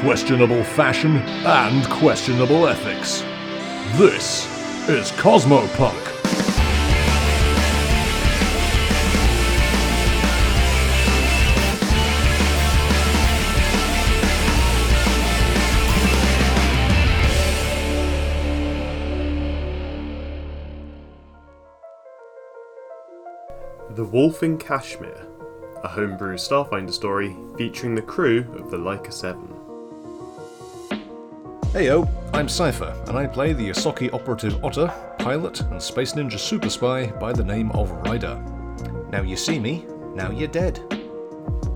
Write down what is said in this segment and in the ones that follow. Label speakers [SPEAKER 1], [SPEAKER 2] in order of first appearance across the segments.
[SPEAKER 1] questionable fashion, and questionable ethics. This is Cosmopunk.
[SPEAKER 2] The Wolf in Kashmir, a homebrew Starfinder story featuring the crew of the Leica 7.
[SPEAKER 1] Heyo, I'm Cypher, and I play the Asoki operative Otter, pilot, and space ninja super spy by the name of Ryder. Now you see me, now you're dead.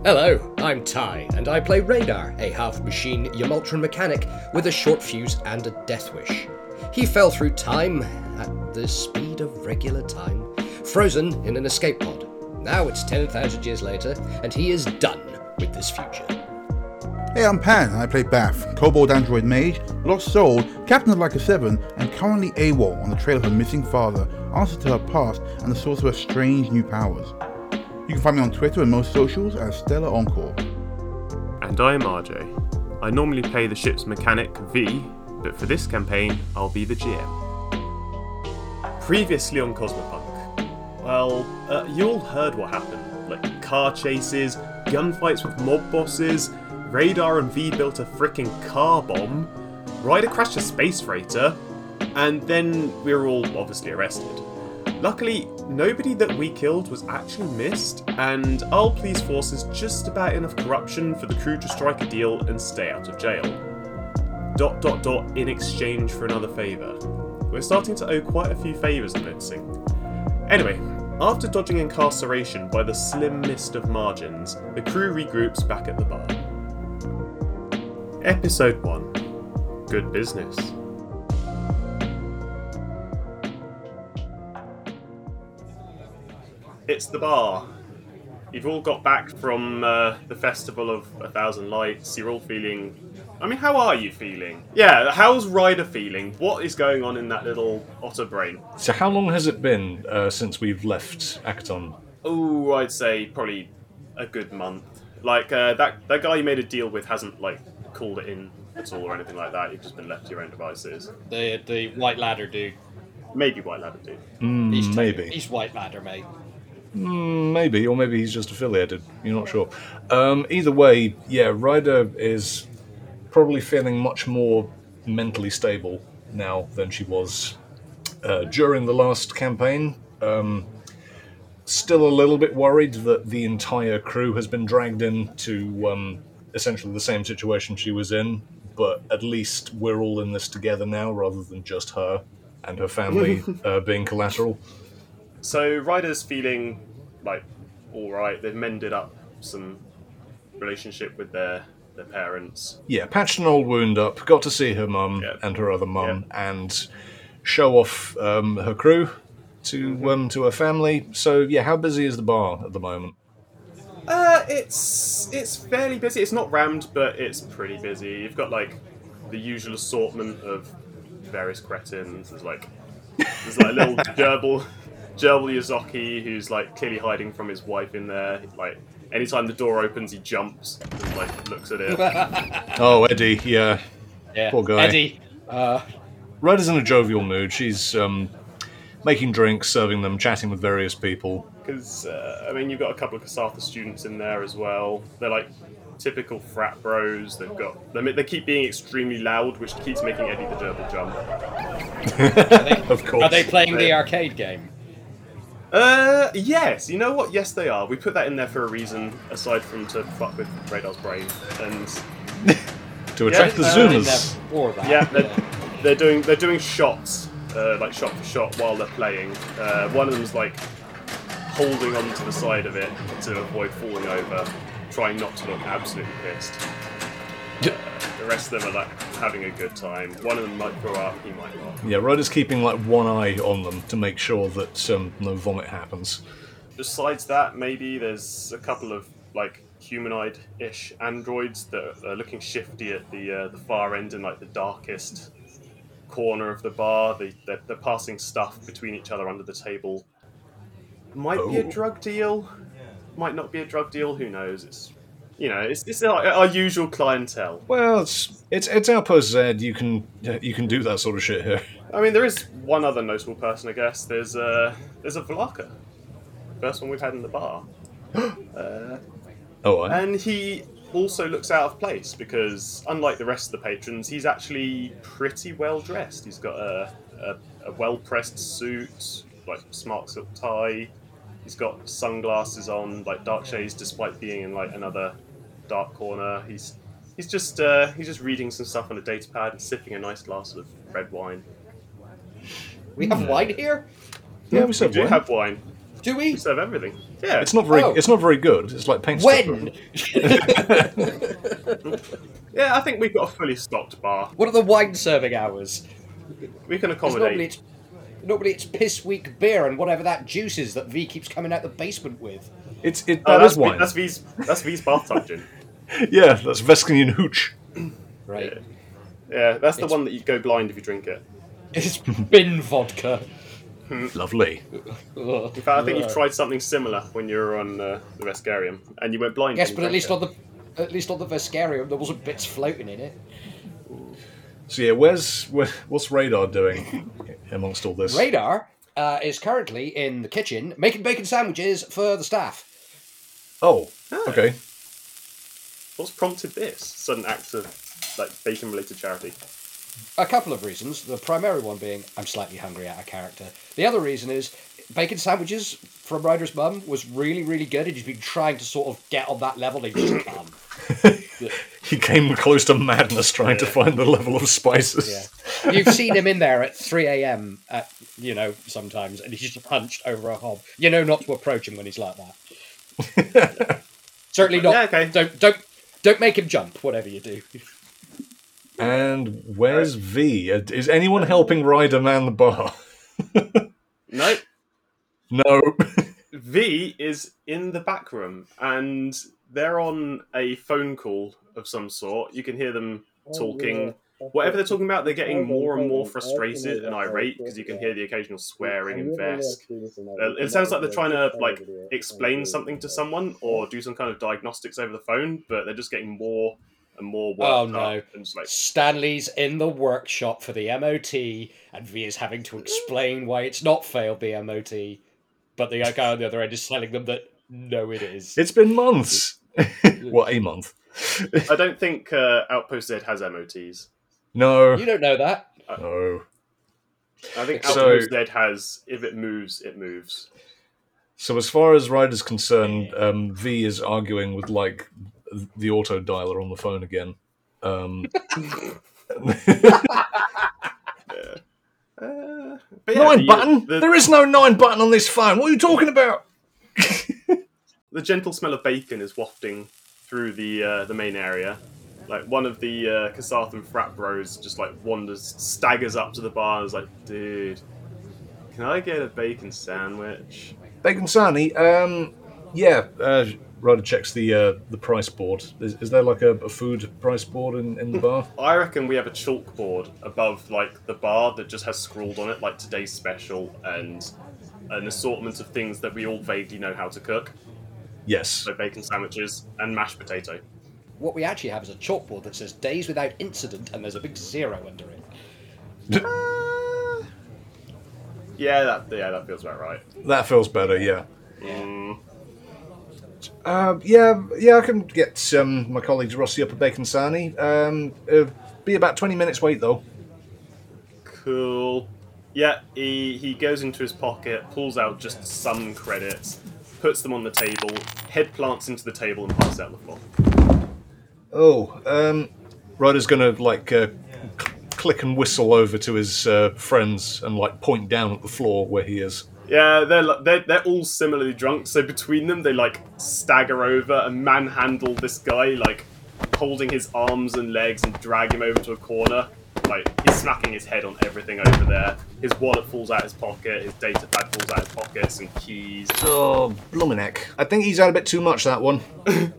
[SPEAKER 3] Hello, I'm Ty, and I play Radar, a half machine Yamultron mechanic with a short fuse and a death wish. He fell through time at the speed of regular time, frozen in an escape pod. Now it's 10,000 years later, and he is done with this future.
[SPEAKER 4] Hey, I'm Pan, and I play Bath, Kobold Android Mage, Lost Soul, Captain of Like a Seven, and currently AWOL on the trail of her missing father, answer to her past, and the source of her strange new powers. You can find me on Twitter and most socials as Stella Encore.
[SPEAKER 2] And I'm RJ. I normally play the ship's mechanic, V, but for this campaign, I'll be the GM. Previously on Cosmopunk. Well, uh, you all heard what happened like car chases, gunfights with mob bosses, Radar and V built a frickin' car bomb, Ryder crashed a space freighter, and then we were all obviously arrested. Luckily, nobody that we killed was actually missed, and our police force is just about enough corruption for the crew to strike a deal and stay out of jail. Dot dot dot in exchange for another favour. We're starting to owe quite a few favours, I'm noticing. Anyway, after dodging incarceration by the slim mist of margins, the crew regroups back at the bar. Episode 1 Good Business. It's the bar. You've all got back from uh, the festival of a thousand lights. You're all feeling. I mean, how are you feeling? Yeah, how's Ryder feeling? What is going on in that little otter brain?
[SPEAKER 1] So, how long has it been uh, since we've left Akaton?
[SPEAKER 2] Oh, I'd say probably a good month. Like uh, that that guy you made a deal with hasn't like called it in at all or anything like that. You've just been left to your own devices.
[SPEAKER 5] The the white ladder dude.
[SPEAKER 2] Maybe White Ladder dude.
[SPEAKER 5] He's
[SPEAKER 1] maybe.
[SPEAKER 5] He's white ladder, mate.
[SPEAKER 1] Maybe, or maybe he's just affiliated. You're not sure. Um, either way, yeah, Ryder is probably feeling much more mentally stable now than she was uh, during the last campaign. Um, still a little bit worried that the entire crew has been dragged into um, essentially the same situation she was in, but at least we're all in this together now rather than just her and her family uh, being collateral.
[SPEAKER 2] So Ryder's feeling like all right. They've mended up some relationship with their their parents.
[SPEAKER 1] yeah, patched an old wound up, got to see her mum
[SPEAKER 2] Yeah.
[SPEAKER 1] and her other mum, and show off um, her crew to um, to her family. So yeah, how busy is the bar at the moment?
[SPEAKER 2] Uh, it's it's fairly busy. It's not rammed, but it's pretty busy. You've got like the usual assortment of various cretins. There's like there's like a little gerbil gerbil Yazaki who's like clearly hiding from his wife in there. Like anytime the door opens, he jumps and like looks at it.
[SPEAKER 1] Oh, Eddie, yeah,
[SPEAKER 5] Yeah.
[SPEAKER 1] Poor guy.
[SPEAKER 5] Eddie. Uh,
[SPEAKER 1] Ryder's in a jovial mood. She's um, making drinks, serving them, chatting with various people.
[SPEAKER 2] Because uh, I mean, you've got a couple of Kasatha students in there as well. They're like typical frat bros. They've got they they keep being extremely loud, which keeps making Eddie the gerbil jump.
[SPEAKER 1] Of course,
[SPEAKER 5] are they playing the
[SPEAKER 2] Yeah.
[SPEAKER 5] arcade game?
[SPEAKER 2] Uh, yes. You know what? Yes, they are. We put that in there for a reason, aside from to fuck with Radar's brain. And
[SPEAKER 1] to attract
[SPEAKER 2] Yeah,
[SPEAKER 1] the
[SPEAKER 2] uh,
[SPEAKER 1] zoomers.
[SPEAKER 5] Or that.
[SPEAKER 2] yeah, they're, they're doing they're doing shots, uh, like shot for shot, while they're playing. Uh, one of them's like holding on to the side of it to avoid falling over, trying not to look absolutely pissed. Uh, the rest of them are like having a good time. One of them might throw up, he might not.
[SPEAKER 1] Yeah, Ryder's keeping like one eye on them to make sure that um, no vomit happens.
[SPEAKER 2] besides that, maybe there's a couple of like humanoid-ish androids that are looking shifty at the uh, the far end in like the darkest corner of the bar. They they're, they're passing stuff between each other under the table. Might be a
[SPEAKER 1] Oh.
[SPEAKER 2] drug deal. Might not be a drug deal. Who knows? It's You know, it's, it's our, our usual clientele.
[SPEAKER 1] Well, it's it's it's outpost Z. You can you can do that sort of shit here.
[SPEAKER 2] I mean, there is one other notable person, I guess. There's a there's a Vlaka, first one we've had in the bar,
[SPEAKER 1] Oh, I.
[SPEAKER 2] and he also looks out of place because, unlike the rest of the patrons, he's actually pretty well dressed. He's got a a, a well pressed suit, like smart silk tie. He's got sunglasses on, like dark shades, despite being in like another dark corner. He's he's just uh, he's just reading some stuff on a data pad and sipping a nice glass of red wine.
[SPEAKER 3] We have wine here?
[SPEAKER 1] yeah, we said
[SPEAKER 2] Do you
[SPEAKER 1] when.
[SPEAKER 2] have wine?
[SPEAKER 3] Do we?
[SPEAKER 2] We serve everything. Yeah,
[SPEAKER 1] It's not very
[SPEAKER 3] Oh.
[SPEAKER 1] it's not very good. It's like paint.
[SPEAKER 3] When?
[SPEAKER 2] Yeah, I think we've got a fully stocked bar.
[SPEAKER 3] What are the wine serving hours? 'Cause
[SPEAKER 2] We can
[SPEAKER 3] Normally
[SPEAKER 2] accommodate.
[SPEAKER 3] it's, normally it's piss weak beer and whatever that juice is that V keeps coming out the basement with.
[SPEAKER 1] It's it
[SPEAKER 2] Oh,
[SPEAKER 1] that
[SPEAKER 2] that's
[SPEAKER 1] is
[SPEAKER 2] V-
[SPEAKER 1] wine.
[SPEAKER 2] That's V's. That's V's bathtub gin.
[SPEAKER 1] yeah, that's Veskinian hooch.
[SPEAKER 3] Right.
[SPEAKER 2] Yeah, that's the
[SPEAKER 3] It's-
[SPEAKER 2] one that you go blind if you drink it.
[SPEAKER 3] It's bin vodka.
[SPEAKER 1] Lovely.
[SPEAKER 3] Ugh.
[SPEAKER 2] In fact, I think you've tried something similar when you were on uh, the Rescarium, and you went blind. when
[SPEAKER 3] Yes,
[SPEAKER 2] you
[SPEAKER 3] but at
[SPEAKER 2] drank
[SPEAKER 3] least
[SPEAKER 2] it.
[SPEAKER 3] on the at least on the Vescarium there wasn't bits floating in it.
[SPEAKER 1] So yeah, where's where, what's radar doing amongst all this?
[SPEAKER 3] Radar uh, is currently in the kitchen making bacon sandwiches for the staff.
[SPEAKER 1] Oh,
[SPEAKER 3] Ah.
[SPEAKER 1] okay.
[SPEAKER 2] What's prompted this sudden act of like bacon-related charity?
[SPEAKER 3] A couple of reasons. The primary one being I'm slightly hungry out of character. The other reason is bacon sandwiches from Ryder's mum was really really good, and he's been trying to sort of get on that level. And he just can't.
[SPEAKER 1] He came close to madness trying to find the level of spices.
[SPEAKER 3] Yeah. You've seen him in there at 3 a.m. at, you know, sometimes, and he's just hunched over a hob. You know not to approach him when he's like that. Certainly not.
[SPEAKER 2] Yeah, okay.
[SPEAKER 3] Don't don't don't make him jump. Whatever you do.
[SPEAKER 1] And where's V? Uh, Is anyone helping Ryder man the bar?
[SPEAKER 2] No,
[SPEAKER 1] No.
[SPEAKER 2] V is in the back room, and they're on a phone call of some sort. You can hear them talking. Whatever they're talking about, they're getting more and more frustrated and irate because you can hear the occasional swearing and vesk. Uh, It sounds like they're trying to like explain something to someone or do some kind of diagnostics over the phone, but they're just getting more and more worked
[SPEAKER 3] Oh, no.
[SPEAKER 2] up and just like
[SPEAKER 3] Stanley's in the workshop for the MOT, and V is having to explain why it's not failed the MOT, but the guy on the other end is telling them that no, it is.
[SPEAKER 1] It's been months. well, a month.
[SPEAKER 2] I don't think uh, Outpost Z has MOTs.
[SPEAKER 1] No.
[SPEAKER 3] You don't know that.
[SPEAKER 1] No.
[SPEAKER 2] I think
[SPEAKER 1] So-
[SPEAKER 2] Outpost Z has if it moves, it moves.
[SPEAKER 1] So as far as Ryder's concerned, um, V is arguing with like the auto dialer on the phone again. Um,
[SPEAKER 2] Uh, but yeah,
[SPEAKER 1] nine
[SPEAKER 2] the-
[SPEAKER 1] button?
[SPEAKER 2] the-
[SPEAKER 1] there is no nine button on this phone. What are you talking about?
[SPEAKER 2] the gentle smell of bacon is wafting through the uh, the main area. Like one of the uh, Kasathan frat bros just like wanders, staggers up to the bar and is like, "Dude, can I get a bacon sandwich?"
[SPEAKER 1] Bacon Sani. Um, yeah. Uh, Ryder checks the uh, the price board. Is, is there like a, a food price board in, in the bar?
[SPEAKER 2] I reckon we have a chalkboard above like the bar that just has scrawled on it like today's special and an assortment of things that we all vaguely know how to cook,
[SPEAKER 1] Yes.
[SPEAKER 2] so bacon sandwiches and mashed potato.
[SPEAKER 3] What we actually have is a chalkboard that says days without incident, and there's a big zero under it.
[SPEAKER 2] Uh, Yeah, that yeah, that feels about right.
[SPEAKER 1] That feels better, yeah. Uh, yeah, yeah, I can get um, my colleagues Rossi up a bacon sarnie. Um, it'll be about 20 minutes wait, though.
[SPEAKER 2] Cool. Yeah, he, he goes into his pocket, pulls out just some credits, puts them on the table, head plants into the table, and passes out on the floor.
[SPEAKER 1] Oh, um, Ryder's going to, like, uh, cl- click and whistle over to his uh, friends and, like, point down at the floor where he is.
[SPEAKER 2] Yeah, they're, li- they're they're all similarly drunk, so between them they like stagger over and manhandle this guy, like holding his arms and legs and drag him over to a corner. Like he's smacking his head on everything over there. His wallet falls out of his pocket, his data pad falls out of his pocket, some keys.
[SPEAKER 1] Oh, Blumenek. I think he's had a bit too much, that one.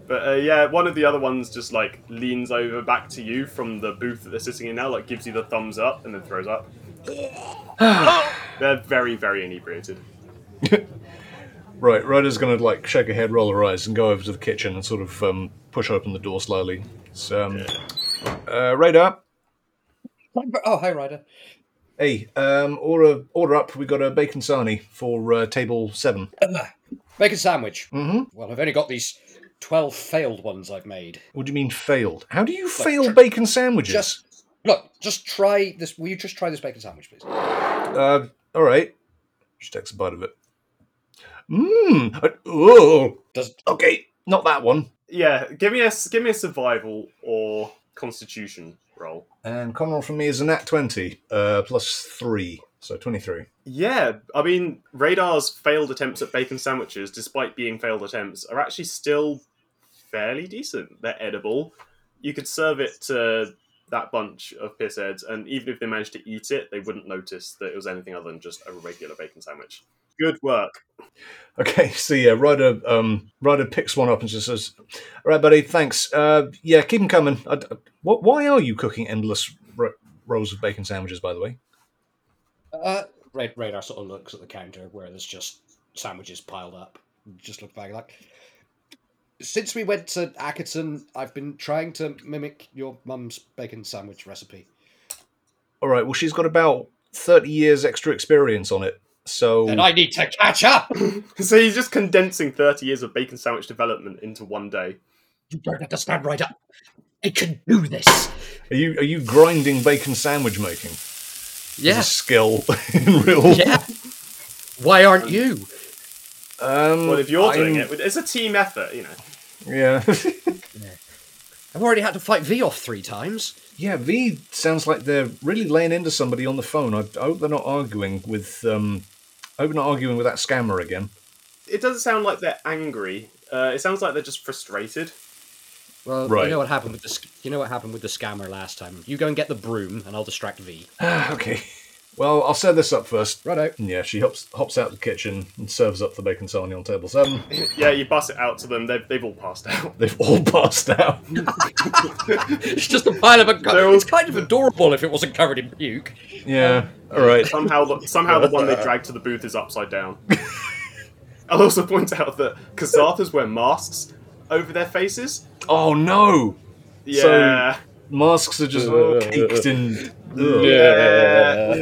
[SPEAKER 2] But uh, yeah, one of the other ones just like leans over back to you from the booth that they're sitting in now, like gives you the thumbs up and then throws up. they're very, very inebriated.
[SPEAKER 1] Right, Ryder's gonna like shake her head, roll her eyes, and go over to the kitchen and sort of um, push open the door slowly. So, um, uh, Radar,
[SPEAKER 5] Oh, hi, Ryder.
[SPEAKER 1] hey, um, order order up. We got a bacon sarnie for uh, table seven.
[SPEAKER 5] Make a sandwich. Mm-hmm. Well, I've only got these 12 failed ones I've made.
[SPEAKER 1] What do you mean failed? How do you fail bacon sandwiches?
[SPEAKER 5] Just, look, just try this. Will you just try this bacon sandwich, please?
[SPEAKER 1] Uh, all right. She takes a bite of it. Mmm. Oh.
[SPEAKER 5] Does,
[SPEAKER 1] Okay. Not that one.
[SPEAKER 2] Yeah, give me a s- give me a survival or constitution roll.
[SPEAKER 1] And common roll from me is a nat twenty uh, plus three, so twenty-three.
[SPEAKER 2] Yeah, I mean, Radar's failed attempts at bacon sandwiches, despite being failed attempts, are actually still fairly decent. They're edible. You could serve it to that bunch of pissheads, and even if they managed to eat it, they wouldn't notice that it was anything other than just a regular bacon sandwich. Good work.
[SPEAKER 1] Okay, so yeah, Ryder, um, Ryder picks one up and just says, "All right, buddy, thanks. Uh, yeah, keep 'em coming. I d what? Why are you cooking endless ro- rolls of bacon sandwiches? By the way,
[SPEAKER 5] uh, Ra- Radar sort of looks at the counter where there's just sandwiches piled up. Just look back like. Since we went to Ackerton, I've been trying to mimic your mum's bacon sandwich recipe.
[SPEAKER 1] all right. Well, she's got about thirty years extra experience on it, so
[SPEAKER 5] Then I need to catch up!
[SPEAKER 2] So he's just condensing 30 years of bacon sandwich development into one day.
[SPEAKER 5] You don't understand, Ryder. I can do this.
[SPEAKER 1] are you are you grinding bacon sandwich making? As a
[SPEAKER 3] Yes.
[SPEAKER 1] skill in real.
[SPEAKER 3] Yeah. Why aren't you?
[SPEAKER 1] Um,
[SPEAKER 2] Well, if you're doing
[SPEAKER 1] I'm-
[SPEAKER 2] it, it's a team effort, you know.
[SPEAKER 1] yeah.
[SPEAKER 3] I've already had to fight V off three times.
[SPEAKER 1] Yeah, V sounds like they're really laying into somebody on the phone. I, I hope they're not arguing with. Um, I hope they're not arguing with that scammer again.
[SPEAKER 2] It doesn't sound like they're angry. Uh, it sounds like they're just frustrated.
[SPEAKER 3] Well,
[SPEAKER 1] Right.
[SPEAKER 3] you know what happened with the sc- you know what happened with the scammer last time. You go and get the broom, and I'll distract V.
[SPEAKER 1] Ah, okay. Well, I'll set this up first.
[SPEAKER 3] Righto.
[SPEAKER 1] Yeah, she hops hops out the kitchen and serves up the bacon sarnie on table seven.
[SPEAKER 2] Yeah, you pass it out to them. They've, they've all passed out.
[SPEAKER 1] They've all passed out.
[SPEAKER 3] It's just a pile of a.
[SPEAKER 2] They're all-
[SPEAKER 3] It's kind of adorable if it wasn't covered in puke.
[SPEAKER 1] Yeah. All right.
[SPEAKER 2] Somehow, the, somehow the one they dragged to the booth is upside down. I'll also point out that Kazathas wear masks over their faces.
[SPEAKER 1] Oh no!
[SPEAKER 2] Yeah.
[SPEAKER 1] Masks are just caked in. Ugh.
[SPEAKER 2] yeah.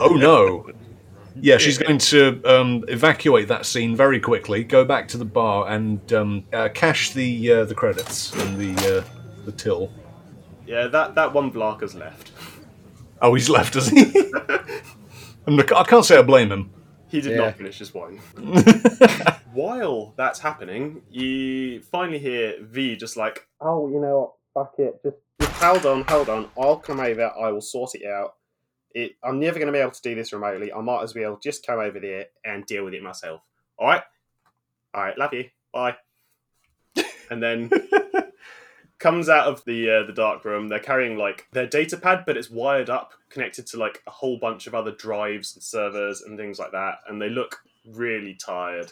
[SPEAKER 1] Oh no! Yeah, she's going to um, evacuate that scene very quickly. Go back to the bar and um, uh, cash the uh, the credits and the uh, the till.
[SPEAKER 2] Yeah, that, that one Blarka's left.
[SPEAKER 1] Oh, he's left, has he? I'm not- I can't say I blame him.
[SPEAKER 2] He did
[SPEAKER 3] Yeah.
[SPEAKER 2] not finish his wine. While that's happening, you finally hear V just like, "Oh, you know, what, fuck it, just, just hold on, hold on. I'll come over. I will sort it out. It, I'm never going to be able to do this remotely. I might as well just come over there and deal with it myself. All right, all right. Love you. Bye." and then comes out of the uh, the dark room. They're carrying like their data pad, but it's wired up, connected to like a whole bunch of other drives and servers and things like that. And they look really tired,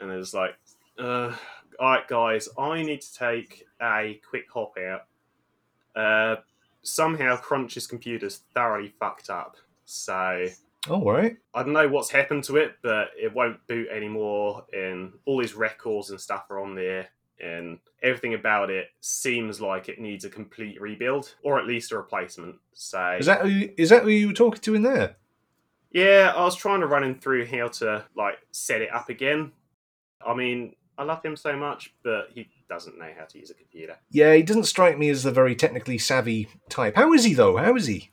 [SPEAKER 2] and they're just like, uh, "All right, guys, I need to take a quick hop out." Uh, somehow, Crunch's computer's thoroughly fucked up, so.
[SPEAKER 1] Oh, All right.
[SPEAKER 2] I don't know what's happened to it, but it won't boot anymore. And all these records and stuff are on there, and everything about it seems like it needs a complete rebuild or at least a replacement. So,
[SPEAKER 1] Is that who you, is that who you were talking to in there?
[SPEAKER 2] yeah, I was trying to run him through how to like set it up again. I mean, I love him so much, but he doesn't know how to use a computer.
[SPEAKER 1] Yeah, he doesn't strike me as the very technically savvy type. How is he though? How is he?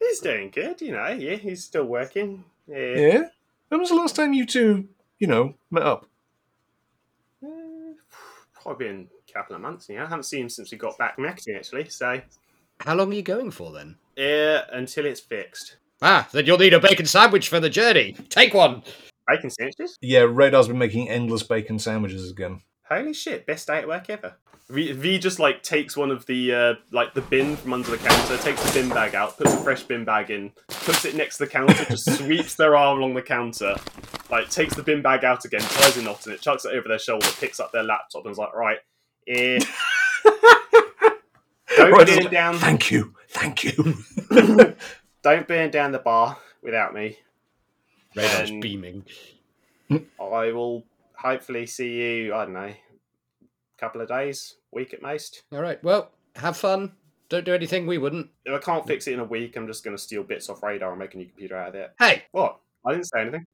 [SPEAKER 2] He's doing good, you know. Yeah, he's still working. Yeah,
[SPEAKER 1] Yeah. When was the last time you two, you know, met up?
[SPEAKER 2] Uh, probably been a couple of months now. I haven't seen him since we got back from acting, actually. So.
[SPEAKER 3] How long are you going for then?
[SPEAKER 2] Yeah, until it's fixed.
[SPEAKER 3] Ah, then you'll need a bacon sandwich for the journey. Take one.
[SPEAKER 2] Bacon sandwiches?
[SPEAKER 1] Yeah, Radar's been making endless bacon sandwiches again.
[SPEAKER 2] Holy shit! Best day at work ever. V, v just like takes one of the uh, like the bin from under the counter, takes the bin bag out, puts a fresh bin bag in, puts it next to the counter, just sweeps their arm along the counter, like takes the bin bag out again, ties a knot in it, chucks it over their shoulder, picks up their laptop, and is like, right, eh. don't
[SPEAKER 1] Right,
[SPEAKER 2] burn
[SPEAKER 1] just-
[SPEAKER 2] down,
[SPEAKER 1] Thank you. Thank you.
[SPEAKER 2] don't burn down the bar without me.
[SPEAKER 5] Radar's
[SPEAKER 2] Um,
[SPEAKER 5] beaming.
[SPEAKER 2] I will hopefully see you, I don't know, couple of days, week at most.
[SPEAKER 5] All right. Well, have fun. Don't do anything we wouldn't.
[SPEAKER 2] If I can't fix it in a week, I'm just going to steal bits off radar and make a new computer out of it.
[SPEAKER 5] Hey,
[SPEAKER 2] What? I didn't say anything.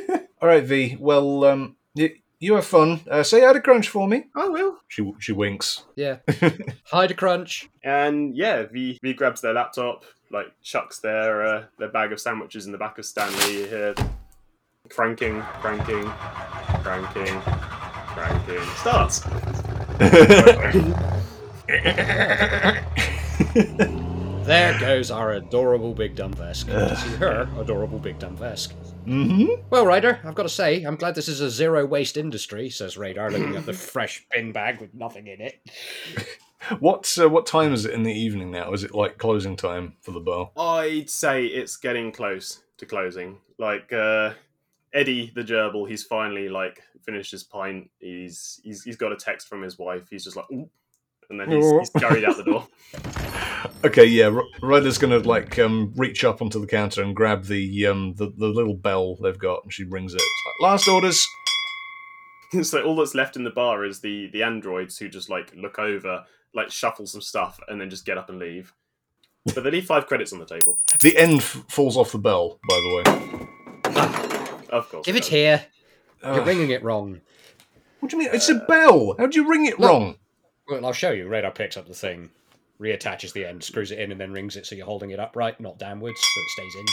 [SPEAKER 1] All right, V. Well, um, you, you have fun. Uh, say hi to Crunch for me.
[SPEAKER 2] I will.
[SPEAKER 1] She she winks.
[SPEAKER 5] yeah. Hide a crunch.
[SPEAKER 2] And yeah, V V grabs their laptop, like chucks their uh, their bag of sandwiches in the back of Stanley. You hear cranking, cranking, cranking, cranking. Starts.
[SPEAKER 5] There goes our adorable big dumb vesk. See her adorable big dumb vesk.
[SPEAKER 1] hmm
[SPEAKER 5] Well, Ryder, I've got to say, I'm glad this is a zero waste industry, says Radar, looking at the fresh bin bag with nothing in it.
[SPEAKER 1] What's uh, what time is it in the evening now? Is it like closing time for the bar?
[SPEAKER 2] I'd say it's getting close to closing. Like uh, Eddie the gerbil, he's finally like finished his pint. He's he's he's got a text from his wife. He's just like, Ooh, and then he's, he's scurried out the door.
[SPEAKER 1] Okay, yeah. R- Ryder's gonna like um, reach up onto the counter and grab the um the, the little bell they've got, and she rings it. It's like, Last orders.
[SPEAKER 2] so all that's left in the bar is the the androids who just like look over, like shuffle some stuff, and then just get up and leave. But they leave five credits on the table,
[SPEAKER 1] The end f- falls off the bell. By the way,
[SPEAKER 2] of course.
[SPEAKER 5] If
[SPEAKER 2] they
[SPEAKER 5] it's
[SPEAKER 2] don't.
[SPEAKER 5] here, you're
[SPEAKER 1] Ugh.
[SPEAKER 5] ringing it wrong.
[SPEAKER 1] What do you mean? It's a bell. How do you ring it wrong?
[SPEAKER 5] Well, I'll show you. Radar picks up the thing, reattaches the end, screws it in, and then rings it so you're holding it upright, not downwards, so it stays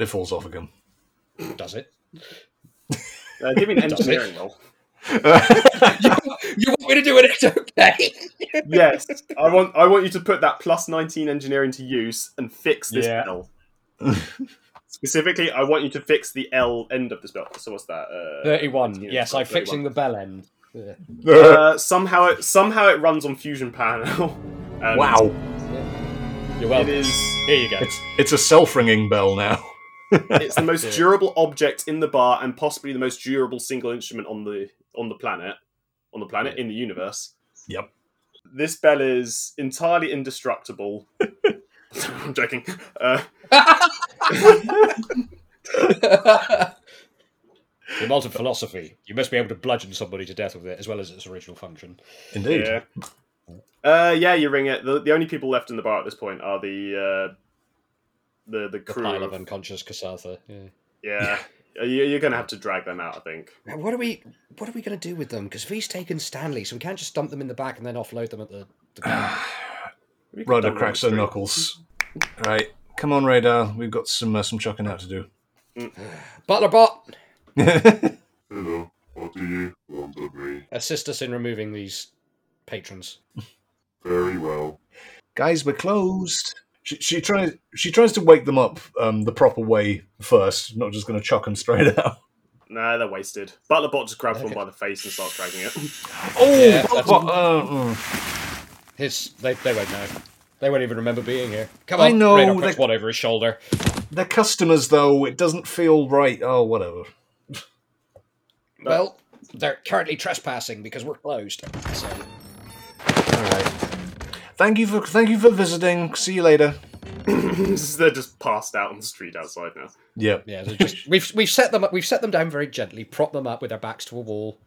[SPEAKER 1] It falls off again.
[SPEAKER 5] in. Does it?
[SPEAKER 2] uh, give me an
[SPEAKER 5] Does it?
[SPEAKER 2] engineering roll.
[SPEAKER 5] You want me to do it? It's okay.
[SPEAKER 2] yes, I want I want you to put that plus nineteen engineering to use and fix this
[SPEAKER 5] Yeah.
[SPEAKER 2] L. Specifically, I want you to fix the L end of the spell. So what's that? Uh,
[SPEAKER 5] 31.
[SPEAKER 2] Yeah,
[SPEAKER 5] Yes,
[SPEAKER 2] got
[SPEAKER 5] I'm fixing the bell end.
[SPEAKER 2] Uh, uh, somehow it somehow it runs on fusion panel. And
[SPEAKER 1] wow,
[SPEAKER 5] You're
[SPEAKER 2] It
[SPEAKER 5] welcome.
[SPEAKER 2] is
[SPEAKER 5] Here you go.
[SPEAKER 1] it's it's a self ringing bell now.
[SPEAKER 2] It's the most durable object in the bar, and possibly the most durable single instrument on the on the planet, on the planet in the universe.
[SPEAKER 1] Yep.
[SPEAKER 2] This bell is entirely indestructible. I'm joking. Uh,
[SPEAKER 5] The modern philosophy. You must be able to bludgeon somebody to death with it, as well as its original function.
[SPEAKER 1] Indeed.
[SPEAKER 2] yeah. Uh, yeah, you ring it. The, the only people left in the bar at this point are the uh, the the
[SPEAKER 5] The
[SPEAKER 2] crew.
[SPEAKER 5] pile
[SPEAKER 2] of-
[SPEAKER 5] of unconscious Kasatha. Yeah.
[SPEAKER 2] yeah, Uh, you, you're gonna have to drag them out. I think.
[SPEAKER 5] What are we? What are we going to do with them? Because V's taken Stanley, so we can't just dump them in the back and then offload them at the. the
[SPEAKER 2] We could
[SPEAKER 1] Ryder
[SPEAKER 2] dump them
[SPEAKER 1] cracks
[SPEAKER 2] on
[SPEAKER 1] her
[SPEAKER 2] the street.
[SPEAKER 1] knuckles. All right, come on, Radar. We've got some uh, some chucking out to do.
[SPEAKER 5] Butler bot,
[SPEAKER 6] Hello, what do you want of me?
[SPEAKER 5] assist us in removing these patrons.
[SPEAKER 6] Very well.
[SPEAKER 1] Guys, we're closed. She, she tries she tries to wake them up um, the proper way first, not just going to chuck them straight out.
[SPEAKER 2] Nah, they're wasted. Butler bot just grabs one
[SPEAKER 5] Okay.
[SPEAKER 2] by the face and starts dragging it.
[SPEAKER 1] Oh,
[SPEAKER 5] Yeah,
[SPEAKER 1] oh,
[SPEAKER 5] that's-
[SPEAKER 1] oh, uh, mm.
[SPEAKER 5] His, they, they won't know. They won't even remember being here. Come
[SPEAKER 1] I
[SPEAKER 5] on,
[SPEAKER 1] know,
[SPEAKER 5] Radar puts
[SPEAKER 1] they-
[SPEAKER 5] one over his shoulder.
[SPEAKER 1] they're customers though. It doesn't feel right. Oh, whatever.
[SPEAKER 5] Well, they're currently trespassing because we're closed. So
[SPEAKER 1] All right. Thank you for thank you for visiting. See you later.
[SPEAKER 2] They're just passed out on the street outside now.
[SPEAKER 1] Yeah.
[SPEAKER 5] yeah, they're just we've we've set them up. We've set them down very gently. Prop them up with their backs to a wall.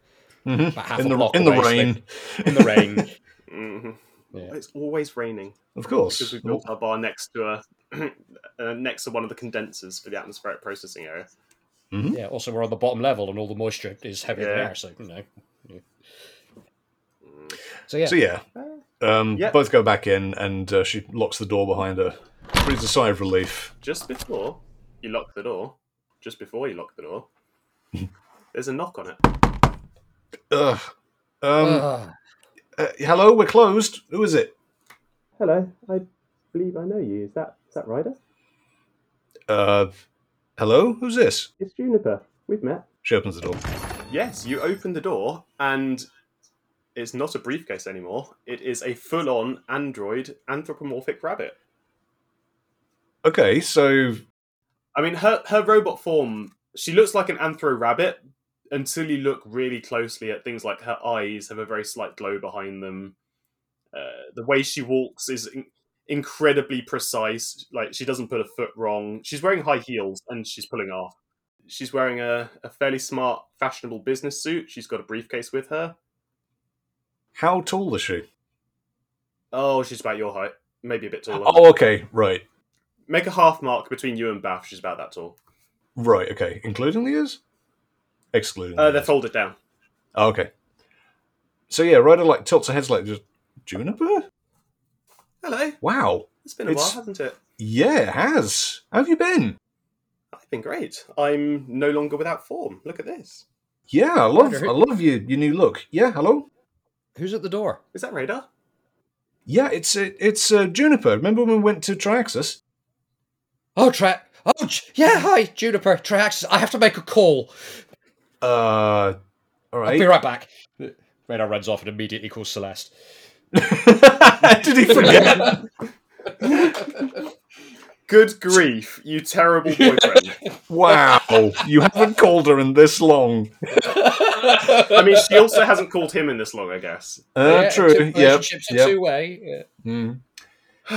[SPEAKER 5] About half
[SPEAKER 1] Mm-hmm. In
[SPEAKER 5] a
[SPEAKER 1] the
[SPEAKER 5] block
[SPEAKER 1] in the
[SPEAKER 5] away, so they-
[SPEAKER 1] rain,
[SPEAKER 5] in the rain.
[SPEAKER 2] It's always raining
[SPEAKER 1] of course.
[SPEAKER 2] because we built our bar next to a uh, next to one of the condensers for the atmospheric processing area.
[SPEAKER 3] Hmm?
[SPEAKER 5] yeah. Also, we're on the bottom level, and all the moisture is heavier than
[SPEAKER 2] Yeah.
[SPEAKER 5] air. So you know. yeah. So yeah.
[SPEAKER 1] So yeah, um,
[SPEAKER 2] Uh, Yeah.
[SPEAKER 1] both go back in, and uh, she locks the door behind her. Breathes a sigh of relief.
[SPEAKER 2] Just before you lock the door, just before you lock the door, there's a knock on it.
[SPEAKER 1] Ugh. Um,
[SPEAKER 5] Ah,
[SPEAKER 1] uh, hello, we're closed. Who is it?
[SPEAKER 2] Hello, I believe I know you. Is that is that Ryder?
[SPEAKER 1] Uh, hello, who's this?
[SPEAKER 2] It's Juniper. We've met.
[SPEAKER 1] She opens the door.
[SPEAKER 2] Yes, you open the door and it's not a briefcase anymore. It is a full-on android anthropomorphic rabbit.
[SPEAKER 1] Okay, so
[SPEAKER 2] I mean, her her robot form. She looks like an anthro rabbit until you look really closely at things like her eyes have a very slight glow behind them. Uh, the way she walks is in- incredibly precise. Like she doesn't put a foot wrong. She's wearing high heels and she's pulling off. She's wearing a, a fairly smart, fashionable business suit. She's got a briefcase with her.
[SPEAKER 1] How tall is she?
[SPEAKER 2] Oh, she's about your height, maybe a bit taller.
[SPEAKER 1] Oh, okay, right,
[SPEAKER 2] Make a half mark between you and Bath. She's about that tall.
[SPEAKER 1] right, okay. Including the ears, excluding.
[SPEAKER 2] Uh,
[SPEAKER 1] the
[SPEAKER 2] they're
[SPEAKER 1] ears.
[SPEAKER 2] folded down.
[SPEAKER 1] Oh, okay. So yeah, Ryder like tilts her head like just Juniper.
[SPEAKER 2] Hello.
[SPEAKER 1] Wow.
[SPEAKER 2] It's been a
[SPEAKER 1] It's-
[SPEAKER 2] while, hasn't it?
[SPEAKER 1] Yeah, it has. How have you been?
[SPEAKER 2] I've been great. I'm no longer without form. Look at this.
[SPEAKER 1] Yeah, I love,
[SPEAKER 3] Ryder.
[SPEAKER 1] I love you. Your new look. Yeah, hello.
[SPEAKER 3] Who's at the door?
[SPEAKER 2] Is that radar?
[SPEAKER 1] Yeah, it's uh, it's uh, Juniper. Remember when we went to Triaxis?
[SPEAKER 3] Oh, Tra. Oh, J- yeah, hi, Juniper. Triaxis. I have to make a call.
[SPEAKER 1] Uh, all
[SPEAKER 3] I'll be
[SPEAKER 1] right.
[SPEAKER 3] right back.
[SPEAKER 5] Radar runs off and immediately calls Celeste.
[SPEAKER 1] Did he forget?
[SPEAKER 2] Good grief, you terrible boyfriend.
[SPEAKER 1] wow, you haven't called her in this long.
[SPEAKER 2] I mean, she also hasn't called him in this long, I guess.
[SPEAKER 1] Uh,
[SPEAKER 3] Yeah,
[SPEAKER 1] true.
[SPEAKER 3] two
[SPEAKER 1] Yep.
[SPEAKER 3] Relationships are
[SPEAKER 1] yep.
[SPEAKER 3] two way. Yeah.
[SPEAKER 1] Mm.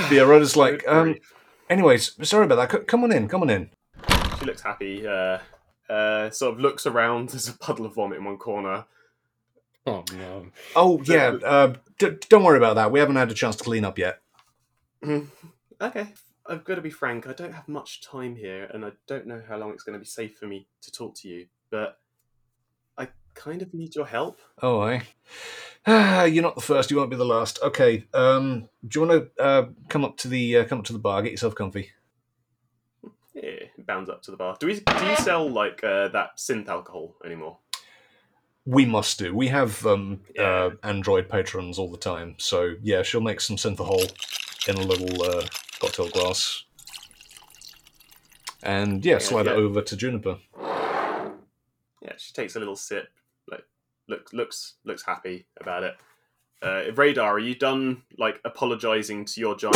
[SPEAKER 1] Yeah, Ryder's like.
[SPEAKER 2] Good
[SPEAKER 1] Um,
[SPEAKER 2] grief.
[SPEAKER 1] anyways, sorry about that. C- Come on in. Come on in.
[SPEAKER 2] She looks happy, uh, uh, sort of looks around. There's a puddle of vomit in one corner.
[SPEAKER 5] Oh no.
[SPEAKER 1] Oh yeah. Uh, d- don't worry about that. We haven't had a chance to clean up yet.
[SPEAKER 2] Mm, Okay, I've got to be frank, I don't have much time here, and I don't know how long it's going to be safe for me to talk to you, but I kind of need your help.
[SPEAKER 1] Oh, I. Ah, you're not the first. You won't be the last. Okay. Um, do you want to uh, come up to the uh, come up to the bar? Get yourself comfy.
[SPEAKER 2] Yeah, bounds up to the bar. Do we do you sell like uh, that synth alcohol anymore?
[SPEAKER 1] We must do. We have um,
[SPEAKER 2] Yeah.
[SPEAKER 1] uh, Android patrons all the time, so yeah, she'll make some synthahol in a little uh, cocktail glass, and yeah,
[SPEAKER 2] Yeah,
[SPEAKER 1] slide
[SPEAKER 2] yeah.
[SPEAKER 1] it over to Juniper.
[SPEAKER 2] Yeah, she takes a little sip, like looks looks looks happy about it. Uh, Radar, are you done like apologising to your giant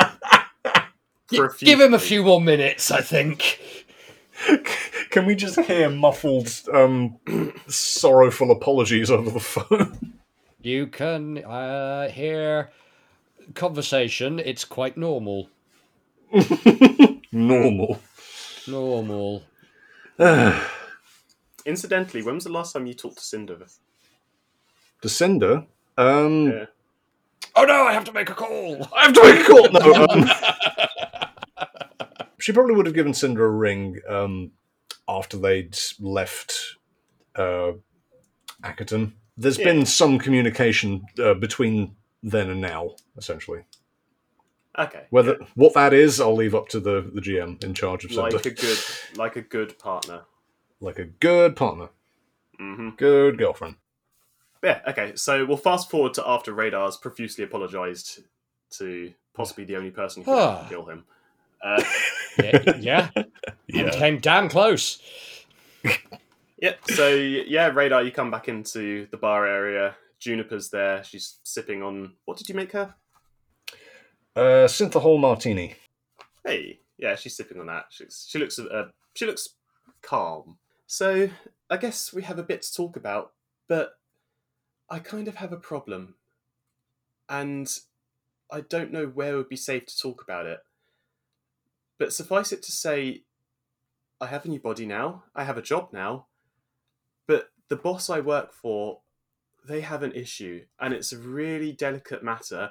[SPEAKER 2] ex-girlfriend? For a few
[SPEAKER 3] Give him a
[SPEAKER 2] days.
[SPEAKER 3] few more minutes, I think.
[SPEAKER 1] Can we just hear muffled, um, sorrowful apologies over the phone?
[SPEAKER 3] You can uh, hear conversation. It's quite normal.
[SPEAKER 1] Normal.
[SPEAKER 3] Normal.
[SPEAKER 2] Incidentally, when was the last time you talked to Cinder?
[SPEAKER 1] Descender. Um,
[SPEAKER 2] Yeah.
[SPEAKER 3] Oh no, I have to make a call.
[SPEAKER 1] I have to make a call. No. um, she probably would have given Cinder a ring um, after they'd left uh, Ackerton. There's
[SPEAKER 2] Yeah.
[SPEAKER 1] been some communication uh, between then and now, essentially.
[SPEAKER 2] Okay.
[SPEAKER 1] Whether what that is, I'll leave up to the, the GM in charge of Cinder,
[SPEAKER 2] like a good like a good partner.
[SPEAKER 1] like a good partner,
[SPEAKER 2] hmm
[SPEAKER 1] good girlfriend.
[SPEAKER 2] Yeah, okay. So we'll fast forward to after Radar's profusely apologised to possibly the only person who could
[SPEAKER 3] Ah.
[SPEAKER 2] kill him. Uh,
[SPEAKER 3] Yeah, yeah. You
[SPEAKER 1] Yeah.
[SPEAKER 3] came damn close.
[SPEAKER 2] yep. So yeah, Radar, you come back into the bar area. Juniper's there. She's sipping on. What did you make her?
[SPEAKER 1] Uh, Synthahol Martini.
[SPEAKER 2] Hey, yeah, she's sipping on that. She's, she looks. Uh, she looks calm. So I guess we have a bit to talk about, but I kind of have a problem, and I don't know where it would be safe to talk about it. But suffice it to say, I have a new body now. I have a job now, but the boss I work for, they have an issue, and it's a really delicate matter.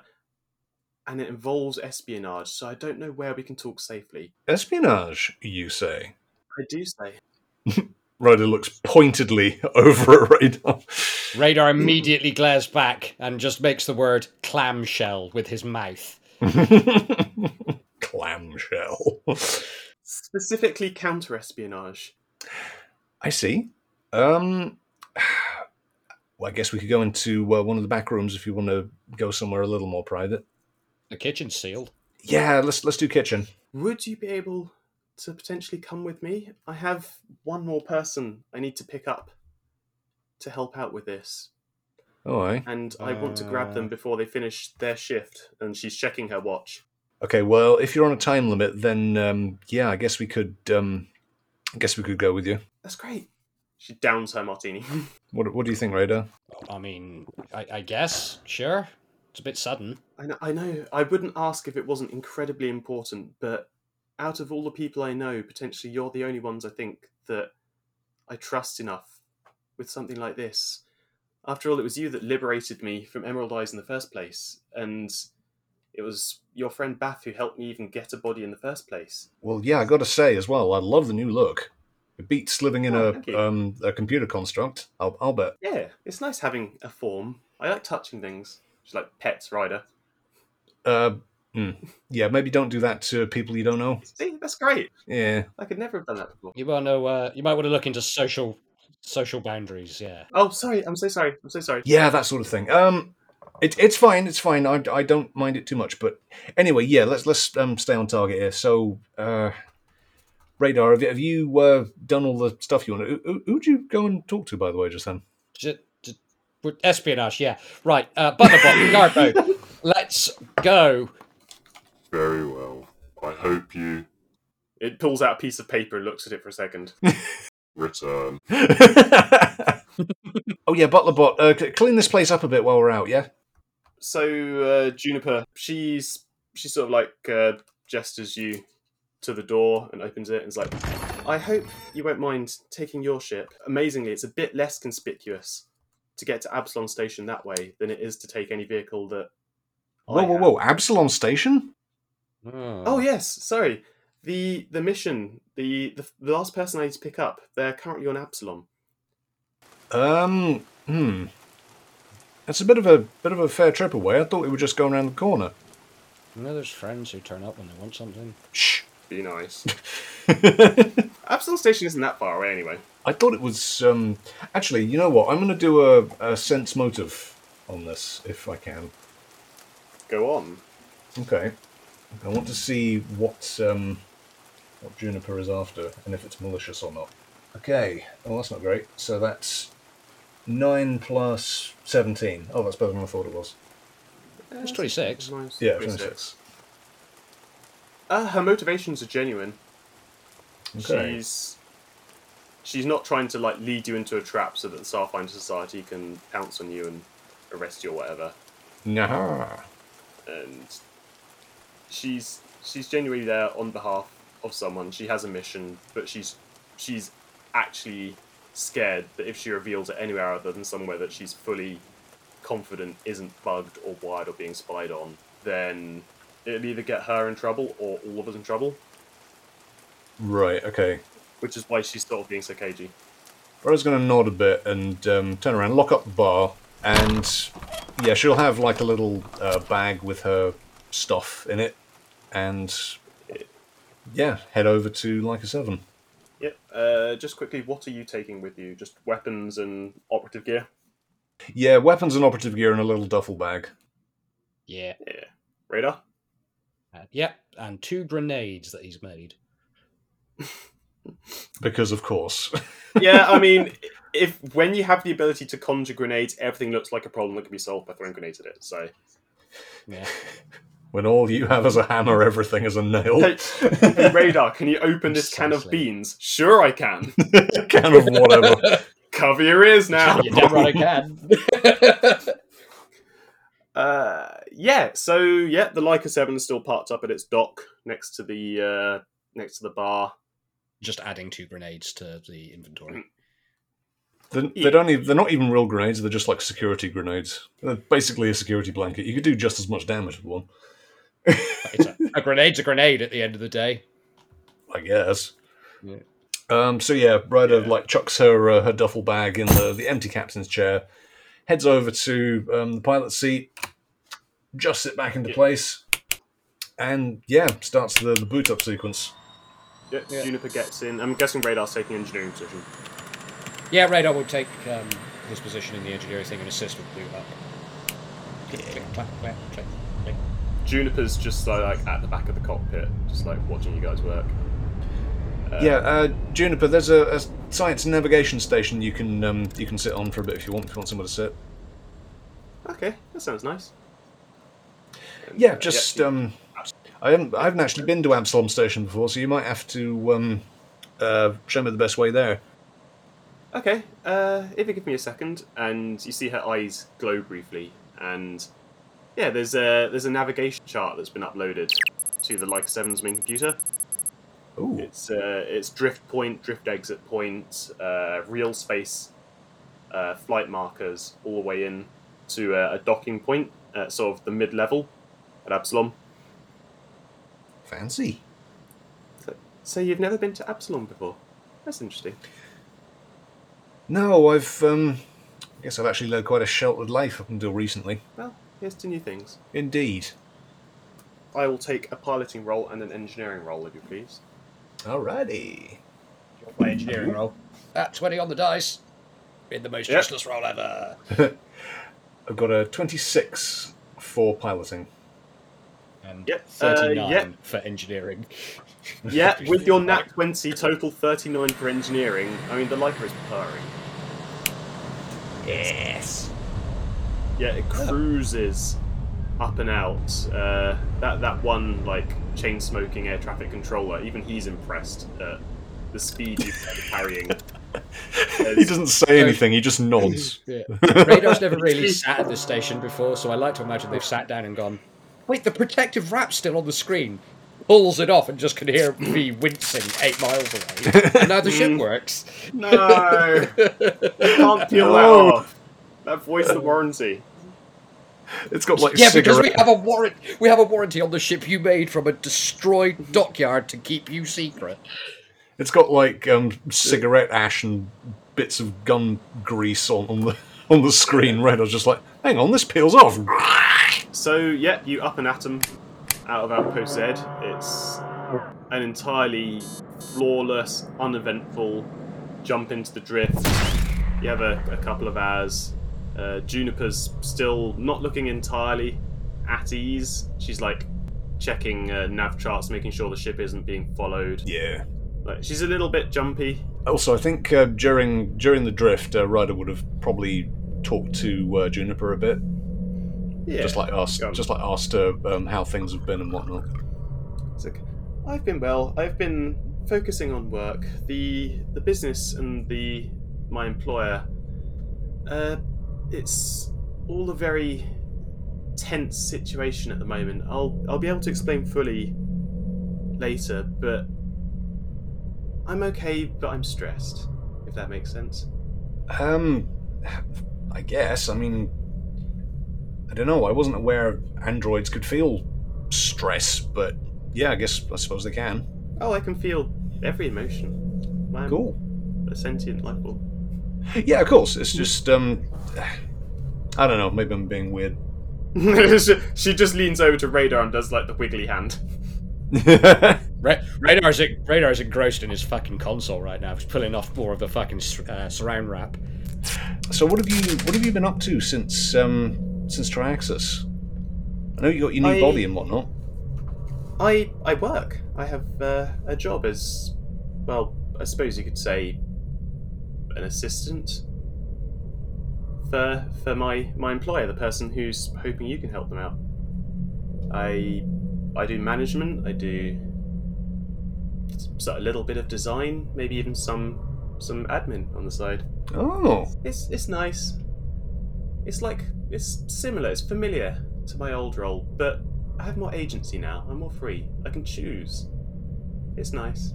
[SPEAKER 2] And it involves espionage, so I don't know where we can talk safely.
[SPEAKER 1] Espionage, you say?
[SPEAKER 2] I do say.
[SPEAKER 1] Ryder looks pointedly over at Radar.
[SPEAKER 3] Radar immediately glares back and just makes the word clamshell with his mouth.
[SPEAKER 1] Clamshell.
[SPEAKER 2] Specifically counter espionage.
[SPEAKER 1] I see. Um, well, I guess we could go into uh, one of the back rooms if you want to go somewhere a little more private.
[SPEAKER 3] The kitchen's sealed.
[SPEAKER 1] Yeah, let's let's do kitchen.
[SPEAKER 2] Would you be able to potentially come with me? I have one more person I need to pick up to help out with this,
[SPEAKER 1] Oh, aye.
[SPEAKER 2] and I want to grab them before they finish their shift. And she's checking her watch.
[SPEAKER 1] Okay. Well, if you're on a time limit, then um, yeah, I guess we could. Um, I guess we could go with you.
[SPEAKER 2] That's great. She downs her martini.
[SPEAKER 1] What What do you think, Radar?
[SPEAKER 3] I mean, I, I guess, sure. It's a bit sudden.
[SPEAKER 2] I know, I know. I wouldn't ask if it wasn't incredibly important, but out of all the people I know, potentially you're the only ones I think that I trust enough with something like this. After all, it was you that liberated me from Emerald Eyes in the first place, and it was your friend Bath who helped me even get a body in the first place.
[SPEAKER 1] Well, yeah, I got to say as well, I love the new look. It beats living in
[SPEAKER 2] Oh, thank you.
[SPEAKER 1] a um, a computer construct. I'll, I'll bet.
[SPEAKER 2] Yeah, it's nice having a form. I like touching things, just like pets, Ryder.
[SPEAKER 1] Uh, hmm. Yeah, maybe don't do that to people you don't know.
[SPEAKER 2] See, that's great.
[SPEAKER 1] Yeah,
[SPEAKER 2] I could never have done that before.
[SPEAKER 5] You want to? Uh, you might want to look into social social boundaries. Yeah.
[SPEAKER 2] Oh, sorry. I'm so sorry. I'm so sorry.
[SPEAKER 1] yeah, that sort of thing. Um, it, it's fine. It's fine. I, I don't mind it too much. But anyway, yeah, let's let's um, stay on target here. So, uh, radar, have, you- have you uh, done all the stuff you want? to Who, who'd you go and talk to, by the way, just then?
[SPEAKER 5] J- j- we're- espionage. Yeah. Right. Uh, Butterbot, Garbo, let's go.
[SPEAKER 6] Very well. I hope you
[SPEAKER 2] It pulls out a piece of paper and looks at it for a second.
[SPEAKER 6] return.
[SPEAKER 1] oh yeah, Butlerbot, uh, c- clean this place up a bit while we're out. Yeah.
[SPEAKER 2] so uh, Juniper, she's she sort of like uh, gestures you to the door and opens it and is like, "I hope you won't mind taking your ship. Amazingly, it's a bit less conspicuous to get to Absalon Station that way than it is to take any vehicle that." I
[SPEAKER 1] Whoa, whoa,
[SPEAKER 2] have."
[SPEAKER 1] whoa! Absalom Station.
[SPEAKER 2] Oh yes, sorry. The the mission, the, the the last person I need to pick up, they're currently on Absalom.
[SPEAKER 1] Um, hmm. That's a bit of a bit of a fair trip away. I thought we were just going around the corner.
[SPEAKER 5] You know those friends who turn up when they want something.
[SPEAKER 1] Shh.
[SPEAKER 2] Be nice.
[SPEAKER 1] I
[SPEAKER 2] Absalon Station isn't that far away anyway.
[SPEAKER 1] thought it was. Um, actually, you know what? I'm going to do a, a sense motive on this if I can.
[SPEAKER 2] Go on.
[SPEAKER 1] Okay. I want to see what um, what Juniper is after and if it's malicious or not. Okay. Oh, that's not great. So that's nine plus seventeen. Oh, that's better than I thought it was.
[SPEAKER 5] It's 26.
[SPEAKER 2] Nice.
[SPEAKER 1] Yeah,
[SPEAKER 2] Three
[SPEAKER 1] twenty-six.
[SPEAKER 2] Uh, her motivations are genuine.
[SPEAKER 1] Okay.
[SPEAKER 2] She's she's not trying to like lead you into a trap so that the Starfinder Society can pounce on you and arrest you or whatever.
[SPEAKER 1] Nah.
[SPEAKER 2] And she's she's genuinely there on behalf of someone. She has a mission, but she's she's actually scared that if she reveals it anywhere other than somewhere that she's fully confident isn't bugged or wired or being spied on, then it'll either get her in trouble or all of us in trouble.
[SPEAKER 1] Right. Okay.
[SPEAKER 2] Which is why she's sort of being so cagey.
[SPEAKER 1] Rhoda's going to nod a bit and um, turn around, lock up the bar, and yeah, she'll have like a little uh, bag with her stuff in it, and yeah, head over to like a seven.
[SPEAKER 2] Yep. Uh, just quickly, what are you taking with you? Just weapons and operative gear.
[SPEAKER 1] Yeah, weapons and operative gear in a little duffel bag.
[SPEAKER 5] Yeah.
[SPEAKER 2] Radar.
[SPEAKER 5] Uh, yep. And two grenades that he's made.
[SPEAKER 1] Because of course,
[SPEAKER 2] Yeah, I mean, if when you have the ability to conjure grenades, everything looks like a problem that can be solved by throwing grenades at it. So
[SPEAKER 5] Yeah.
[SPEAKER 1] when all you have is a hammer, everything is a nail.
[SPEAKER 2] Hey, hey, radar, can you open this can of
[SPEAKER 5] Precisely.
[SPEAKER 2] beans? Sure, I can.
[SPEAKER 1] kind of whatever.
[SPEAKER 2] Cover your ears now.
[SPEAKER 5] You're damn right I can.
[SPEAKER 2] Uh, yeah. So yeah, the Leica Seven is still parked up at its dock next to the uh, next to the bar.
[SPEAKER 5] Just adding two grenades to the inventory.
[SPEAKER 1] They, they don't even, they're not even real grenades. They're just like security grenades. They're basically a security blanket. You could do just as much damage with one,
[SPEAKER 5] It's a, a grenade's a grenade at the end of the day.
[SPEAKER 1] I guess.
[SPEAKER 5] Yeah.
[SPEAKER 1] Um, so yeah, Ryder
[SPEAKER 2] Yeah.
[SPEAKER 1] like chucks her uh, her duffel bag in the, the empty captain's chair, heads over to um, the pilot's seat, just it back into
[SPEAKER 2] Yeah.
[SPEAKER 1] place, and yeah, starts the, the boot up sequence.
[SPEAKER 2] Yeah,
[SPEAKER 5] Yeah.
[SPEAKER 2] Juniper gets in. I'm guessing Radar's taking engineering position.
[SPEAKER 5] Yeah, Radar will take um, his position in the engineering thing and assist with blue up. Click, click, clack, clack, click, click.
[SPEAKER 2] Juniper's just so, like at the back of the cockpit, just like watching you guys work. Uh,
[SPEAKER 1] yeah, uh, Juniper, there's a, a science navigation station you can um, you can sit on for a bit if you want if you want somewhere to sit.
[SPEAKER 2] Okay, that sounds nice. And,
[SPEAKER 1] Yeah,
[SPEAKER 2] uh,
[SPEAKER 1] just
[SPEAKER 2] you-
[SPEAKER 1] um, I haven't I haven't actually been to Absalom Station before, so you might have to um, uh, show me the best way there.
[SPEAKER 2] Okay, uh, if you give me a second, and you see her eyes glow briefly, and yeah, there's a there's a navigation chart that's been uploaded to the Leica 7's main computer,
[SPEAKER 1] Ooh.
[SPEAKER 2] It's uh, it's drift point, drift exit point, uh, real space, uh, flight markers all the way in to uh, a docking point at sort of the mid level at Absalom.
[SPEAKER 1] Fancy.
[SPEAKER 2] So you've never been to Absalom before? That's interesting.
[SPEAKER 1] No, I've um, I guess I've actually led quite a sheltered life up until recently.
[SPEAKER 2] Well, here's to new things.
[SPEAKER 1] Indeed.
[SPEAKER 2] I will take a piloting role and an engineering role, if you please.
[SPEAKER 1] Alrighty.
[SPEAKER 5] My engineering roll.
[SPEAKER 3] At 20 on the dice. In the most
[SPEAKER 2] Yep.
[SPEAKER 3] useless roll ever.
[SPEAKER 1] I've got a 26 for piloting.
[SPEAKER 5] And
[SPEAKER 2] Yep, uh,
[SPEAKER 5] 39
[SPEAKER 2] yep.
[SPEAKER 5] for engineering.
[SPEAKER 2] Yeah, with your nat 20, total 39 for engineering. I mean, the lifer is purring.
[SPEAKER 1] Yes.
[SPEAKER 2] Yeah, it cruises up and out. Uh, that that one like chain smoking air traffic controller, even he's impressed at the speed you've been carrying.
[SPEAKER 1] He doesn't say anything, he just nods.
[SPEAKER 5] Yeah.
[SPEAKER 3] Radar's never really sat at this station before, so I like to imagine they've sat down and gone, wait, the protective wrap's still on the screen. Pulls it off and just can hear me wincing eight miles away. And now the
[SPEAKER 1] Mm.
[SPEAKER 3] ship works.
[SPEAKER 2] No, they can't peel that off. That voice the warranty.
[SPEAKER 1] It's got like
[SPEAKER 3] Yeah, because
[SPEAKER 1] cigarette.
[SPEAKER 3] we have a warrant. We have a warranty on the ship you made from a destroyed dockyard to keep you secret.
[SPEAKER 1] It's got like um, cigarette ash and bits of gun grease on, on the on the screen red. I was just like, hang on, this peels off.
[SPEAKER 2] So yeah, you up an atom out of Outpost Z. It's an entirely flawless, uneventful jump into the drift. You have a, a couple of hours. Uh, Juniper's still not looking entirely at ease. She's like checking uh, nav charts, making sure the ship isn't being followed.
[SPEAKER 1] Yeah.
[SPEAKER 2] Like, she's a little bit jumpy.
[SPEAKER 1] Also, I think uh, during during the drift, uh, Ryder would have probably talked to uh, Juniper a bit,
[SPEAKER 2] Yeah,
[SPEAKER 1] just like asked,
[SPEAKER 2] Go on.
[SPEAKER 1] just like asked her um, how things have been and whatnot.
[SPEAKER 2] It's like, I've been well. I've been focusing on work. The the business and the my employer. Uh, it's all a very tense situation at the moment. I'll I'll be able to explain fully later, but I'm okay, but I'm stressed. If that makes sense.
[SPEAKER 1] Um, I guess. I mean, I don't know. I wasn't aware androids could feel stress, but yeah, I guess I suppose they can.
[SPEAKER 2] Oh, I can feel every emotion. I'm
[SPEAKER 1] Cool.
[SPEAKER 2] a sentient life form.
[SPEAKER 1] Yeah, of course.
[SPEAKER 2] Hmm.
[SPEAKER 1] It's just um, I don't know. Maybe I'm being weird.
[SPEAKER 2] she just leans over to Radar and does like the wiggly hand.
[SPEAKER 3] Ra- radar's radar's engrossed in his fucking console right now. He's pulling off more of the fucking s- uh, surround wrap.
[SPEAKER 1] so what have you what have you been up to since um since Triaxis? I know you got your new
[SPEAKER 2] I-
[SPEAKER 1] body and whatnot.
[SPEAKER 2] I I work. I have uh, a job as well. I suppose you could say an assistant for for my my employer, the person who's hoping you can help them out. I I do management. I do s- a little bit of design, maybe even some some admin on the side.
[SPEAKER 1] Oh,
[SPEAKER 2] It's it's nice. It's like it's similar. It's familiar to my old role, but I have more agency now. I'm more free. I can choose. It's nice.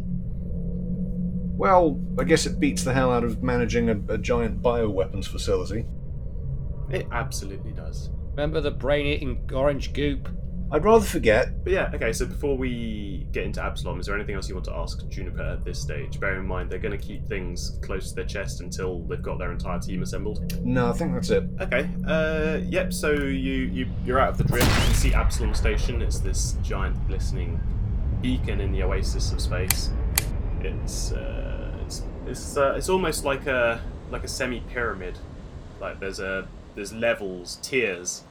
[SPEAKER 1] well, I guess it beats the hell out of managing a, a giant bioweapons facility.
[SPEAKER 2] It absolutely does.
[SPEAKER 3] Remember the brain-eating orange goop?
[SPEAKER 1] I'd rather forget.
[SPEAKER 2] But yeah, okay. So before we get into Absalom, is there anything else you want to ask Juniper at this stage? Bear in mind they're going to keep things close to their chest until they've got their entire team assembled.
[SPEAKER 1] No, I think that's it.
[SPEAKER 2] Okay. Uh, yep. So you, you you're out of the drift. You can see Absalom Station. It's this giant glistening beacon in the oasis of space. It's uh, it's it's, uh, it's almost like a like a semi pyramid. Like there's a there's levels tiers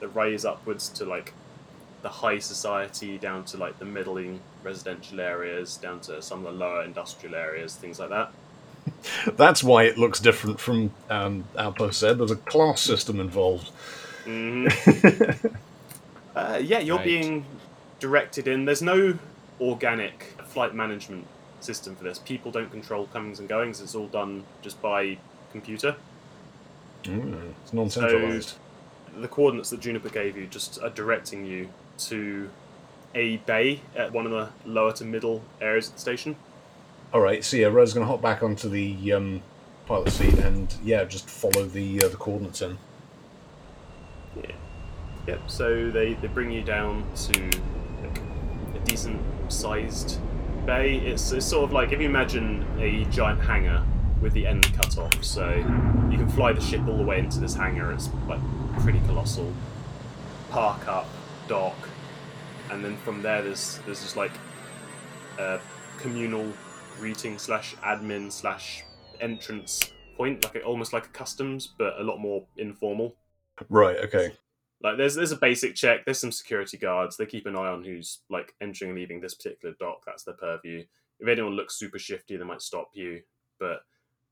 [SPEAKER 2] that rise upwards to like the high society down to like the middling residential areas down to some of the lower industrial areas things like that
[SPEAKER 1] That's why it looks different from um, Outpost said. There's a class system involved.
[SPEAKER 2] Uh, yeah, you're
[SPEAKER 3] Right.
[SPEAKER 2] being directed in. There's no organic flight management system for this. People don't control comings and goings. It's all done just by computer.
[SPEAKER 1] Mm, it's non-centralized.
[SPEAKER 2] The coordinates that Juniper gave you just are directing you to a bay at one of the lower to middle areas of the station.
[SPEAKER 1] All right, so yeah, Red's going to hop back onto the um, pilot seat and yeah, just follow the uh, the coordinates in.
[SPEAKER 2] Yeah. Yep. So they, they bring you down to like, a decent sized bay. It's, it's sort of like if you imagine a giant hangar with the end cut off, so you can fly the ship all the way into this hangar. It's like pretty colossal. Park up, dock, and then from there there's there's just like a communal greeting slash admin slash entrance point, like a, almost like a customs, but a lot more informal.
[SPEAKER 1] Right. Okay.
[SPEAKER 2] Like there's there's a basic check. There's some security guards. They keep an eye on who's like entering and leaving this particular dock. That's their purview. If anyone looks super shifty, they might stop you. But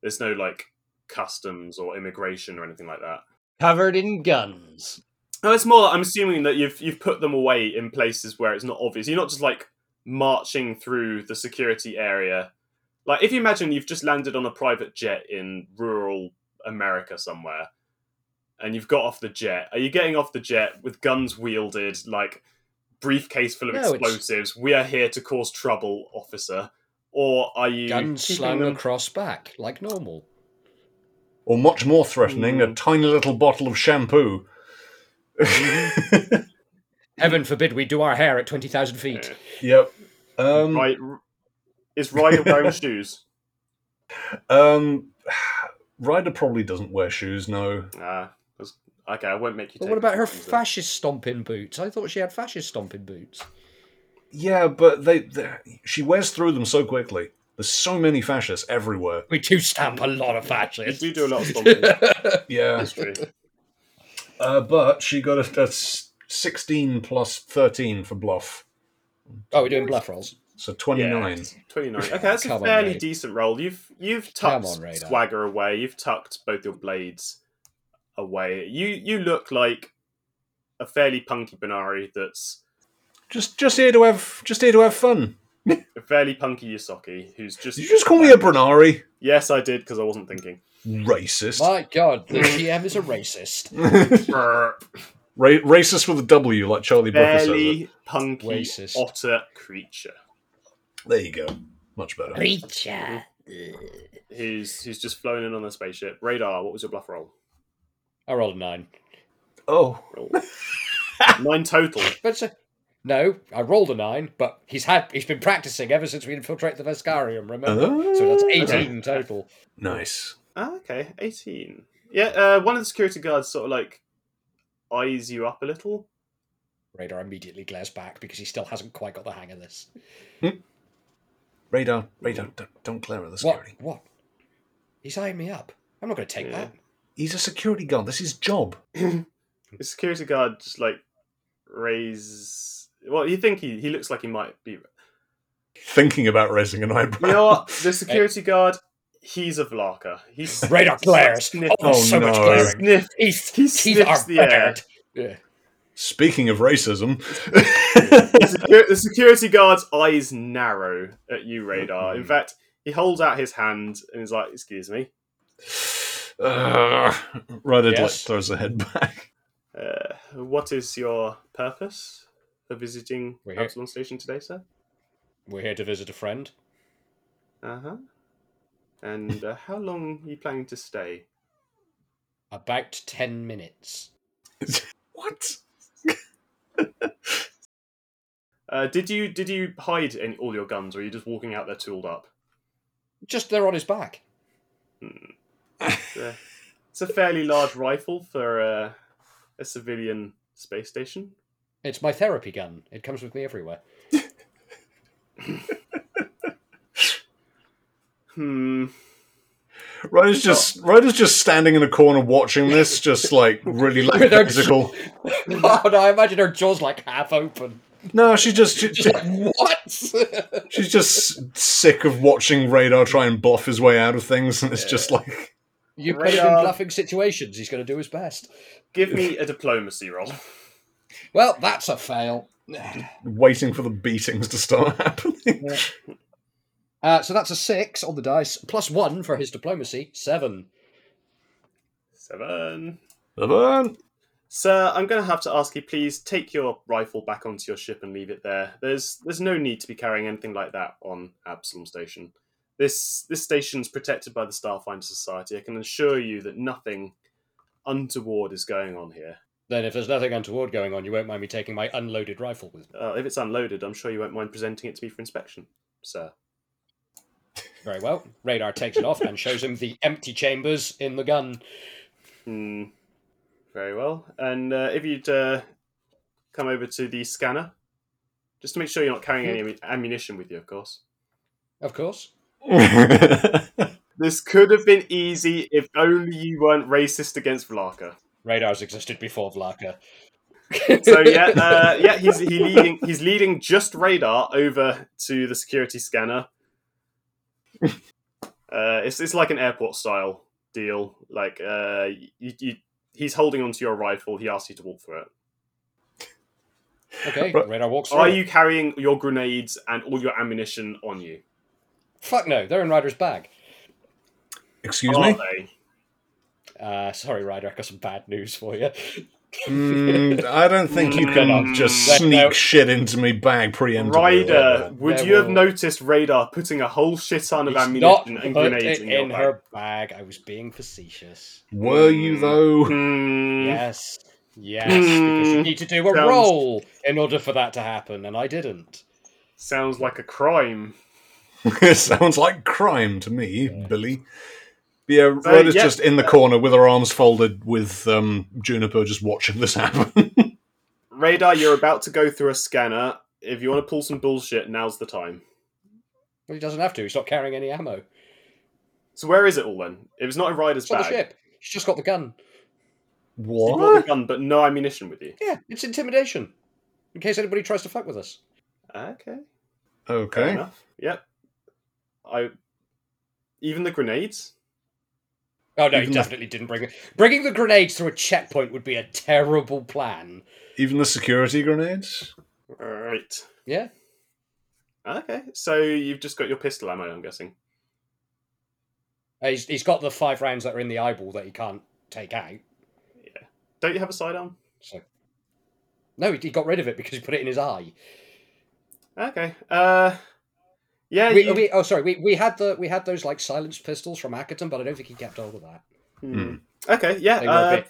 [SPEAKER 2] there's no like customs or immigration or anything like that.
[SPEAKER 7] Covered in guns.
[SPEAKER 2] No, it's more. That I'm assuming that you've you've put them away in places where it's not obvious. You're not just like marching through the security area. Like if you imagine you've just landed on a private jet in rural America somewhere, and you've got off the jet. Are you getting off the jet with guns wielded, like briefcase full of
[SPEAKER 3] No, it's-
[SPEAKER 2] explosives? We are here to cause trouble, officer. Or are you
[SPEAKER 3] Guns
[SPEAKER 2] keeping
[SPEAKER 3] slung
[SPEAKER 2] them-
[SPEAKER 3] across back, like normal.
[SPEAKER 1] Or much more threatening,
[SPEAKER 2] Mm.
[SPEAKER 1] a tiny little bottle of shampoo.
[SPEAKER 3] Heaven forbid we do our hair at 20,000 feet.
[SPEAKER 1] Yep. Um,
[SPEAKER 2] Right, is Ryder wearing shoes?
[SPEAKER 1] Um, Ryder probably doesn't wear shoes. No.
[SPEAKER 2] Ah, that's- okay, I won't make you.
[SPEAKER 3] But
[SPEAKER 2] take
[SPEAKER 3] what about
[SPEAKER 2] it.
[SPEAKER 3] her fascist stomping boots? I thought she had fascist stomping boots.
[SPEAKER 1] Yeah, but they, they she wears through them so quickly. There's so many fascists everywhere.
[SPEAKER 3] We do stamp a lot of
[SPEAKER 2] You
[SPEAKER 3] fascists.
[SPEAKER 2] do do a lot of stomping.
[SPEAKER 1] Yeah.
[SPEAKER 2] That's true.
[SPEAKER 1] Uh, but she got a, a s- 16 plus 13 for bluff,
[SPEAKER 3] Oh, we're doing bluff rolls.
[SPEAKER 1] so 29.
[SPEAKER 2] Yeah, 29. Okay, that's
[SPEAKER 3] Come
[SPEAKER 2] a
[SPEAKER 3] on,
[SPEAKER 2] fairly
[SPEAKER 3] mate.
[SPEAKER 2] decent roll. You've you've
[SPEAKER 3] Come
[SPEAKER 2] tucked
[SPEAKER 3] on, Radar.
[SPEAKER 2] swagger away. You've tucked both your blades away. You you look like a fairly punky Benari that's
[SPEAKER 1] Just just here to have just here to have fun.
[SPEAKER 2] a fairly punky Yosaki who's just
[SPEAKER 1] Did you just call me a Brunari?
[SPEAKER 2] Yes, I did because I wasn't thinking.
[SPEAKER 1] Racist.
[SPEAKER 3] My God, Oh, the GM is a racist.
[SPEAKER 2] Brr.
[SPEAKER 1] Ra- racist with a W, like Charlie Brooker says. It.
[SPEAKER 2] fairly punky
[SPEAKER 3] Racist.
[SPEAKER 2] otter creature
[SPEAKER 1] There you go. Much better.
[SPEAKER 7] Creature.
[SPEAKER 2] who's who's just flown in on the spaceship. Radar, what was your bluff roll?
[SPEAKER 3] I rolled a nine.
[SPEAKER 1] Oh,
[SPEAKER 2] Roll. Nine total.
[SPEAKER 3] But it's a- no, I rolled a nine. But he's had he's been practicing ever since we infiltrated the Vescarium. Remember, so Uh-huh. that's
[SPEAKER 1] Ah.
[SPEAKER 3] eighteen total.
[SPEAKER 1] nice.
[SPEAKER 2] Ah, okay, 18. Yeah, uh, one of the security guards sort of like eyes you up a little.
[SPEAKER 3] Radar immediately glares back because he still hasn't quite got the hang of this.
[SPEAKER 1] Radar, radar, don't, don't glare at the
[SPEAKER 3] What?
[SPEAKER 1] security.
[SPEAKER 3] What? He's eyeing me up. I'm not going to take
[SPEAKER 2] Yeah.
[SPEAKER 3] that.
[SPEAKER 1] He's a security guard. That's his job.
[SPEAKER 2] The security guard just like raise. Well, you think he, he looks like he might be.
[SPEAKER 1] Thinking about raising an eyebrow.
[SPEAKER 2] You know what? The security guard, he's a Vlarka. He's
[SPEAKER 3] Radar glares.
[SPEAKER 2] Sniff,
[SPEAKER 3] Oh, there's
[SPEAKER 1] Oh,
[SPEAKER 3] so much
[SPEAKER 1] no.
[SPEAKER 3] glaring.
[SPEAKER 2] sniff.
[SPEAKER 3] Teeth,
[SPEAKER 2] He
[SPEAKER 3] teeth
[SPEAKER 2] sniffs
[SPEAKER 3] are
[SPEAKER 2] the air.
[SPEAKER 3] bared. Yeah.
[SPEAKER 1] Speaking of racism,
[SPEAKER 2] The, secu- the security guard's eyes narrow at you, Radar. In fact, he holds out his hand and is like, "Excuse me."
[SPEAKER 1] uh, Ryder like,
[SPEAKER 3] Yes.
[SPEAKER 1] throws her head back.
[SPEAKER 2] Uh, what is your purpose for visiting
[SPEAKER 3] We're here.
[SPEAKER 2] Absalon Station today, sir?
[SPEAKER 3] We're here to visit a friend.
[SPEAKER 2] Uh huh. And uh, how long are you planning to stay?
[SPEAKER 3] About ten minutes.
[SPEAKER 1] What?
[SPEAKER 2] Uh, did you did you hide any, all your guns, or are you just walking out there tooled up?
[SPEAKER 3] Just there on his back.
[SPEAKER 2] Uh, it's a fairly large rifle for uh, a civilian space station.
[SPEAKER 3] It's my therapy gun. It comes with me everywhere.
[SPEAKER 2] Hmm.
[SPEAKER 1] Ryder's just Ryder's just standing in a corner watching this, just like really
[SPEAKER 3] With her-
[SPEAKER 1] lackadaisical.
[SPEAKER 3] oh no! I imagine her jaw's like half open.
[SPEAKER 1] No, she's just she,
[SPEAKER 3] Just like what?
[SPEAKER 1] she's just sick of watching Radar try and bluff his way out of things, and it's just like
[SPEAKER 3] you put him in
[SPEAKER 2] Radar.
[SPEAKER 3] bluffing situations. He's going to do his best.
[SPEAKER 2] Give me a diplomacy roll.
[SPEAKER 3] Well, that's a fail.
[SPEAKER 1] waiting for the beatings to start happening.
[SPEAKER 3] Uh, so that's a six on the dice, plus one for his diplomacy, seven.
[SPEAKER 2] Seven.
[SPEAKER 1] Seven.
[SPEAKER 2] Sir, I'm going to have to ask you, please take your rifle back onto your ship and leave it there. There's there's no need to be carrying anything like that on Absalom Station. This this station's protected by the Starfinder Society. I can assure you that nothing untoward is going on here.
[SPEAKER 5] Then, if there's nothing untoward going on, you won't mind me taking my unloaded rifle with me.
[SPEAKER 2] Uh, if it's unloaded, I'm sure you won't mind presenting it to me for inspection, sir.
[SPEAKER 5] Very well. Radar takes it off and shows him the empty chambers in the gun.
[SPEAKER 2] Hmm. Very well. And uh, if you'd uh, come over to the scanner, just to make sure you're not carrying any ammu- ammunition with you, of course.
[SPEAKER 5] Of course.
[SPEAKER 2] This could have been easy if only you weren't racist against Vlaka.
[SPEAKER 5] Radars existed before Vlaka.
[SPEAKER 2] So yeah, uh, yeah, he's he leading he's leading just radar over to the security scanner. Uh, it's it's like an airport style deal. Like uh, you, you, he's holding onto your rifle. He asks you to walk through it.
[SPEAKER 5] Okay,
[SPEAKER 1] Right.
[SPEAKER 5] Radar walks through.
[SPEAKER 2] Are
[SPEAKER 5] it.
[SPEAKER 2] you carrying your grenades and all your ammunition on you?
[SPEAKER 5] Fuck no, they're in Ryder's bag.
[SPEAKER 1] Excuse
[SPEAKER 2] Are
[SPEAKER 1] me?
[SPEAKER 2] they?
[SPEAKER 5] Uh, sorry, Ryder, I got some bad news for you.
[SPEAKER 1] Mm, I don't think you can
[SPEAKER 2] Mm,
[SPEAKER 1] just
[SPEAKER 5] no.
[SPEAKER 1] sneak shit into me bag preemptively. like
[SPEAKER 2] Ryder,
[SPEAKER 1] that.
[SPEAKER 2] would
[SPEAKER 5] There
[SPEAKER 2] you have
[SPEAKER 5] will-
[SPEAKER 2] noticed Radar putting a whole shit ton of
[SPEAKER 5] It's not
[SPEAKER 2] ammunition and
[SPEAKER 5] put
[SPEAKER 2] grenades
[SPEAKER 5] it
[SPEAKER 2] in your
[SPEAKER 5] in
[SPEAKER 2] bag?
[SPEAKER 5] her bag. I was being facetious.
[SPEAKER 1] Were you though?
[SPEAKER 2] Hmm.
[SPEAKER 5] Yes. Yes, because you
[SPEAKER 2] Hmm.
[SPEAKER 5] need to do a
[SPEAKER 2] Sounds-
[SPEAKER 5] roll in order for that to happen, and I didn't.
[SPEAKER 2] Sounds like a crime.
[SPEAKER 1] Sounds like crime to me, Billy. Yeah,
[SPEAKER 2] So,
[SPEAKER 1] Ryder's
[SPEAKER 2] yeah.
[SPEAKER 1] just in the corner with her arms folded, with um, Juniper just watching this happen.
[SPEAKER 2] Radar, you're about to go through a scanner. If you want to pull some bullshit, now's the time.
[SPEAKER 5] Well, he doesn't have to. He's not carrying any ammo.
[SPEAKER 2] So where is it all then? If it's not in Ryder's
[SPEAKER 5] It's on the
[SPEAKER 2] bag,
[SPEAKER 5] ship. He's just got the gun.
[SPEAKER 2] you brought the gun but no ammunition with you.
[SPEAKER 5] Yeah, it's intimidation. In case anybody tries to fuck with us.
[SPEAKER 2] Okay. Fair
[SPEAKER 1] Okay.
[SPEAKER 2] enough. Yep. I. Even the grenades.
[SPEAKER 5] Oh no, he
[SPEAKER 1] Even the-
[SPEAKER 5] definitely didn't bring it. Bringing the grenades through a checkpoint would be a terrible plan.
[SPEAKER 1] Even the security grenades?
[SPEAKER 2] Right.
[SPEAKER 5] Yeah.
[SPEAKER 2] Okay. So you've just got your pistol ammo, I'm guessing.
[SPEAKER 5] Uh, He's, he's got the five rounds that are in the eyeball that he can't take out.
[SPEAKER 2] Don't you have a sidearm?
[SPEAKER 5] So no, he, he got rid of it because he put it in his eye.
[SPEAKER 2] Okay. Uh. Yeah.
[SPEAKER 5] We,
[SPEAKER 2] you-
[SPEAKER 5] we, oh, sorry, we, we had the we had those like silenced pistols from Ackerton, but I don't think he kept hold of that.
[SPEAKER 2] Hmm. Okay. Yeah.
[SPEAKER 5] They were a
[SPEAKER 2] uh,
[SPEAKER 5] bit-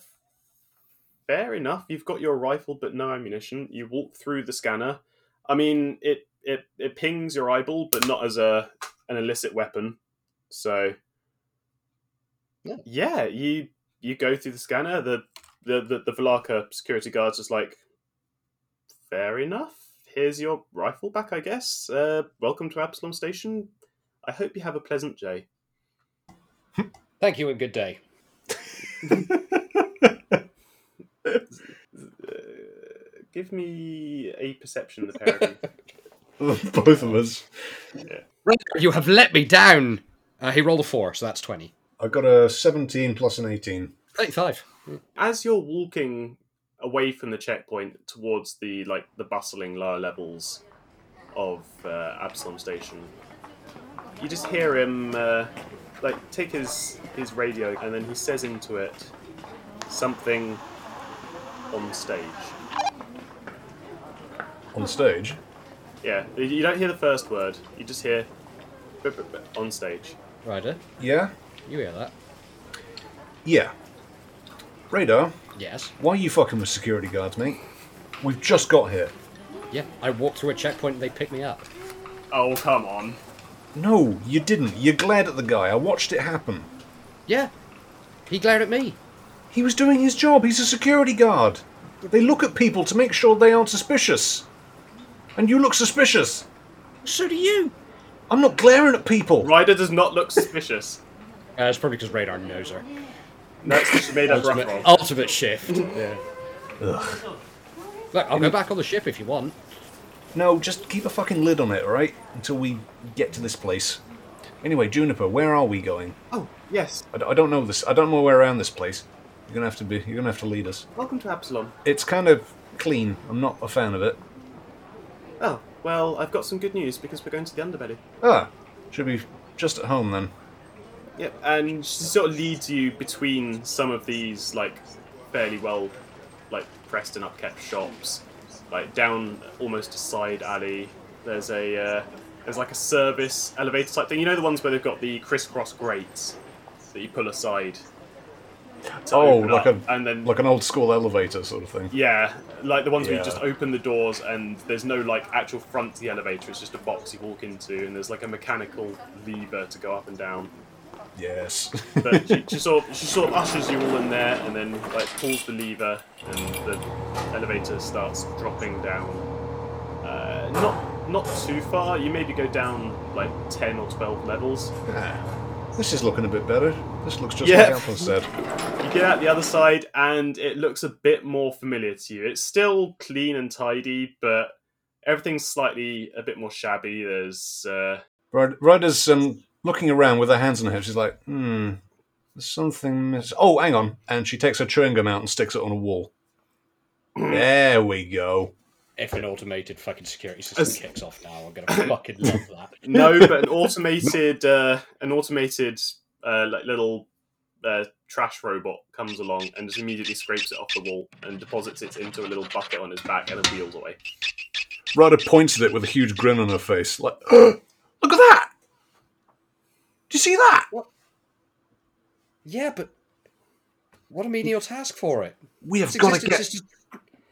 [SPEAKER 2] fair enough. You've got your rifle, but no ammunition. You walk through the scanner. I mean, it it, it pings your eyeball, but not as a an illicit weapon. So,
[SPEAKER 5] Yeah.
[SPEAKER 2] you you go through the scanner. The the the, the Valaka security guard's just like, fair enough. Here's your rifle back, I guess. Uh, welcome to Absalom Station. I hope you have a pleasant day.
[SPEAKER 5] Thank you and good day.
[SPEAKER 2] Uh, give me a perception, the pair of you.
[SPEAKER 1] Both of us.
[SPEAKER 5] Right, you have let me down. Uh, he rolled a four, so that's twenty.
[SPEAKER 1] I got a 17 plus an 18.
[SPEAKER 5] Thirty-five.
[SPEAKER 2] as you're walking away from the checkpoint towards the like the bustling lower levels of uh, Absalom Station, you just hear him uh, like take his his radio and then he says into it something on stage.
[SPEAKER 1] On stage?
[SPEAKER 2] Yeah, you- you don't hear the first word. You just hear "Bup, bup, bup," on stage.
[SPEAKER 5] Ryder,
[SPEAKER 1] Yeah?
[SPEAKER 5] you hear that?
[SPEAKER 1] Yeah. Radar,
[SPEAKER 5] Yes.
[SPEAKER 1] why are you fucking with security guards, mate? We've just got here.
[SPEAKER 5] Yeah. I walked through a checkpoint and they picked me up.
[SPEAKER 2] Oh come on!
[SPEAKER 1] No, you didn't. You glared at the guy. I watched it happen.
[SPEAKER 5] Yeah. He glared at me.
[SPEAKER 1] He was doing his job. He's a security guard. They look at people to make sure they aren't suspicious. And you look suspicious.
[SPEAKER 5] So do you.
[SPEAKER 1] I'm not glaring at people.
[SPEAKER 2] Ryder does not look suspicious.
[SPEAKER 5] Uh, it's probably because Radar knows her.
[SPEAKER 2] That's just made up rough
[SPEAKER 5] Ultimate,
[SPEAKER 2] roll.
[SPEAKER 5] ultimate shift. yeah. Look, I'll go back on the ship if you want.
[SPEAKER 1] No, just keep a fucking lid on it, alright? Until we get to this place. Anyway, Juniper, where are we going?
[SPEAKER 2] Oh yes,
[SPEAKER 1] I, d- I don't know this. I don't know where around this place. You're gonna have to be. You're gonna have to lead us.
[SPEAKER 2] welcome to Absalom.
[SPEAKER 1] It's kind of clean. I'm not a fan of it.
[SPEAKER 2] Oh, well, I've got some good news because we're going to the underbelly.
[SPEAKER 1] Ah, should be just at home then.
[SPEAKER 2] Yep, and she sort of leads you between some of these, like, fairly well like pressed and upkept shops. Like down almost a side alley, there's a uh, there's like a service elevator type thing. You know the ones where they've got the crisscross grates that you pull aside. to
[SPEAKER 1] Oh,
[SPEAKER 2] open
[SPEAKER 1] like
[SPEAKER 2] up,
[SPEAKER 1] a
[SPEAKER 2] and then
[SPEAKER 1] like an old school elevator sort of thing.
[SPEAKER 2] yeah, like the ones where you just
[SPEAKER 1] Yeah.
[SPEAKER 2] open the doors and there's no like actual front to the elevator. It's just a box you walk into, and there's like a mechanical lever to go up and down.
[SPEAKER 1] Yes.
[SPEAKER 2] But she, she sort of, she sort of ushers you all in there, and then like pulls the lever, and the elevator starts dropping down. Uh, not not too far. You maybe go down like ten or twelve levels.
[SPEAKER 1] this is looking a bit better. This looks just
[SPEAKER 2] Yeah.
[SPEAKER 1] like Alpha said.
[SPEAKER 2] You get out the other side, and it looks a bit more familiar to you. It's still clean and tidy, but everything's slightly a bit more shabby. There's uh,
[SPEAKER 1] Ryd- Ryder's um, looking around with her hands on her hips. She's like, hmm, there's something miss. Oh, hang on. And she takes her chewing gum out and sticks it on a wall. there we go.
[SPEAKER 5] If an automated fucking security system
[SPEAKER 2] As-
[SPEAKER 5] kicks off now, I'm gonna fucking love that.
[SPEAKER 2] no, but an automated uh, an automated uh, like little uh, trash robot comes along and just immediately scrapes it off the wall and deposits it into a little bucket on his back and then wheels away.
[SPEAKER 1] Ryder points at it with a huge grin on her face. Like, look at that! Do you see that?
[SPEAKER 5] Yeah, but what a menial task for it.
[SPEAKER 1] We have
[SPEAKER 5] Its
[SPEAKER 1] got to
[SPEAKER 5] existence
[SPEAKER 1] get.
[SPEAKER 5] is just-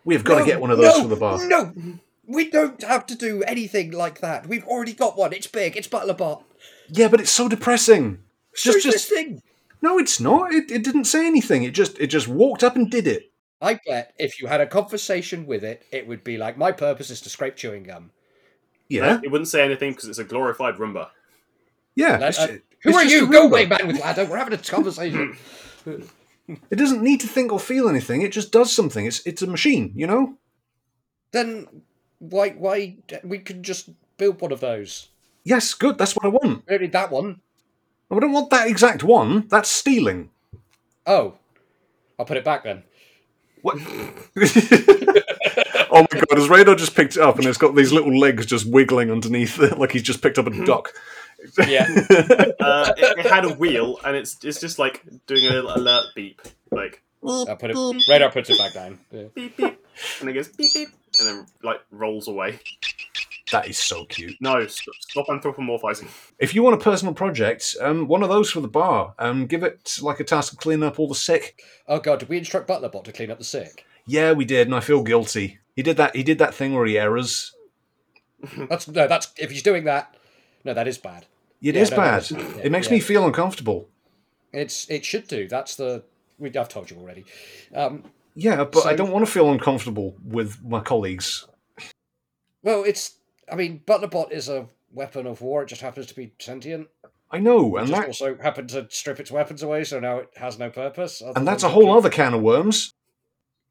[SPEAKER 1] We have got
[SPEAKER 5] No,
[SPEAKER 1] to get one of those
[SPEAKER 5] no,
[SPEAKER 1] for the bar.
[SPEAKER 5] No, we don't have to do anything like that. We've already got one. It's big. It's Butler Bot.
[SPEAKER 1] Yeah, but it's so depressing.
[SPEAKER 5] Just,
[SPEAKER 1] Just,
[SPEAKER 5] this
[SPEAKER 1] just
[SPEAKER 5] thing.
[SPEAKER 1] no, it's not. It, it didn't say anything. It just, it just walked up and did it.
[SPEAKER 5] I bet if you had a conversation with it, it would be like, "My purpose is to scrape chewing gum."
[SPEAKER 1] Yeah,
[SPEAKER 2] It wouldn't say anything because it's a glorified Roomba.
[SPEAKER 1] yeah.
[SPEAKER 5] Like,
[SPEAKER 1] it's
[SPEAKER 5] uh,
[SPEAKER 1] ju-
[SPEAKER 5] Who
[SPEAKER 1] it's
[SPEAKER 5] are
[SPEAKER 1] just
[SPEAKER 5] you?
[SPEAKER 1] a
[SPEAKER 5] Go
[SPEAKER 1] robot.
[SPEAKER 5] away, man with ladder. We're having a conversation.
[SPEAKER 1] It doesn't need to think or feel anything. It just does something. It's it's a machine, you know.
[SPEAKER 5] then why? Why we could just build one of those?
[SPEAKER 1] Yes, good. That's what I want.
[SPEAKER 5] We don't need that one.
[SPEAKER 1] I don't want that exact one. That's stealing.
[SPEAKER 5] Oh, I'll put it back then.
[SPEAKER 1] What? oh my god! His radar just picked it up, and it's got these little legs just wiggling underneath, it, like he's just picked up a duck.
[SPEAKER 5] Yeah.
[SPEAKER 2] Uh, it, it had a wheel and it's it's just like doing a little alert beep, like
[SPEAKER 5] I put it. Radar puts it back down. Yeah.
[SPEAKER 2] beep beep, and it goes beep beep, and then like rolls away.
[SPEAKER 1] That is so cute.
[SPEAKER 2] No, stop, stop anthropomorphizing.
[SPEAKER 1] If you want a personal project, um, one of those for the bar. Um, give it like a task to clean up all the sick.
[SPEAKER 5] Oh god, did we instruct Butler Bot to clean up the sick?
[SPEAKER 1] Yeah, we did, and I feel guilty. He did that. He did that thing where he errors.
[SPEAKER 5] That's no. That's if he's doing that. No, that is bad.
[SPEAKER 1] It
[SPEAKER 5] Yeah,
[SPEAKER 1] is
[SPEAKER 5] no,
[SPEAKER 1] bad.
[SPEAKER 5] no, no.
[SPEAKER 1] it makes
[SPEAKER 5] Yeah,
[SPEAKER 1] me
[SPEAKER 5] yeah.
[SPEAKER 1] feel uncomfortable.
[SPEAKER 5] It's it should do. That's the. We, I've told you already. Um,
[SPEAKER 1] Yeah, but I
[SPEAKER 5] So-
[SPEAKER 1] don't want to feel uncomfortable with my colleagues.
[SPEAKER 5] well, it's. I mean, Butlerbot is a weapon of war. It just happens to be sentient.
[SPEAKER 1] I know,
[SPEAKER 5] It
[SPEAKER 1] and
[SPEAKER 5] just
[SPEAKER 1] that
[SPEAKER 5] also happened to strip its weapons away, so now it has no purpose. other
[SPEAKER 1] and that's a
[SPEAKER 5] than to
[SPEAKER 1] whole
[SPEAKER 5] keep-
[SPEAKER 1] other can of worms.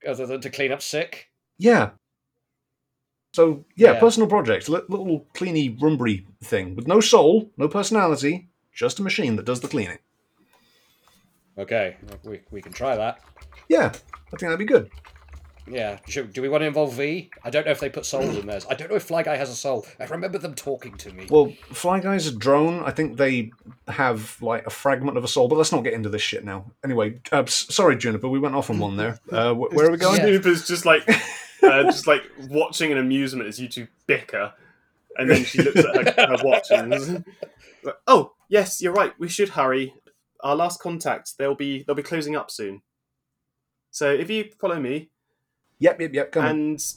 [SPEAKER 5] Other than to clean up sick.
[SPEAKER 1] Yeah. So yeah,
[SPEAKER 5] Yeah.
[SPEAKER 1] personal project, li- little cleany rumbery thing with no soul, no personality, just a machine that does the cleaning.
[SPEAKER 5] Okay, we, we can try that.
[SPEAKER 1] Yeah, I think that'd be good.
[SPEAKER 5] Yeah. Should, do we want to involve V? I don't know if they put souls in theirs. I don't know if Fly Guy has a soul. I remember them talking to me.
[SPEAKER 1] Well, Fly Guy's a drone. I think they have like a fragment of a soul, but let's not get into this shit now. Anyway, uh, s- sorry, Juniper, we went off on one there. Uh, wh- where are we going?
[SPEAKER 5] Yeah.
[SPEAKER 2] Juniper's just like, uh, just like watching an amusement as you two bicker, and then she looks at her, her watch and is like, "Oh, yes, you're right. We should hurry. Our last contact. They'll be they'll be closing up soon. So if you follow me,
[SPEAKER 1] Yep, yep, yep. Come on.
[SPEAKER 2] and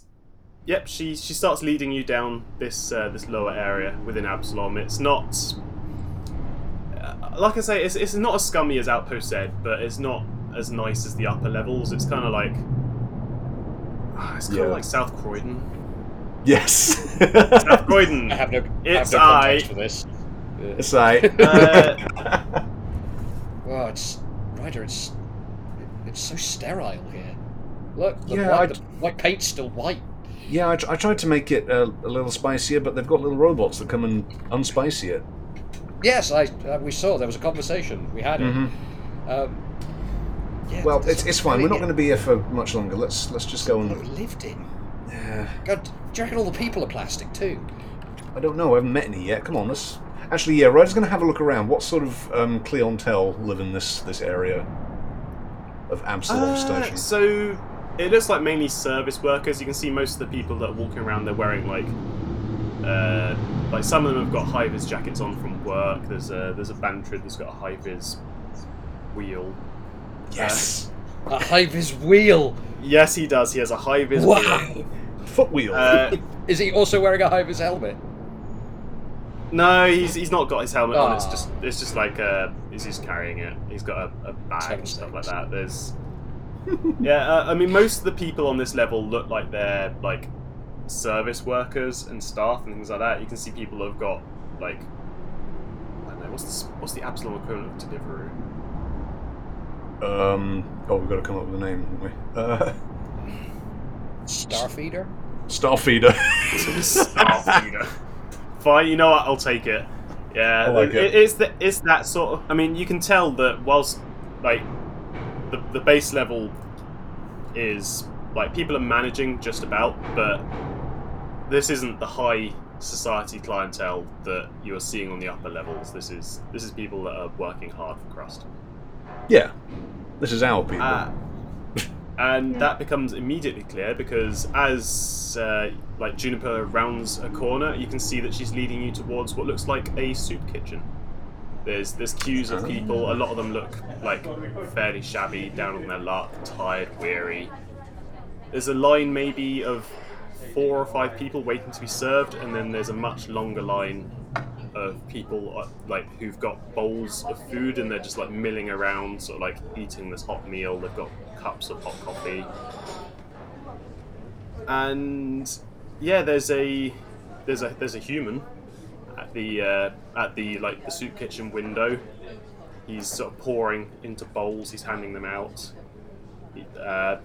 [SPEAKER 2] yep, she she starts leading you down this uh, this lower area within Absalom. It's not uh, like I say, it's it's not as scummy as Outpost said, but it's not as nice as the upper levels. It's kind of like Ah, it's kind of
[SPEAKER 1] Yeah.
[SPEAKER 2] like South Croydon.
[SPEAKER 1] Yes.
[SPEAKER 2] South Croydon.
[SPEAKER 5] I have no,
[SPEAKER 2] It's
[SPEAKER 5] I have no context
[SPEAKER 2] I.
[SPEAKER 5] for this.
[SPEAKER 1] It's like
[SPEAKER 2] Uh,
[SPEAKER 5] Oh, it's Ryder. It's it's so sterile here. Look, the,
[SPEAKER 1] Yeah,
[SPEAKER 5] white,
[SPEAKER 1] I'd-
[SPEAKER 5] the white paint's still white.
[SPEAKER 1] Yeah, I, tr- I tried to make it uh, a little spicier, but they've got little robots that come and unspicy it.
[SPEAKER 5] Yes, I uh, we saw there was a conversation we had. it.
[SPEAKER 1] Mhm.
[SPEAKER 5] Um, yeah,
[SPEAKER 1] Well,
[SPEAKER 5] this
[SPEAKER 1] it's,
[SPEAKER 5] is
[SPEAKER 1] it's fine. We're
[SPEAKER 5] really
[SPEAKER 1] not going to be here for much longer. Let's let's just go
[SPEAKER 5] what
[SPEAKER 1] and.
[SPEAKER 5] we lived in.
[SPEAKER 1] Yeah,
[SPEAKER 5] God, do you reckon all the people are plastic too?
[SPEAKER 1] I don't know. I haven't met any yet. Come on, let's. Actually, yeah, Ryder's going to have a look around. What sort of um, clientele live in this this area of Absalom
[SPEAKER 2] uh,
[SPEAKER 1] Station?
[SPEAKER 2] so It looks like mainly service workers. You can see most of the people that are walking around. They're wearing like, uh, like some of them have got high vis jackets on from work. There's a there's a bantrid that's got a high vis wheel. uh,
[SPEAKER 1] Yes.
[SPEAKER 7] A hive is wheel.
[SPEAKER 2] Yes, he does. He has a high vis wheel.
[SPEAKER 7] Wow.
[SPEAKER 1] Foot wheel.
[SPEAKER 2] Uh,
[SPEAKER 3] Is he also wearing a Hiver's helmet?
[SPEAKER 2] no, he's, he's not got his helmet on. It's
[SPEAKER 3] Ah.
[SPEAKER 2] just it's just like uh, he's just carrying it. He's got a, a bag and stuff like that. There's yeah, uh, I mean most of the people on this level look like they're like service workers and staff and things like that. You can see people have got like I don't know what's the s- what's the Absalom equivalent of Deliveroo.
[SPEAKER 1] um, oh, we've got to come up with a name, haven't we? Uh,
[SPEAKER 5] Starfeeder?
[SPEAKER 1] Starfeeder.
[SPEAKER 2] Staff leader. Fine, you know what? I'll take it. Yeah,
[SPEAKER 1] I like
[SPEAKER 2] it-
[SPEAKER 1] it.
[SPEAKER 2] it's the, it's that sort of. I mean, you can tell that whilst like the the base level is like people are managing just about, but this isn't the high society clientele that you are seeing on the upper levels. This is this is people that are working hard for crust.
[SPEAKER 1] yeah. This is our people.
[SPEAKER 2] Ah. and that becomes immediately clear because as uh, like Juniper rounds a corner, you can see that she's leading you towards what looks like a soup kitchen. There's there's queues of people. A lot of them look like fairly shabby, down on their luck, tired, weary. There's a line maybe of four or five people waiting to be served, and then there's a much longer line of people uh, like who've got bowls of food and they're just like milling around, sort of like eating this hot meal. They've got cups of hot coffee, and yeah, there's a there's a there's a human at the uh, at the like the soup kitchen window. He's sort of pouring into bowls. He's handing them out. He- Uh,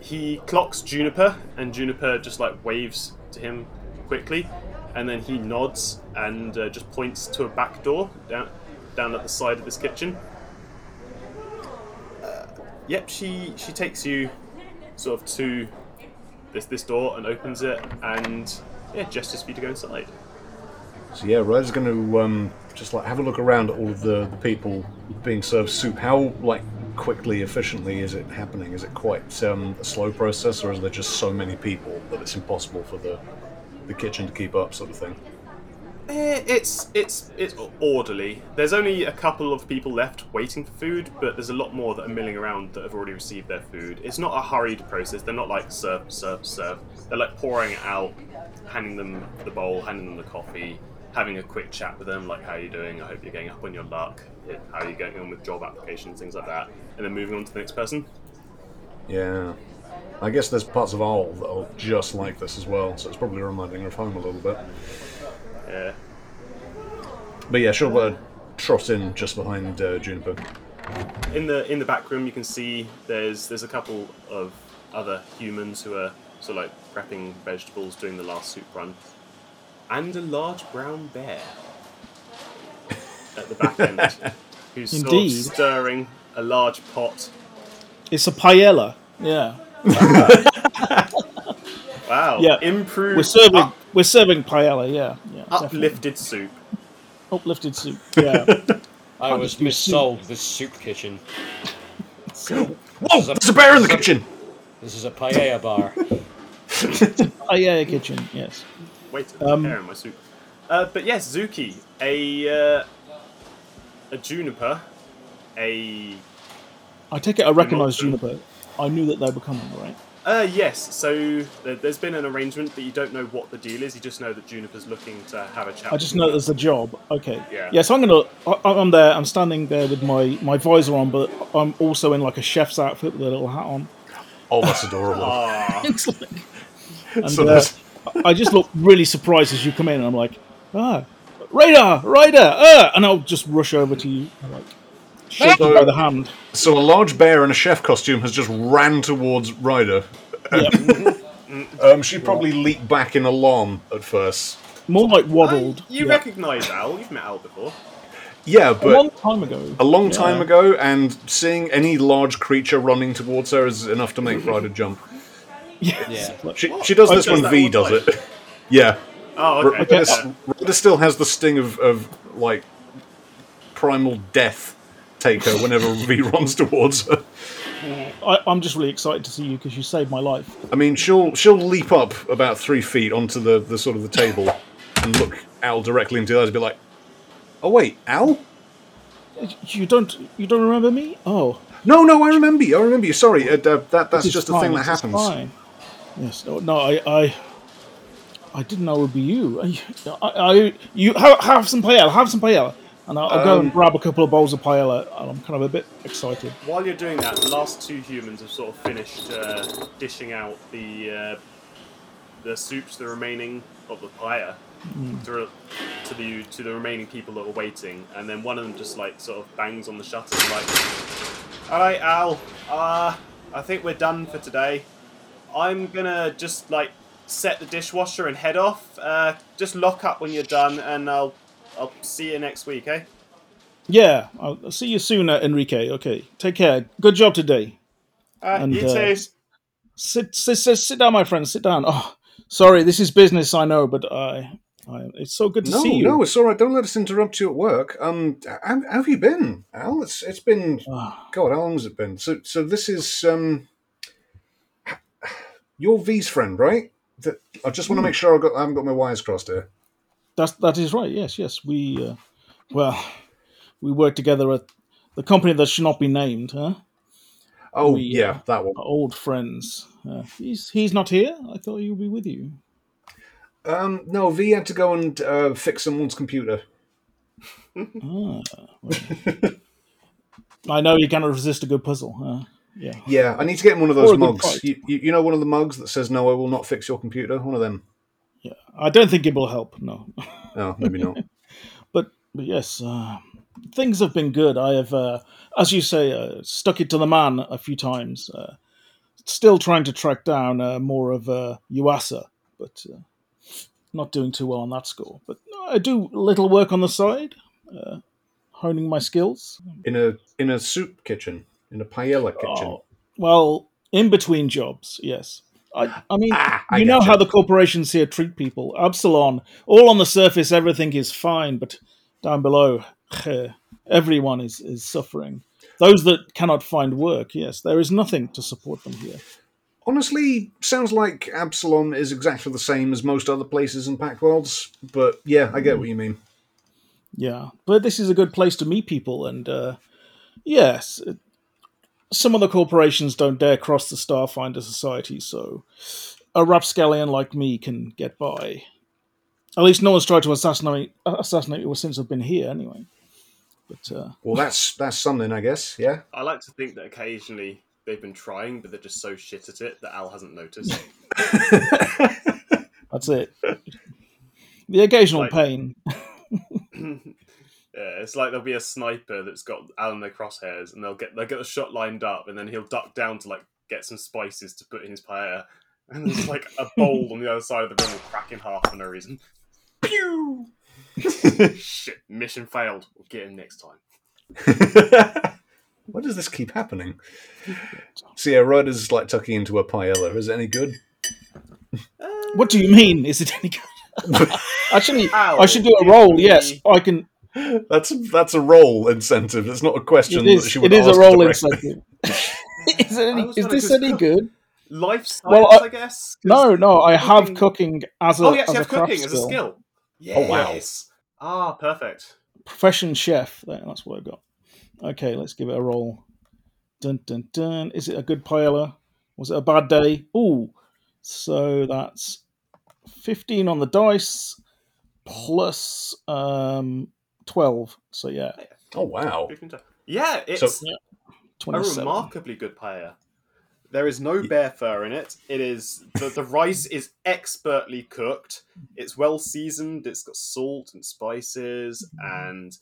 [SPEAKER 2] he clocks Juniper, and Juniper just like waves to him quickly, and then he nods and uh, just points to a back door down down at the side of this kitchen. Uh, yep, she she takes you sort of to this this door and opens it, and yeah, gestures for you to go inside.
[SPEAKER 1] So yeah, Ryder's going to um, just like have a look around at all of the, the people being served soup. How like quickly, efficiently is it happening? Is it quite um, a slow process, or is there just so many people that it's impossible for the the kitchen to keep up, sort of thing?
[SPEAKER 2] Eh, It's it's it's orderly. There's only a couple of people left waiting for food, but there's a lot more that are milling around that have already received their food. It's not a hurried process. They're not like serve, serve, serve. They're like pouring it out, handing them the bowl, handing them the coffee, having a quick chat with them, like how you doing? I hope you're getting up on your luck. Yeah, How are you getting on with job applications, things like that, and then moving on to the next person.
[SPEAKER 1] Yeah. I guess there's parts of Owl that are just like this as well, so it's probably reminding her of home a little bit.
[SPEAKER 2] Yeah.
[SPEAKER 1] But yeah, she'll uh, trot in just behind uh, Juniper.
[SPEAKER 2] in the in the back room you can see there's there's a couple of other humans who are sort of like prepping vegetables doing the last soup run and a large brown bear at the back end who's sort of
[SPEAKER 8] Indeed.
[SPEAKER 2] stirring a large pot
[SPEAKER 8] It's a paella. Yeah.
[SPEAKER 2] wow
[SPEAKER 8] Yeah.
[SPEAKER 2] improved
[SPEAKER 8] We're serving
[SPEAKER 2] up-
[SPEAKER 8] we're serving paella, yeah. yeah definitely.
[SPEAKER 2] uplifted soup
[SPEAKER 8] uplifted soup. Yeah.
[SPEAKER 5] I was missold this soup kitchen.
[SPEAKER 1] Whoa! There's a bear in the kitchen!
[SPEAKER 5] This is a paella bar.
[SPEAKER 8] paella Oh, kitchen, yes.
[SPEAKER 2] Wait,
[SPEAKER 8] Um,
[SPEAKER 2] hair in my soup. Uh, but yes, Zuki, a uh, a juniper, a
[SPEAKER 8] I take it I recognise
[SPEAKER 2] You're not-
[SPEAKER 8] Juniper. I knew that they were coming, right?
[SPEAKER 2] Uh, yes. So th- there's been an arrangement, but you don't know what the deal is. You just know that Juniper's looking to have a chat.
[SPEAKER 8] I
[SPEAKER 2] with
[SPEAKER 8] just
[SPEAKER 2] you.
[SPEAKER 8] know there's a job. Okay.
[SPEAKER 2] Yeah.
[SPEAKER 8] so I'm gonna. I, I'm there. I'm standing there with my my visor on, but I'm also in like a chef's outfit with a little hat on.
[SPEAKER 1] Oh, that's adorable.
[SPEAKER 2] Ah,
[SPEAKER 8] It's like, and,
[SPEAKER 1] So
[SPEAKER 8] uh,
[SPEAKER 1] there's-
[SPEAKER 8] I just look really surprised as you come in, and I'm like, ah, radar, rider, uh, and I'll just rush over to you, and like shake you by the hand.
[SPEAKER 1] so a large bear in a chef costume has just ran towards Ryder. um, she probably leaped back in alarm at first.
[SPEAKER 8] More like waddled.
[SPEAKER 2] I- you
[SPEAKER 8] yeah.
[SPEAKER 2] recognise Al? You've met Al before.
[SPEAKER 1] Yeah,
[SPEAKER 8] a long
[SPEAKER 1] but
[SPEAKER 8] time ago.
[SPEAKER 1] a long time ago, and seeing any large creature running towards her is enough to make Ryder jump.
[SPEAKER 8] Yes.
[SPEAKER 5] Yeah.
[SPEAKER 8] Like,
[SPEAKER 1] She, she does
[SPEAKER 8] Oh,
[SPEAKER 1] this
[SPEAKER 8] does
[SPEAKER 1] when
[SPEAKER 2] that
[SPEAKER 1] V
[SPEAKER 2] one
[SPEAKER 1] does
[SPEAKER 2] time?
[SPEAKER 1] it. yeah.
[SPEAKER 2] Oh,
[SPEAKER 1] Ryder,
[SPEAKER 2] okay.
[SPEAKER 1] s- Ryder still has the sting of, of like primal death take her whenever V runs towards her.
[SPEAKER 8] I, I'm just really excited to see you because you saved my life.
[SPEAKER 1] I mean, she'll she'll leap up about three feet onto the, the sort of the table and look Al directly into the eyes and be like, "Oh wait, Al?
[SPEAKER 8] You don't you don't remember me? Oh,
[SPEAKER 1] No, no, I remember you. I remember you. Sorry, uh, uh, that that's
[SPEAKER 8] it's
[SPEAKER 1] just a thing
[SPEAKER 8] fine,
[SPEAKER 1] that
[SPEAKER 8] it's
[SPEAKER 1] happens."
[SPEAKER 8] fine. Yes. No. No. I. I I didn't know it would be you. I, I, I- you have, have some paella. Have some paella, and I'll, I'll go
[SPEAKER 1] Um,
[SPEAKER 8] and grab a couple of bowls of paella. And I'm kind of a bit excited.
[SPEAKER 2] While you're doing that, the last two humans have sort of finished uh, dishing out the uh, the soups, the remaining of the pyre
[SPEAKER 8] Mm.
[SPEAKER 2] to, to the to the remaining people that are waiting, and then one of them just like sort of bangs on the shutter, like, "All right, Al, uh, I think we're done for today. I'm gonna just like set the dishwasher and head off. Uh, just lock up when you're done, and I'll I'll see you next week, eh?"
[SPEAKER 8] Yeah. I'll I'll see you soon, uh, Enrique. Okay. Take care. Good job today.
[SPEAKER 2] Uh,
[SPEAKER 8] And,
[SPEAKER 2] you
[SPEAKER 8] uh,
[SPEAKER 2] too.
[SPEAKER 8] Sit, sit, sit, sit down, my friend. Sit down. Oh, sorry. This is business. I know, but I, I it's so good to
[SPEAKER 1] No,
[SPEAKER 8] see you.
[SPEAKER 1] no, it's all right. Don't let us interrupt you at work. Um, how, how have you been, Al? It's it's been
[SPEAKER 8] Ah.
[SPEAKER 1] God. How long has it been? So so this is um, your V's friend, right? That I just
[SPEAKER 8] Hmm.
[SPEAKER 1] want to make sure I got I haven't got my wires crossed here.
[SPEAKER 8] That's that is right. Yes, yes. We, uh, well, we work together at the company that should not be named. Huh?
[SPEAKER 1] Oh
[SPEAKER 8] We,
[SPEAKER 1] yeah,
[SPEAKER 8] uh,
[SPEAKER 1] that one.
[SPEAKER 8] Our old friends. Uh, he's he's not here. I thought he would be with you.
[SPEAKER 1] Um, no, V had to go and uh, fix someone's computer.
[SPEAKER 8] Ah, well. I know you cannot resist a good puzzle. Huh? Yeah.
[SPEAKER 1] Yeah, I need to get him one of
[SPEAKER 8] Or a
[SPEAKER 1] those
[SPEAKER 8] good
[SPEAKER 1] mugs.
[SPEAKER 8] price.
[SPEAKER 1] You, you, you know, one of the mugs that says "No, I will not fix your computer." One of them.
[SPEAKER 8] I don't think it will help. No.
[SPEAKER 1] No, maybe not.
[SPEAKER 8] but but yes, uh, things have been good. I have, uh, as you say, uh, stuck it to the man a few times. Uh, still trying to track down uh, more of uh, Yuasa, but uh, not doing too well on that score. But I do little work on the side, uh, honing my skills.
[SPEAKER 1] In a in a soup kitchen, in a paella kitchen.
[SPEAKER 8] Oh, well, in between jobs, yes. I, I mean,
[SPEAKER 1] Ah, I
[SPEAKER 8] you know
[SPEAKER 1] gotcha.
[SPEAKER 8] how the corporations here treat people. Absalon, all on the surface, everything is fine, but down below, eh, everyone is, is suffering. Those that cannot find work, yes, there is nothing to support them here.
[SPEAKER 1] Honestly, sounds like Absalom is exactly the same as most other places in Pact Worlds. But yeah, I
[SPEAKER 8] Hmm.
[SPEAKER 1] get what you mean.
[SPEAKER 8] Yeah, but this is a good place to meet people, and uh, yes, it- some of the corporations don't dare cross the Starfinder Society, so a rapscallion like me can get by. At least no one's tried to assassinate assassinate me since I've been here, anyway. But uh,
[SPEAKER 1] Well, that's that's something, I guess. Yeah.
[SPEAKER 2] I like to think that occasionally they've been trying, but they're just so shit at it that Al hasn't noticed.
[SPEAKER 8] that's it. The occasional
[SPEAKER 2] Like-
[SPEAKER 8] pain.
[SPEAKER 2] yeah, it's like there'll be a sniper that's got Al in their crosshairs, and they'll get they'll get the shot lined up, and then he'll duck down to like get some spices to put in his paella, and there's like a bowl on the other side of the room will crack in half for no reason. Pew! shit, mission failed. We'll get him next time.
[SPEAKER 1] Why does this keep happening? So yeah, Ryder's like tucking into a paella. Is it any good?
[SPEAKER 8] What do you mean? Is it any good? Actually,
[SPEAKER 2] Ow,
[SPEAKER 8] I should do a
[SPEAKER 2] you
[SPEAKER 8] roll. Yes,
[SPEAKER 2] wee.
[SPEAKER 8] I can.
[SPEAKER 1] That's that's a role incentive. It's not a question
[SPEAKER 8] It
[SPEAKER 1] that
[SPEAKER 8] is.
[SPEAKER 1] she would
[SPEAKER 8] It is a
[SPEAKER 1] ask
[SPEAKER 8] roll
[SPEAKER 1] directly.
[SPEAKER 8] incentive. is, it
[SPEAKER 2] I
[SPEAKER 8] any,
[SPEAKER 2] was
[SPEAKER 8] is
[SPEAKER 2] gonna
[SPEAKER 8] this
[SPEAKER 2] just
[SPEAKER 8] any
[SPEAKER 2] cook.
[SPEAKER 8] good?
[SPEAKER 2] Life science,
[SPEAKER 8] Well, uh,
[SPEAKER 2] I guess. 'Cause-
[SPEAKER 8] No, no, I have
[SPEAKER 2] Cooking-
[SPEAKER 8] cooking as a
[SPEAKER 2] Oh, you actually
[SPEAKER 8] as
[SPEAKER 2] have
[SPEAKER 8] a craft
[SPEAKER 2] cooking as a skill. Yes.
[SPEAKER 1] Oh, wow.
[SPEAKER 2] Ah, perfect.
[SPEAKER 8] Profession chef. That- That's what I got. Okay, let's give it a roll. Dun dun dun. Is it a good paella? Was it a bad day? Ooh, so that's fifteen on the dice plus um twelve. So yeah,
[SPEAKER 1] Oh wow.
[SPEAKER 2] Yeah, it's a
[SPEAKER 8] twenty-seven.
[SPEAKER 2] remarkably good paella. There is no bear fur in it. It is the, the rice is expertly cooked. It's well seasoned. It's got salt and spices and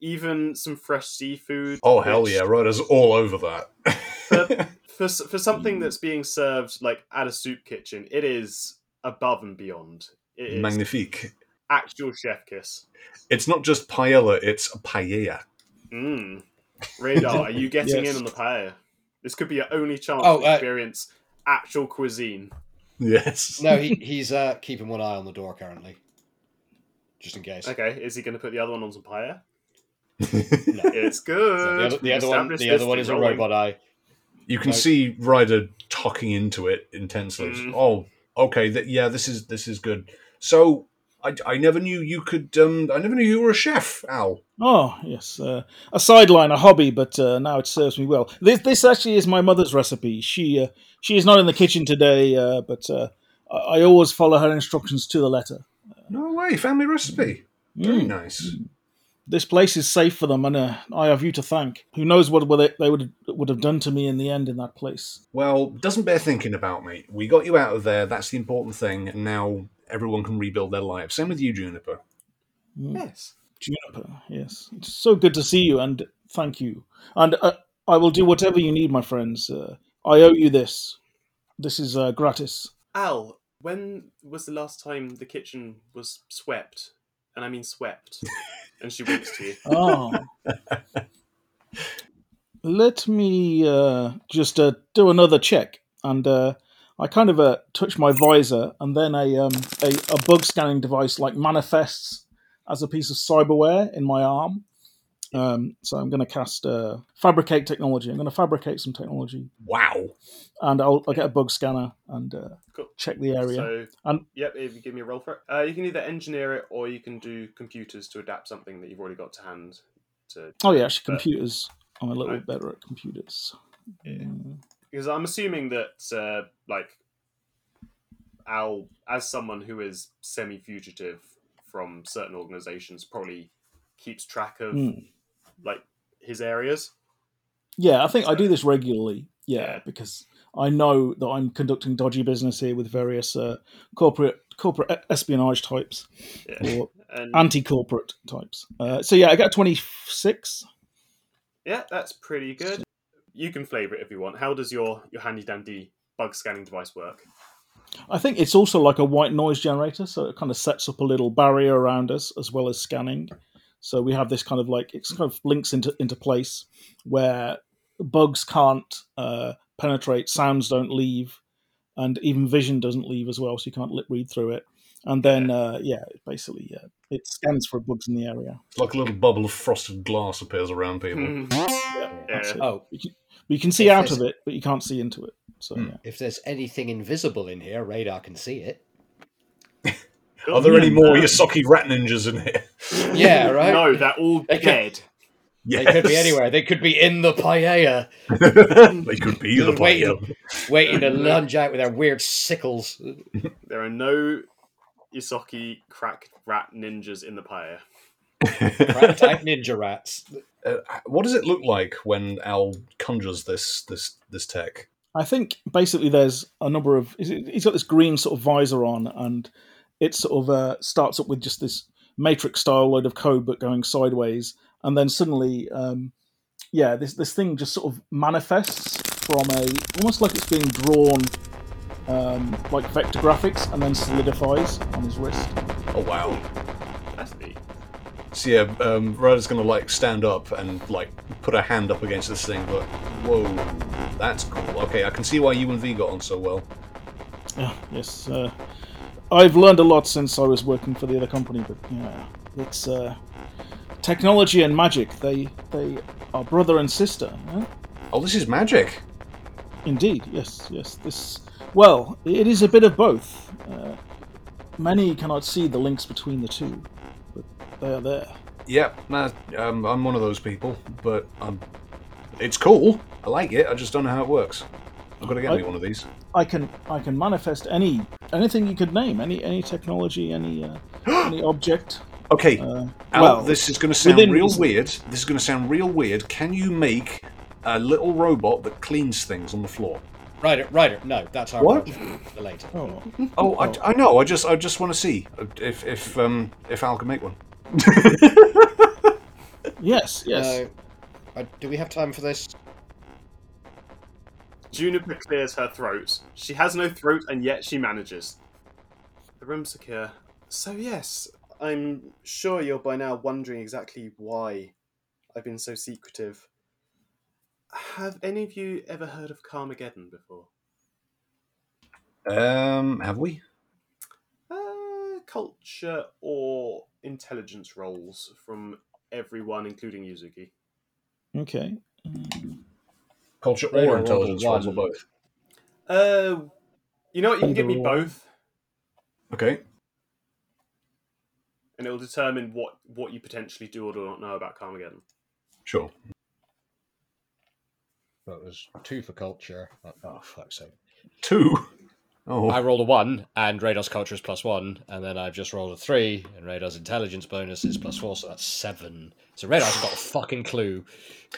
[SPEAKER 2] even some fresh seafood.
[SPEAKER 1] Oh hell
[SPEAKER 2] which
[SPEAKER 1] yeah, Ryder's all over that.
[SPEAKER 2] for, for s- for something
[SPEAKER 5] Mm.
[SPEAKER 2] that's being served like at a soup kitchen, it is above and beyond. It is
[SPEAKER 1] Magnifique.
[SPEAKER 2] actual chef kiss.
[SPEAKER 1] It's not just paella, it's a paella.
[SPEAKER 2] Mm. Radar, are you getting
[SPEAKER 8] Yes.
[SPEAKER 2] in on the paella? This could be your only chance
[SPEAKER 5] Oh,
[SPEAKER 2] to
[SPEAKER 5] uh,
[SPEAKER 2] experience actual cuisine.
[SPEAKER 1] Yes.
[SPEAKER 5] No, he, he's uh, keeping one eye on the door currently, just in case.
[SPEAKER 2] Okay, is he going to put the other one on some paella?
[SPEAKER 5] No.
[SPEAKER 2] It's
[SPEAKER 5] The
[SPEAKER 2] good.
[SPEAKER 5] other, the other one,
[SPEAKER 2] Established
[SPEAKER 5] the other
[SPEAKER 2] this
[SPEAKER 5] one
[SPEAKER 2] thing
[SPEAKER 5] is a
[SPEAKER 2] rolling.
[SPEAKER 5] robot eye.
[SPEAKER 1] You can see Ryder talking into it intensely. Oh, okay, th- yeah, this is this is good. So I, I never knew you could. Um, I never knew you were a chef, Al.
[SPEAKER 8] Oh yes, uh, a sideline, a hobby, but uh, now it serves me well. This this actually is my mother's recipe. She uh, she is not in the kitchen today, uh, but uh, I, I always follow her instructions to the letter. Mm.
[SPEAKER 1] No way, family recipe.
[SPEAKER 5] Mm.
[SPEAKER 1] Very nice.
[SPEAKER 8] This place is safe for them, and uh, I have you to thank. Who knows what would they, they would would have done to me in the end in that place?
[SPEAKER 1] Well, doesn't bear thinking about, mate. We got you out of there. That's the important thing. And now everyone can rebuild their lives. Same with you, Juniper.
[SPEAKER 2] Yes.
[SPEAKER 8] Mm. Juniper, yes, it's so good to see you, and thank you. And uh, I will do whatever you need, my friends. Uh, I owe you this. This is uh, gratis.
[SPEAKER 2] Al, when was the last time the kitchen was swept? And I mean swept. and she walks to you.
[SPEAKER 8] Oh. Let me uh, just uh, do another check, and uh, I kind of uh, touch my visor, and then a, um, a a bug scanning device like manifests as a piece of cyberware in my arm. Um, so I'm going to cast uh, fabricate technology. I'm going to fabricate some technology,
[SPEAKER 1] Wow.
[SPEAKER 8] and I'll, I'll get a bug scanner and uh,
[SPEAKER 2] Cool.
[SPEAKER 8] check the
[SPEAKER 5] Oh,
[SPEAKER 8] area.
[SPEAKER 2] So,
[SPEAKER 5] Um,
[SPEAKER 8] And-
[SPEAKER 2] yep, if you give me a roll for it, uh, you can either engineer it or you can do computers to adapt something that you've already got to hand. To
[SPEAKER 8] oh yeah, actually, computers. I'm a little bit better at computers.
[SPEAKER 2] because I'm assuming that uh, like Al, as someone who is semi-fugitive from certain organizations, probably keeps track of like his areas.
[SPEAKER 8] Yeah, I think I do this regularly. Yeah,
[SPEAKER 2] Yeah.
[SPEAKER 8] because I know that I'm conducting dodgy business here with various uh, corporate corporate e- espionage types
[SPEAKER 2] Yeah.
[SPEAKER 8] or
[SPEAKER 2] And
[SPEAKER 8] anti-corporate types. Uh, so yeah, I got 26.
[SPEAKER 2] yeah, that's pretty good. You can flavor it if you want. How does your your handy dandy bug scanning device work?
[SPEAKER 8] I think it's also like a white noise generator, so it kind of sets up a little barrier around us as well as scanning. So we have this kind of like it kind of links into into place where bugs can't uh, penetrate, sounds don't leave, and even vision doesn't leave as well, so you can't lip read through it. And then uh, yeah, it basically yeah, it scans for bugs in the area.
[SPEAKER 1] It's like a little bubble of frosted glass appears around people.
[SPEAKER 2] Hmm.
[SPEAKER 8] That's
[SPEAKER 2] yeah.
[SPEAKER 8] it.
[SPEAKER 5] Oh,
[SPEAKER 8] You can, you can see
[SPEAKER 5] If
[SPEAKER 8] out
[SPEAKER 5] there's-
[SPEAKER 8] of it, Hmm. but you can't see into it. So yeah.
[SPEAKER 5] if there's anything invisible in here, radar can see it.
[SPEAKER 1] Are there any more Yasaki rat ninjas in here?
[SPEAKER 5] Yeah, right.
[SPEAKER 2] Um, No, they're all
[SPEAKER 5] They could-
[SPEAKER 2] dead.
[SPEAKER 5] They could be anywhere. They could be in the paella,
[SPEAKER 1] they could be the player.
[SPEAKER 5] waiting, waiting to lunge out with their weird sickles.
[SPEAKER 2] There are no Isaki crack rat ninjas in the pyre.
[SPEAKER 5] Rat type ninja rats.
[SPEAKER 1] Uh, what does it look like when Al conjures this this this tech?
[SPEAKER 8] I think basically there's a number of. is it- He's got this green sort of visor on, and it sort of uh, starts up with just this matrix style load of code, but going sideways, and then suddenly, um, yeah, this this thing just sort of manifests from a almost like it's being drawn, um, like vector graphics, and then solidifies on his wrist.
[SPEAKER 1] Oh wow!
[SPEAKER 2] That's neat.
[SPEAKER 1] So yeah, um, Ryder's gonna like stand up and like put a hand up against this thing, but whoa, that's cool. Okay, I can see why you and V got on so well.
[SPEAKER 8] Yeah, yes, uh, I've learned a lot since I was working for the other company, but yeah, it's uh, technology and magic. They they are brother and sister. Huh?
[SPEAKER 1] Oh, this is magic.
[SPEAKER 8] Indeed, yes, yes. This well, it is a bit of both. Uh, many cannot see the links between the two, but they are there.
[SPEAKER 1] Yeah, nah, um, I'm one of those people, but um, it's cool. I like it. I just don't know how it works. I've got to get
[SPEAKER 8] I-
[SPEAKER 1] me one of these.
[SPEAKER 8] I can I can manifest any anything you could name, any any technology, any uh, any object.
[SPEAKER 1] Okay,
[SPEAKER 8] Uh,
[SPEAKER 1] Al,
[SPEAKER 8] well,
[SPEAKER 1] this is going to sound
[SPEAKER 8] within
[SPEAKER 1] real
[SPEAKER 8] reason.
[SPEAKER 1] weird. This is going to sound real weird. Can you make a little robot that cleans things on the floor?
[SPEAKER 5] Ryder, Ryder, no, that's our
[SPEAKER 1] What?
[SPEAKER 5] version for later.
[SPEAKER 8] oh,
[SPEAKER 1] Oh, I, I know. I just, I just want to see if, if, um, if Al can make one.
[SPEAKER 8] yes, yes.
[SPEAKER 5] No. Uh, do we have time for this?
[SPEAKER 2] Juniper clears her throat. She has no throat, and yet she manages. The room's secure. So, yes, I'm sure you're by now wondering exactly why I've been so secretive. Have any of you ever heard of Carmageddon before?
[SPEAKER 1] Um, have we?
[SPEAKER 2] Uh, culture or intelligence roles from everyone, including Yuzuki.
[SPEAKER 8] Okay.
[SPEAKER 1] Culture
[SPEAKER 5] Radar
[SPEAKER 1] or
[SPEAKER 5] rolled a
[SPEAKER 1] intelligence rolls or
[SPEAKER 5] one.
[SPEAKER 1] both.
[SPEAKER 2] Uh, you know what? You can give me both,
[SPEAKER 1] Okay.
[SPEAKER 2] and it will determine what what you potentially do or do not know about Carmageddon.
[SPEAKER 1] Sure.
[SPEAKER 5] That was two for culture. Oh, oh fuck's sake.
[SPEAKER 1] Two. Oh.
[SPEAKER 5] I rolled a one, and Radar's culture is plus one, and then I've just rolled a three, and Radar's intelligence bonus is plus four, so that's seven. So Radar's got a fucking clue.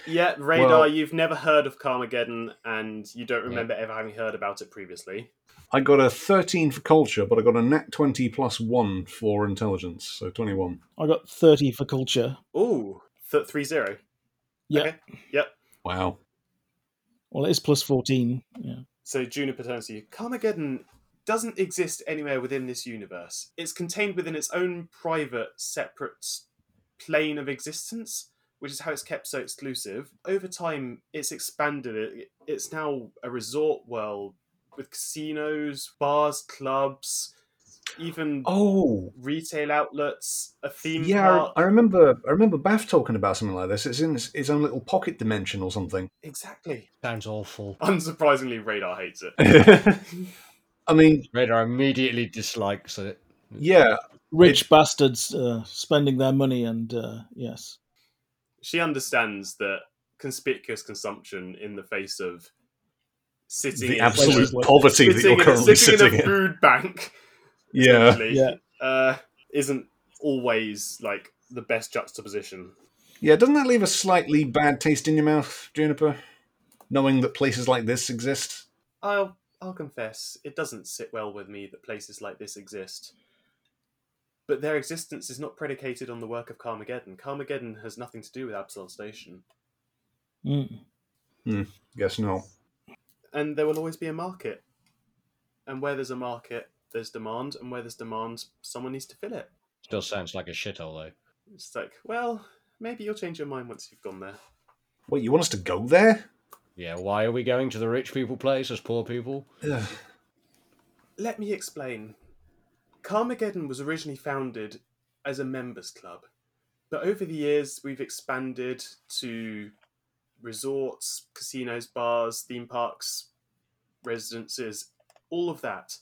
[SPEAKER 2] Yeah, radar.
[SPEAKER 1] Well-
[SPEAKER 2] you've never heard of Carmageddon, and you don't remember ever having heard about it previously.
[SPEAKER 1] I got a 13 for culture, but I got a nat 20 plus 1 for intelligence, so 21.
[SPEAKER 8] I got 30 for culture.
[SPEAKER 2] Ooh, th- three zero.
[SPEAKER 8] Yeah.
[SPEAKER 2] Okay. Yep.
[SPEAKER 1] Wow.
[SPEAKER 8] Well, it is plus 14. Yeah.
[SPEAKER 2] So Juniper turns to you. Carmageddon doesn't exist anywhere within this universe. It's contained within its own private, separate plane of existence, which is how it's kept so exclusive. Over time, it's expanded. It, it's now a resort world with casinos, bars, clubs, even
[SPEAKER 1] Oh,
[SPEAKER 2] retail outlets, a theme
[SPEAKER 1] yeah. I-
[SPEAKER 2] park.
[SPEAKER 1] I remember. I remember Baff talking about something like this. It's in its, its own little pocket dimension or something.
[SPEAKER 2] Exactly.
[SPEAKER 5] Sounds awful.
[SPEAKER 2] Unsurprisingly, Radar hates it.
[SPEAKER 1] I mean,
[SPEAKER 5] Radar immediately dislikes it.
[SPEAKER 1] yeah.
[SPEAKER 8] Rich bastards uh, spending their money, and uh, yes.
[SPEAKER 2] she understands that conspicuous consumption in the face of sitting
[SPEAKER 1] The
[SPEAKER 2] in
[SPEAKER 1] absolute
[SPEAKER 8] Sitting-
[SPEAKER 1] poverty that you're
[SPEAKER 2] sitting, in a,
[SPEAKER 1] currently
[SPEAKER 2] sitting,
[SPEAKER 1] sitting
[SPEAKER 2] in a
[SPEAKER 1] in.
[SPEAKER 2] food bank
[SPEAKER 1] Yeah.
[SPEAKER 2] actually,
[SPEAKER 8] Yeah.
[SPEAKER 2] uh, isn't always like the best juxtaposition
[SPEAKER 1] Yeah. Doesn't that leave a slightly bad taste in your mouth, Juniper? Knowing that places like this exist.
[SPEAKER 2] i'll i'll confess it doesn't sit well with me that places like this exist but their existence is not predicated on the work of carmageddon carmageddon has nothing to do with absalon station
[SPEAKER 8] Mm.
[SPEAKER 1] Hmm. Guess not.
[SPEAKER 2] and there will always be a market and where there's a market there's demand and where there's demand someone needs to fill it
[SPEAKER 5] Still sounds like a shithole, though.
[SPEAKER 2] It's like, well, maybe you'll change your mind once you've gone there.
[SPEAKER 1] Wait, you want us to go there?
[SPEAKER 5] Yeah, why are we going to the rich people place as poor people?
[SPEAKER 1] Ugh.
[SPEAKER 2] Let me explain. Carmageddon was originally founded as a members club, but over the years we've expanded to resorts, casinos, bars, theme parks, residences, all of that.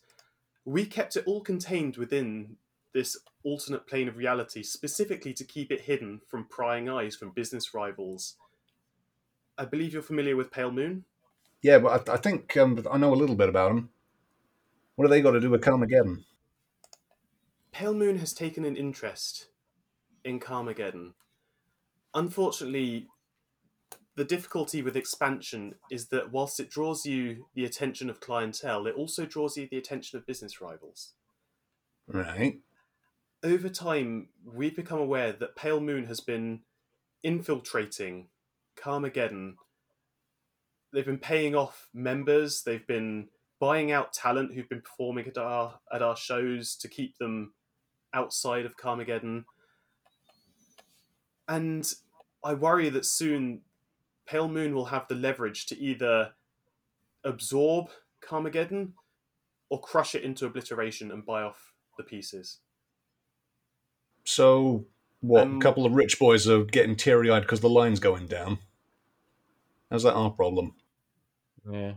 [SPEAKER 2] We kept it all contained within this alternate plane of reality, specifically to keep it hidden from prying eyes from business rivals. I believe you're familiar with Pale Moon?
[SPEAKER 1] Yeah, but I, I think um, I know a little bit about them. What have they got to do with Carmageddon?
[SPEAKER 2] Pale Moon has taken an interest in Carmageddon. Unfortunately, the difficulty with expansion is that whilst it draws you the attention of clientele, it also draws you the attention of business rivals.
[SPEAKER 1] Right.
[SPEAKER 2] Over time, we've become aware that Pale Moon has been infiltrating Carmageddon. They've been paying off members, they've been buying out talent who've been performing at our at our shows to keep them outside of Carmageddon. And I worry that soon Pale Moon will have the leverage to either absorb Carmageddon or crush it into obliteration and buy off the pieces.
[SPEAKER 1] So, what?
[SPEAKER 2] Um,
[SPEAKER 1] a couple of rich boys are getting teary eyed because the line's going down. How's that our problem?
[SPEAKER 5] Yeah.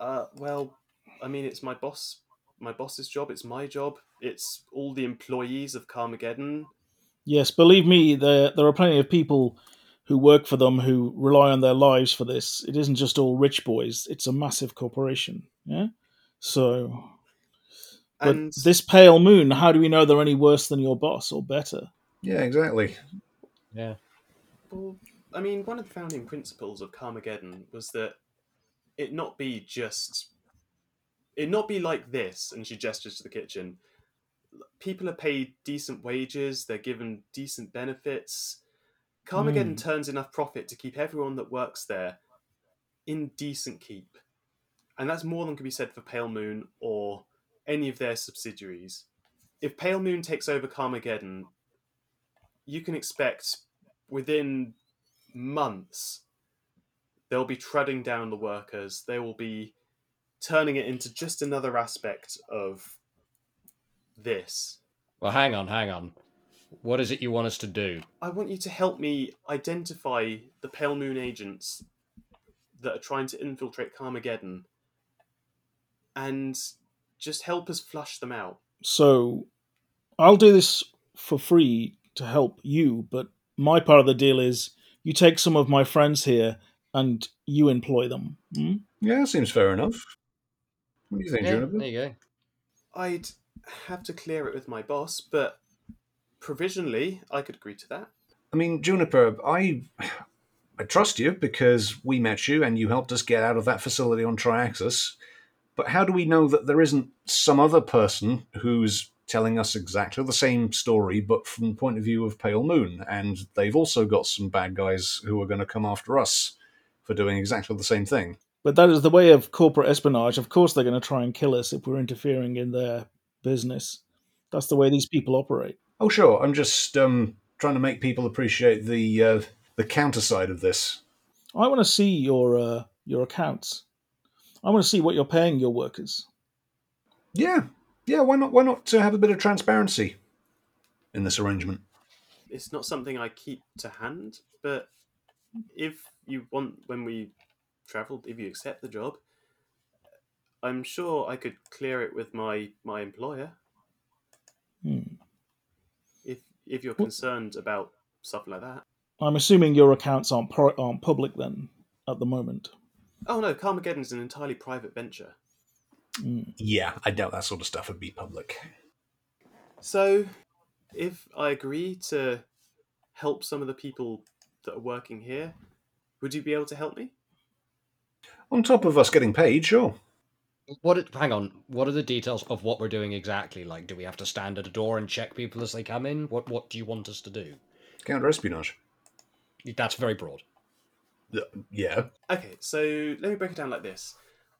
[SPEAKER 2] Uh, well, I mean, it's my boss, my boss's job. It's my job. It's all the employees of Carmageddon.
[SPEAKER 8] Yes, believe me, there, there are plenty of people who work for them who rely on their lives for this. It isn't just all rich boys, it's a massive corporation. Yeah? So. But
[SPEAKER 2] And
[SPEAKER 8] this pale moon, how do we know they're any worse than your boss or better?
[SPEAKER 1] Yeah, exactly.
[SPEAKER 5] Yeah.
[SPEAKER 2] Well, I mean, one of the founding principles of Carmageddon was that it not be just. It not be like this, and she gestures to the kitchen. People are paid decent wages, they're given decent benefits. Carmageddon turns enough profit to keep everyone that works there in decent keep. And that's more than can be said for Pale Moon or any of their subsidiaries. If Pale Moon takes over Carmageddon, you can expect within months they'll be treading down the workers they will be turning it into just another aspect of this
[SPEAKER 5] Well, hang on, hang on. What is it you want us to do?
[SPEAKER 2] i want you to help me identify the pale moon agents that are trying to infiltrate Carmageddon and just help us flush them out.
[SPEAKER 8] So I'll do this for free to help you, but my part of the deal is you take some of my friends here and you employ them. Hmm?
[SPEAKER 1] Yeah, seems fair enough. What do you think,
[SPEAKER 3] Yeah,
[SPEAKER 1] Juniper?
[SPEAKER 3] there you go.
[SPEAKER 2] I'd have to clear it with my boss, but provisionally I could agree to that.
[SPEAKER 1] I mean, Juniper, I I trust you because we met you and you helped us get out of that facility on Triaxis. But how do we know that there isn't some other person who's telling us exactly the same story, but from the point of view of Pale Moon, and they've also got some bad guys who are going to come after us for doing exactly the same thing?
[SPEAKER 8] But that is the way of corporate espionage. Of course, they're going to try and kill us if we're interfering in their business. That's the way these people operate.
[SPEAKER 1] Oh, sure. I'm just um, trying to make people appreciate the uh, the counter side of this.
[SPEAKER 8] I want to see your uh, your accounts. I want to see what you're paying your workers.
[SPEAKER 1] Yeah, yeah. Why not? Why not uh, have a bit of transparency in this arrangement?
[SPEAKER 2] It's not something I keep to hand, but if you want, when we travel, if you accept the job, I'm sure I could clear it with my my employer.
[SPEAKER 8] Hmm.
[SPEAKER 2] If if you're concerned about stuff like that.
[SPEAKER 8] I'm assuming your accounts aren't pri- aren't public then at the moment.
[SPEAKER 2] Oh no, Carmageddon's an entirely private venture.
[SPEAKER 1] Yeah, I doubt that sort of stuff would be public.
[SPEAKER 2] So, if I agree to help some of the people that are working here, would you be able to help me?
[SPEAKER 1] On top of us getting paid, sure.
[SPEAKER 3] What? It, hang on. What are the details of what we're doing exactly? Like, do we have to stand at a door and check people as they come in? What What do you want us to do?
[SPEAKER 1] Counter espionage.
[SPEAKER 3] That's very broad.
[SPEAKER 1] Yeah.
[SPEAKER 2] Okay, so let me break it down like this.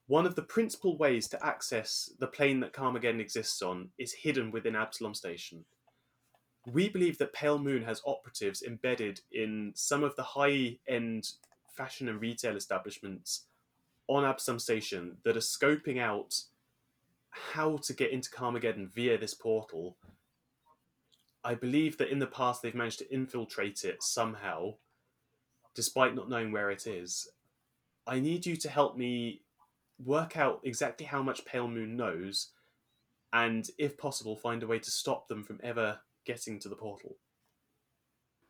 [SPEAKER 2] One of the principal ways to access the plane that Carmageddon exists on is hidden within Absalom Station. We believe that Pale Moon has operatives embedded in some of the high end fashion and retail establishments on Absalom Station that are scoping out how to get into Carmageddon via this portal. I believe that in the past they've managed to infiltrate it somehow, despite not knowing where it is. I need you to help me work out exactly how much Pale Moon knows, and if possible, find a way to stop them from ever getting to the portal.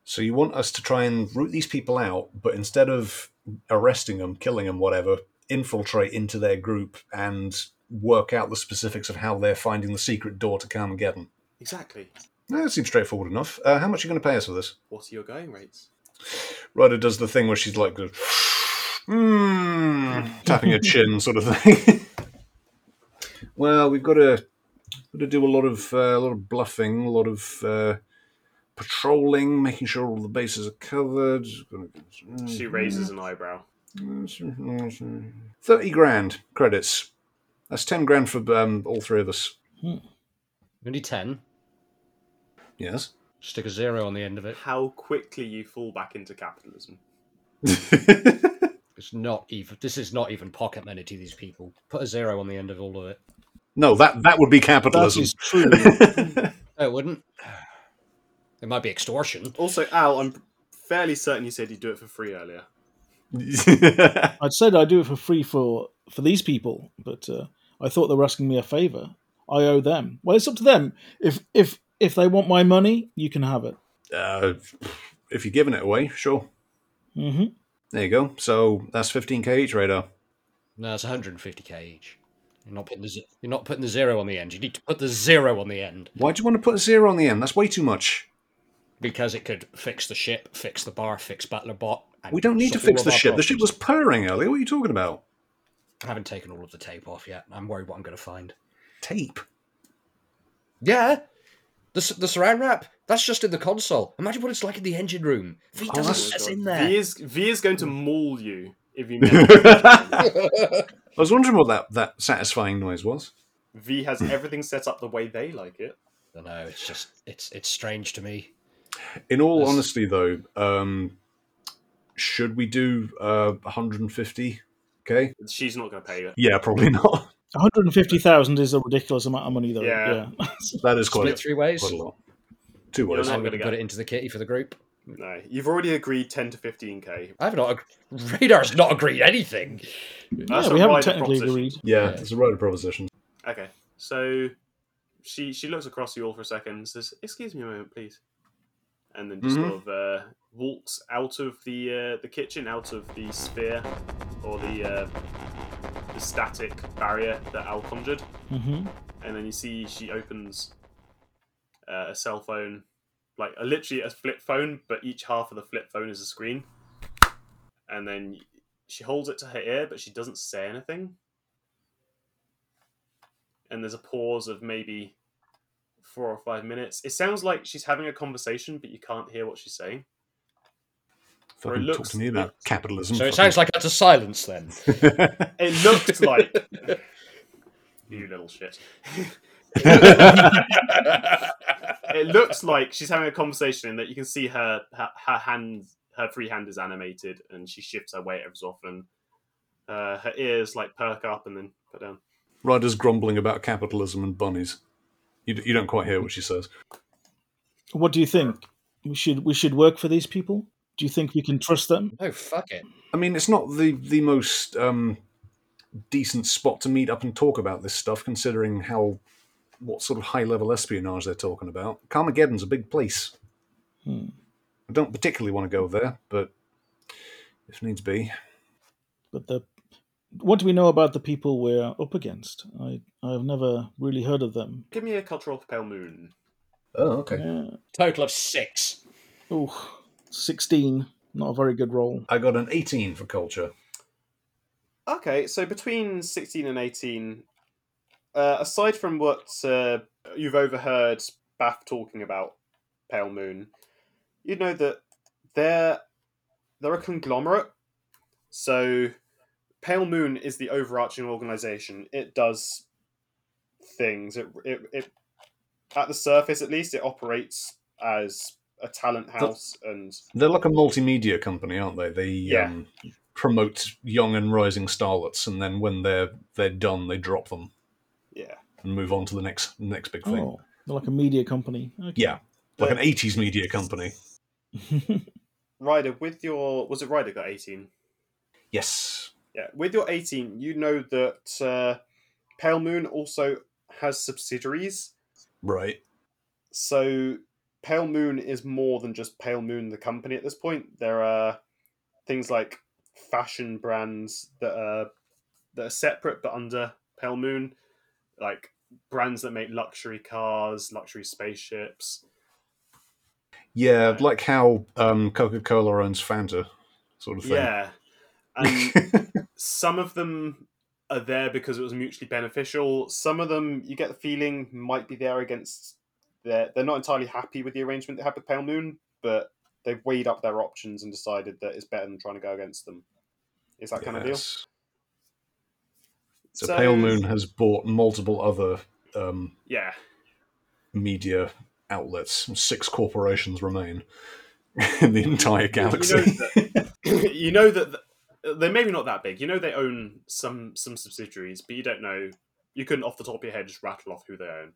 [SPEAKER 1] So you want us to try and root these people out, but instead of arresting them, killing them, whatever, infiltrate into their group and work out the specifics of how they're finding the secret door to Carmageddon.
[SPEAKER 2] Exactly.
[SPEAKER 1] That seems straightforward enough. Uh, how much are you going to pay us for this?
[SPEAKER 2] What are your going rates?
[SPEAKER 1] Ryder does the thing where she's like, mm, tapping her chin, sort of thing. well, we've got to got to do a lot of uh, a lot of bluffing, a lot of uh, patrolling, making sure all the bases are covered.
[SPEAKER 2] She raises an eyebrow.
[SPEAKER 1] Thirty grand credits. That's ten grand for um, all three of us.
[SPEAKER 3] We need ten.
[SPEAKER 1] Yes.
[SPEAKER 3] Stick a zero on the end of it.
[SPEAKER 2] How quickly you fall back into capitalism.
[SPEAKER 3] It's not even. This is not even pocket money to these people. Put a zero on the end of all of it.
[SPEAKER 1] no, that that would be
[SPEAKER 8] That
[SPEAKER 1] capitalism.
[SPEAKER 8] is true.
[SPEAKER 3] No, it wouldn't. It might be extortion.
[SPEAKER 2] Also, Al, I'm fairly certain you said you'd do it for free earlier.
[SPEAKER 8] I'd said I'd do it for free for for these people, but uh, I thought they were asking me a favour. I owe them. Well, it's up to them. If if if they want my money, you can have it.
[SPEAKER 1] uh, if you're giving it away, sure.
[SPEAKER 8] hmm
[SPEAKER 1] There you go. So that's 15k each radar.
[SPEAKER 3] No, it's 150k each. You're not putting the ze- you're not putting the zero on the end. You need to put the zero on the end
[SPEAKER 1] Why do you want to put a zero on the end? That's way too much.
[SPEAKER 3] because it could fix the ship, fix the bar, fix Butler Bot. And
[SPEAKER 1] We don't need to
[SPEAKER 3] solve
[SPEAKER 1] fix
[SPEAKER 3] all
[SPEAKER 1] the
[SPEAKER 3] of our
[SPEAKER 1] ship. The ship was
[SPEAKER 3] problems.
[SPEAKER 1] purring earlier. What are you talking about?
[SPEAKER 3] I haven't taken all of the tape off yet. I'm worried what I'm going to find.
[SPEAKER 1] Tape.
[SPEAKER 3] Yeah, the s- the saran wrap. That's just in the console. Imagine what it's like in the engine room.
[SPEAKER 2] Oh
[SPEAKER 3] V doesn't
[SPEAKER 1] that's-
[SPEAKER 3] let us in
[SPEAKER 2] V
[SPEAKER 3] there.
[SPEAKER 2] is, v is going to maul you if you never.
[SPEAKER 1] I was wondering what that, that satisfying noise was.
[SPEAKER 2] v has everything set up the way they like it.
[SPEAKER 3] I know. It's just it's it's strange to me.
[SPEAKER 1] In all
[SPEAKER 3] That's-
[SPEAKER 1] honesty, though, um, should we do uh, 150? Okay.
[SPEAKER 2] She's not going to pay you.
[SPEAKER 1] Yeah, probably not.
[SPEAKER 8] One hundred and fifty thousand is a ridiculous amount of money, though.
[SPEAKER 2] Yeah.
[SPEAKER 8] yeah.
[SPEAKER 1] That is quite,
[SPEAKER 3] Split
[SPEAKER 1] a,
[SPEAKER 3] three ways.
[SPEAKER 1] quite a lot. Two
[SPEAKER 2] You're
[SPEAKER 1] ways.
[SPEAKER 2] not-
[SPEAKER 3] I'm
[SPEAKER 2] gonna
[SPEAKER 3] going to
[SPEAKER 2] go.
[SPEAKER 3] put it into the kitty for the group.
[SPEAKER 2] No, you've already agreed 10 to 15k.
[SPEAKER 3] I've not. Ag- Radar's not agreed anything.
[SPEAKER 2] That's
[SPEAKER 8] yeah,
[SPEAKER 2] a
[SPEAKER 8] we haven't
[SPEAKER 2] wider
[SPEAKER 8] technically
[SPEAKER 2] proposition.
[SPEAKER 8] agreed.
[SPEAKER 1] Yeah, it's a right of proposition.
[SPEAKER 2] Okay, so she she looks across you all for a second and says, "Excuse me a moment, please," and then just sort of uh, walks out of the uh, the kitchen, out of the sphere or the uh, the static barrier that Al conjured,
[SPEAKER 8] hmm
[SPEAKER 2] and then you see she opens uh, a cell phone, like a, literally a flip phone, but each half of the flip phone is a screen, and then she holds it to her ear, but she doesn't say anything and there's a pause of maybe four or five minutes. It sounds like she's having a conversation, but you can't hear what she's saying. Or it
[SPEAKER 1] Fucking talk
[SPEAKER 2] looks-
[SPEAKER 1] to me about capitalism.
[SPEAKER 3] So it sounds like that's a silence then.
[SPEAKER 2] It looked like you little shit. it looks like she's having a conversation in that you can see her her, her hand her free hand is animated and she shifts her weight every so often. Uh, her ears like perk up and then put down.
[SPEAKER 1] Ryder's grumbling about capitalism and bunnies. You, d- you don't quite hear what she says.
[SPEAKER 8] What do you think? We should we should work for these people. Do you think we can trust them?
[SPEAKER 3] Oh fuck it.
[SPEAKER 1] I mean, it's not the the most um, decent spot to meet up and talk about this stuff, considering how what sort of high level espionage they're talking about. Carmageddon's a big place.
[SPEAKER 8] Hmm.
[SPEAKER 1] I don't particularly want to go there, but if needs be,
[SPEAKER 8] But the what do we know about the people we're up against? I I've never really heard of them.
[SPEAKER 2] Give me a cultural pale moon.
[SPEAKER 1] oh okay.
[SPEAKER 8] Uh,
[SPEAKER 3] Total of six.
[SPEAKER 8] ooh, sixteen. Not a very good roll.
[SPEAKER 1] I got an eighteen for culture.
[SPEAKER 2] Okay, so between 16 and 18, uh, aside from what uh, you've overheard Bath talking about Pale Moon, you know that they're, they're a conglomerate. So Pale Moon is the overarching organization. It does things. It, it, it At the surface, at least, it operates as a talent house and
[SPEAKER 1] They're like a multimedia company, aren't they? They
[SPEAKER 2] Yeah.
[SPEAKER 1] um, promote young and rising starlets, and then when they're they're done, they drop them
[SPEAKER 2] yeah.
[SPEAKER 1] and move on to the next next big thing.
[SPEAKER 8] Oh, they're like a media company. Okay.
[SPEAKER 1] Yeah, like an '80s media company.
[SPEAKER 2] Ryder, with your was it Ryder got 18?
[SPEAKER 1] Yes.
[SPEAKER 2] Yeah, with your 18, you know that uh, Pale Moon also has subsidiaries.
[SPEAKER 1] Right.
[SPEAKER 2] So Pale Moon is more than just Pale Moon, the company at this point. There are things like fashion brands that are that are separate but under Pale Moon, like brands that make luxury cars, luxury spaceships.
[SPEAKER 1] Yeah, like how um, Coca-Cola owns Fanta, sort of thing.
[SPEAKER 2] Yeah, and some of them are there because it was mutually beneficial. Some of them, you get the feeling, might be there against their. They're not entirely happy with the arrangement they had with Pale Moon, but they've weighed up their options and decided that it's better than trying to go against them. Is that kind of deal?
[SPEAKER 1] Yes. So, Pale Moon has bought multiple other um,
[SPEAKER 2] Yeah.
[SPEAKER 1] media outlets. Six corporations remain in the entire galaxy.
[SPEAKER 2] You know that, you know that th- they're maybe not that big. You know they own some some subsidiaries, but you don't know. You couldn't off the top of your head just rattle off who they own.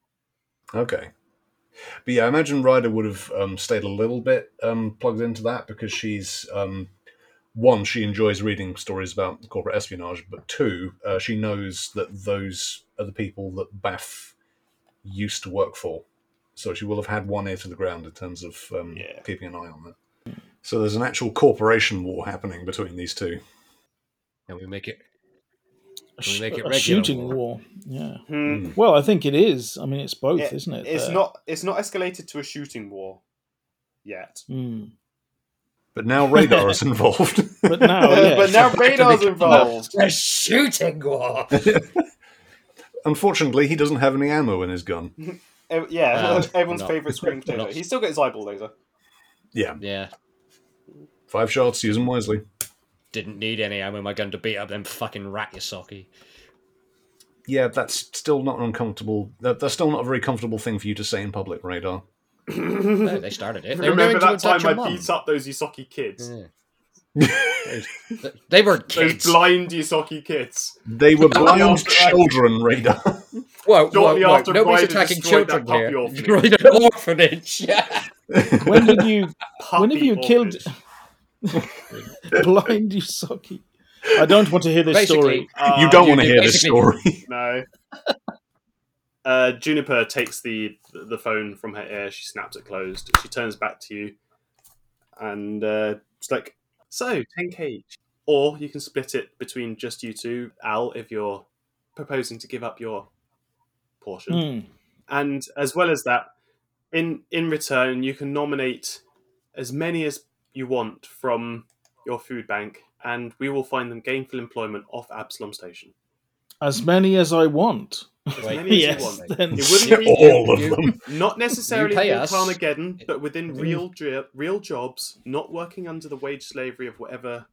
[SPEAKER 1] Okay. But yeah, I imagine Ryder would have um, stayed a little bit um, plugged into that because she's um, one, she enjoys reading stories about corporate espionage, but two, uh, she knows that those are the people that Baff used to work for. So she will have had one ear to the ground in terms of um,
[SPEAKER 2] Yeah.
[SPEAKER 1] keeping an eye on that. So there's an actual corporation war happening between these two.
[SPEAKER 3] And we make it.
[SPEAKER 8] A,
[SPEAKER 3] Can we
[SPEAKER 8] sh-
[SPEAKER 3] make it
[SPEAKER 8] a
[SPEAKER 3] regular
[SPEAKER 8] shooting
[SPEAKER 3] war?
[SPEAKER 8] war. Yeah.
[SPEAKER 2] Hmm.
[SPEAKER 1] Mm.
[SPEAKER 8] Well, I think it is. I mean, it's uh, both,
[SPEAKER 2] Yeah,
[SPEAKER 8] isn't it?
[SPEAKER 2] It's
[SPEAKER 8] The-
[SPEAKER 2] not. It's not escalated to a shooting war yet.
[SPEAKER 8] Hmm.
[SPEAKER 1] But now Radar is involved.
[SPEAKER 8] But now, Oh, yeah,
[SPEAKER 2] but now radar's involved.
[SPEAKER 3] A shooting war.
[SPEAKER 1] Unfortunately, he doesn't have any ammo in his gun.
[SPEAKER 2] Ev- Yeah,
[SPEAKER 3] Uh,
[SPEAKER 2] everyone's
[SPEAKER 3] not-
[SPEAKER 2] favorite screaming potato.
[SPEAKER 3] not-
[SPEAKER 2] He still got his eyeball laser.
[SPEAKER 1] Yeah,
[SPEAKER 3] yeah.
[SPEAKER 1] five shots, use them wisely.
[SPEAKER 3] Didn't need any ammo in my gun to beat up them fucking rat Yasaki.
[SPEAKER 1] yeah, that's still not an uncomfortable. That, that's still not a very comfortable thing for you to say in public, Radar.
[SPEAKER 3] No, they started it. They were
[SPEAKER 2] Remember
[SPEAKER 3] going
[SPEAKER 2] that
[SPEAKER 3] to attack
[SPEAKER 2] time I
[SPEAKER 3] your mum.
[SPEAKER 2] beat up those Yosaki kids?
[SPEAKER 3] Yeah. They- they were
[SPEAKER 2] Those
[SPEAKER 3] kids.
[SPEAKER 2] blind Yosaki kids.
[SPEAKER 1] They were
[SPEAKER 2] Shortly
[SPEAKER 1] blind
[SPEAKER 2] after I-
[SPEAKER 1] children, Radar.
[SPEAKER 3] Whoa, whoa,
[SPEAKER 2] Shortly
[SPEAKER 3] whoa.
[SPEAKER 2] after
[SPEAKER 3] Nobody's
[SPEAKER 2] Ryder
[SPEAKER 3] attacking
[SPEAKER 2] destroyed that
[SPEAKER 3] children here.
[SPEAKER 2] puppy
[SPEAKER 3] Destroyed an orphanage. Yeah.
[SPEAKER 8] When did you?
[SPEAKER 2] Puppy
[SPEAKER 8] when have you killed?
[SPEAKER 2] orphanage.
[SPEAKER 8] Blind Usagi. I don't want to hear this
[SPEAKER 5] Basically,
[SPEAKER 8] story.
[SPEAKER 1] you
[SPEAKER 2] Uh,
[SPEAKER 1] don't want to
[SPEAKER 5] do
[SPEAKER 1] hear this
[SPEAKER 5] basically-
[SPEAKER 1] story.
[SPEAKER 2] No. Uh, Juniper takes the the phone from her ear. She snaps it closed. She turns back to you, and uh, it's like, "So, 10k each, or you can split it between just you two, Al, if you're proposing to give up your portion,
[SPEAKER 8] Hmm.
[SPEAKER 2] and as well as that, in in return, you can nominate as many as you want from your food bank, and we will find them gainful employment off Absalom Station.
[SPEAKER 8] As many as I want.
[SPEAKER 2] As
[SPEAKER 5] Wait,
[SPEAKER 2] many as you
[SPEAKER 8] Yes.
[SPEAKER 2] want."
[SPEAKER 8] Then
[SPEAKER 2] It wouldn't be
[SPEAKER 1] All of
[SPEAKER 5] You-
[SPEAKER 1] them.
[SPEAKER 2] Not necessarily
[SPEAKER 5] pay
[SPEAKER 2] in
[SPEAKER 5] us. Mm.
[SPEAKER 2] Carmageddon, but within real dri- real jobs, not working under the wage slavery of whatever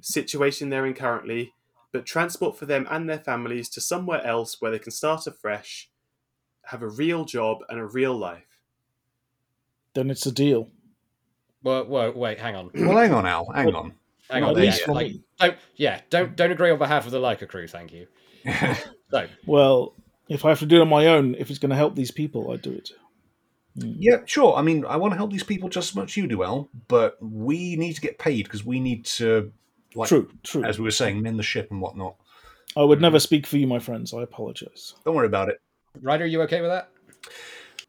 [SPEAKER 2] situation they're in currently, but transport for them and their families to somewhere else where they can start afresh, have a real job and a real life.
[SPEAKER 8] then it's a deal.
[SPEAKER 5] Whoa, whoa, wait, hang on,
[SPEAKER 1] Well, hang on, Al. Hang on.
[SPEAKER 5] hang
[SPEAKER 1] Not
[SPEAKER 5] on.
[SPEAKER 8] At
[SPEAKER 1] there
[SPEAKER 5] Yeah,
[SPEAKER 8] least
[SPEAKER 1] yet.
[SPEAKER 8] for
[SPEAKER 5] like,
[SPEAKER 8] me.
[SPEAKER 5] don't, yeah, don't, don't agree on behalf of the Leica crew. Thank you. So,
[SPEAKER 8] Well, if I have to do it on my own, if it's going to help these people, I do it.
[SPEAKER 1] Yeah, sure. I mean, I want to help these people just as much as you do, Al. But we need to get paid because we need to, like,
[SPEAKER 8] True, true.
[SPEAKER 1] as we were saying, mend the ship and whatnot.
[SPEAKER 8] I would never speak for you, my friends. I apologize.
[SPEAKER 1] Don't worry about it.
[SPEAKER 5] Ryder, are you okay with that?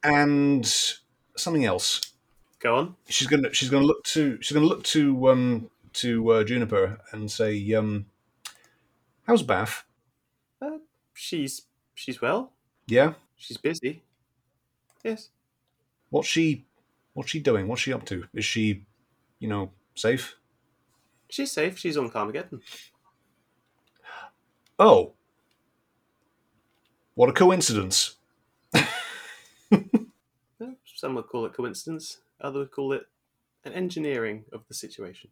[SPEAKER 1] And something else.
[SPEAKER 2] Go on.
[SPEAKER 1] she's gonna she's gonna look to she's gonna look to um to uh, Juniper and say um how's Bath?
[SPEAKER 2] Uh, She's she's well.
[SPEAKER 1] Yeah,
[SPEAKER 2] She's busy. Yes.
[SPEAKER 1] what's she what's she doing? What's she up to? Is she you know safe?
[SPEAKER 2] She's safe. She's on Carmageddon.
[SPEAKER 1] Oh, what a coincidence!
[SPEAKER 2] Well, Uh, Some would call it coincidence. Others would call it an engineering of the situation.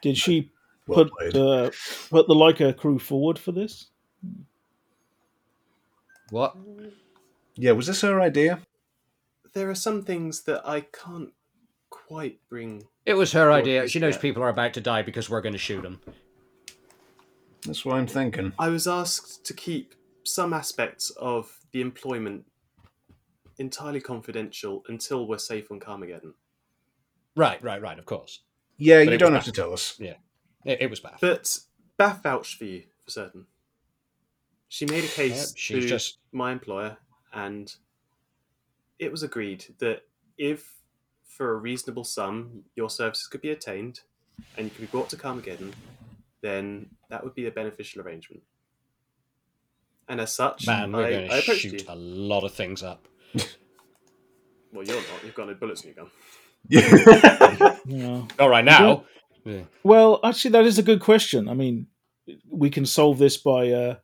[SPEAKER 8] Did she
[SPEAKER 1] Well
[SPEAKER 8] put
[SPEAKER 1] played.
[SPEAKER 8] uh, put the Leica crew forward for this?
[SPEAKER 5] What?
[SPEAKER 1] yeah, was this her idea?
[SPEAKER 2] there are some things that I can't quite bring.
[SPEAKER 5] It was her idea.
[SPEAKER 2] is
[SPEAKER 5] She knows
[SPEAKER 2] that?
[SPEAKER 5] people are about to die because we're going to shoot them.
[SPEAKER 1] That's what I'm thinking.
[SPEAKER 2] I was asked to keep some aspects of the employment entirely confidential until we're safe on Carmageddon.
[SPEAKER 5] Right, right, right. Of course,
[SPEAKER 1] Yeah,
[SPEAKER 5] it
[SPEAKER 1] you
[SPEAKER 5] was
[SPEAKER 1] don't have
[SPEAKER 5] Bath.
[SPEAKER 1] to tell us.
[SPEAKER 5] it, it was bad.
[SPEAKER 2] But Bath vouched for you for certain. She made a case
[SPEAKER 5] Yep, she's
[SPEAKER 2] to
[SPEAKER 5] just-
[SPEAKER 2] my employer, and it was agreed that if, for a reasonable sum, your services could be attained and you could be brought to Carmageddon, then that would be a beneficial arrangement. And as such,
[SPEAKER 5] Man,
[SPEAKER 2] I,
[SPEAKER 5] we're going
[SPEAKER 2] I
[SPEAKER 5] to
[SPEAKER 2] approached
[SPEAKER 5] shoot
[SPEAKER 2] you.
[SPEAKER 5] a lot of things up.
[SPEAKER 2] Well, you're not. You've got no bullets in your gun.
[SPEAKER 8] No.
[SPEAKER 5] All right, now. Yeah.
[SPEAKER 8] Well, actually, that is a good question. I mean, we can solve this by uh,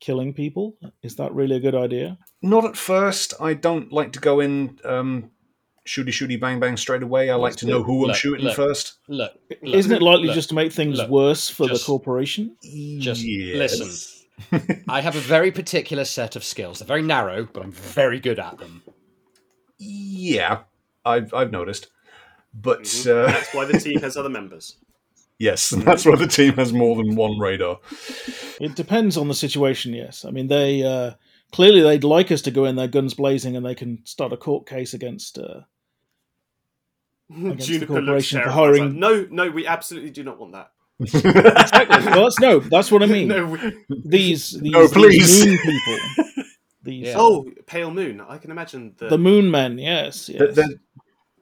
[SPEAKER 8] killing people. Is that really a good idea?
[SPEAKER 1] Not at first. I don't like to go in um, shooty shooty bang bang straight away. I like to know who I'm
[SPEAKER 5] Look,
[SPEAKER 1] shooting
[SPEAKER 5] look.
[SPEAKER 1] first.
[SPEAKER 5] Look, look,
[SPEAKER 8] Isn't it likely
[SPEAKER 5] look,
[SPEAKER 8] just to make things
[SPEAKER 5] look,
[SPEAKER 8] worse for
[SPEAKER 5] just-
[SPEAKER 8] the corporation?
[SPEAKER 5] just
[SPEAKER 1] Yes.
[SPEAKER 5] listen? I have a very particular set of skills. They're very narrow, but I'm very good at them.
[SPEAKER 1] Yeah, I've I've noticed. But
[SPEAKER 2] Mhm.
[SPEAKER 5] Mm-hmm.
[SPEAKER 1] uh,
[SPEAKER 2] That's why the team has other members.
[SPEAKER 1] yes, that's why the team has more than one radar.
[SPEAKER 8] It depends on the situation. Yes, I mean they uh, clearly they'd like us to go in their guns blazing, and they can start a court case against. Uh, the
[SPEAKER 2] Juniper looks
[SPEAKER 8] corporation for
[SPEAKER 2] terrified.
[SPEAKER 8] hiring-
[SPEAKER 2] Like, no, no, we absolutely do not want that.
[SPEAKER 8] well, that's no. That's what I mean.
[SPEAKER 2] No, we,
[SPEAKER 8] These, these,
[SPEAKER 1] No, please.
[SPEAKER 8] these moon people. These,
[SPEAKER 5] Yeah.
[SPEAKER 2] Oh, Pale Moon. I can imagine the.
[SPEAKER 8] The moon men. Yes. yes.
[SPEAKER 1] But then,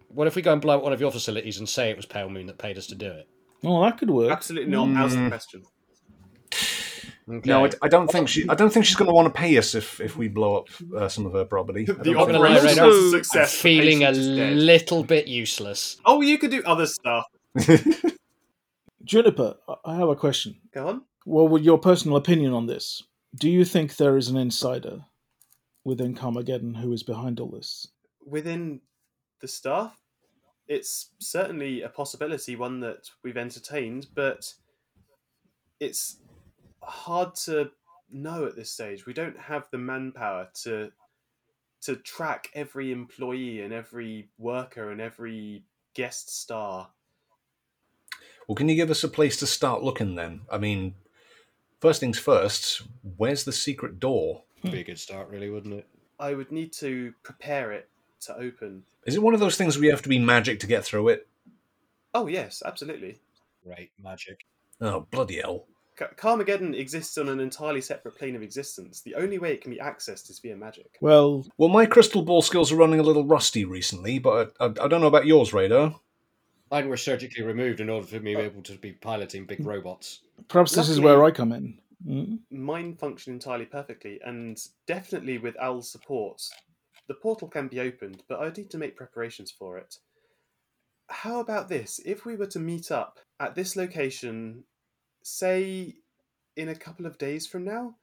[SPEAKER 5] What if we go and blow up one of your facilities and say it was Pale Moon that paid us to do it?
[SPEAKER 8] oh, that could work.
[SPEAKER 2] Absolutely not. Out of the question.
[SPEAKER 1] no, I, I don't think she. I don't think she's going to want to pay us if if we blow up uh, some of her property. I don't
[SPEAKER 2] The
[SPEAKER 1] think-
[SPEAKER 5] gonna lie,
[SPEAKER 2] operation
[SPEAKER 5] Radar.
[SPEAKER 2] was a
[SPEAKER 5] I'm
[SPEAKER 2] success. the
[SPEAKER 5] feeling a
[SPEAKER 2] patient is dead.
[SPEAKER 5] little bit useless.
[SPEAKER 2] Oh, you could do other stuff.
[SPEAKER 8] Juniper, I- I have a question.
[SPEAKER 2] Go on.
[SPEAKER 8] What would your personal opinion on this? Do you think there is an insider within Carmageddon who is behind all this?
[SPEAKER 2] Within the staff, it's certainly a possibility, one that we've entertained, but it's hard to know at this stage. We don't have the manpower to to track every employee and every worker and every guest star.
[SPEAKER 1] Well, can you give us a place to start looking then? I mean, first things first. Where's the secret door?
[SPEAKER 5] Be a good start, really, wouldn't it?
[SPEAKER 2] I would need to prepare it to open.
[SPEAKER 1] Is it one of those things where you have to be magic to get through it?
[SPEAKER 2] Oh yes, absolutely.
[SPEAKER 5] Right, magic.
[SPEAKER 1] Oh, bloody hell.
[SPEAKER 2] Ca- Carmageddon exists on an entirely separate plane of existence. The only way it can be accessed is via magic.
[SPEAKER 8] Well,
[SPEAKER 1] Well, my crystal ball skills are running a little rusty recently, but I, I, I don't know about yours, Radar.
[SPEAKER 5] Mine were surgically removed in order for me to be able to be piloting big robots.
[SPEAKER 8] perhaps this is where I come in. Mm.
[SPEAKER 2] Mine function entirely perfectly, and definitely with Al's support, the portal can be opened, but I'd need to make preparations for it. How about this? If we were to meet up at this location, say in a couple of days from now,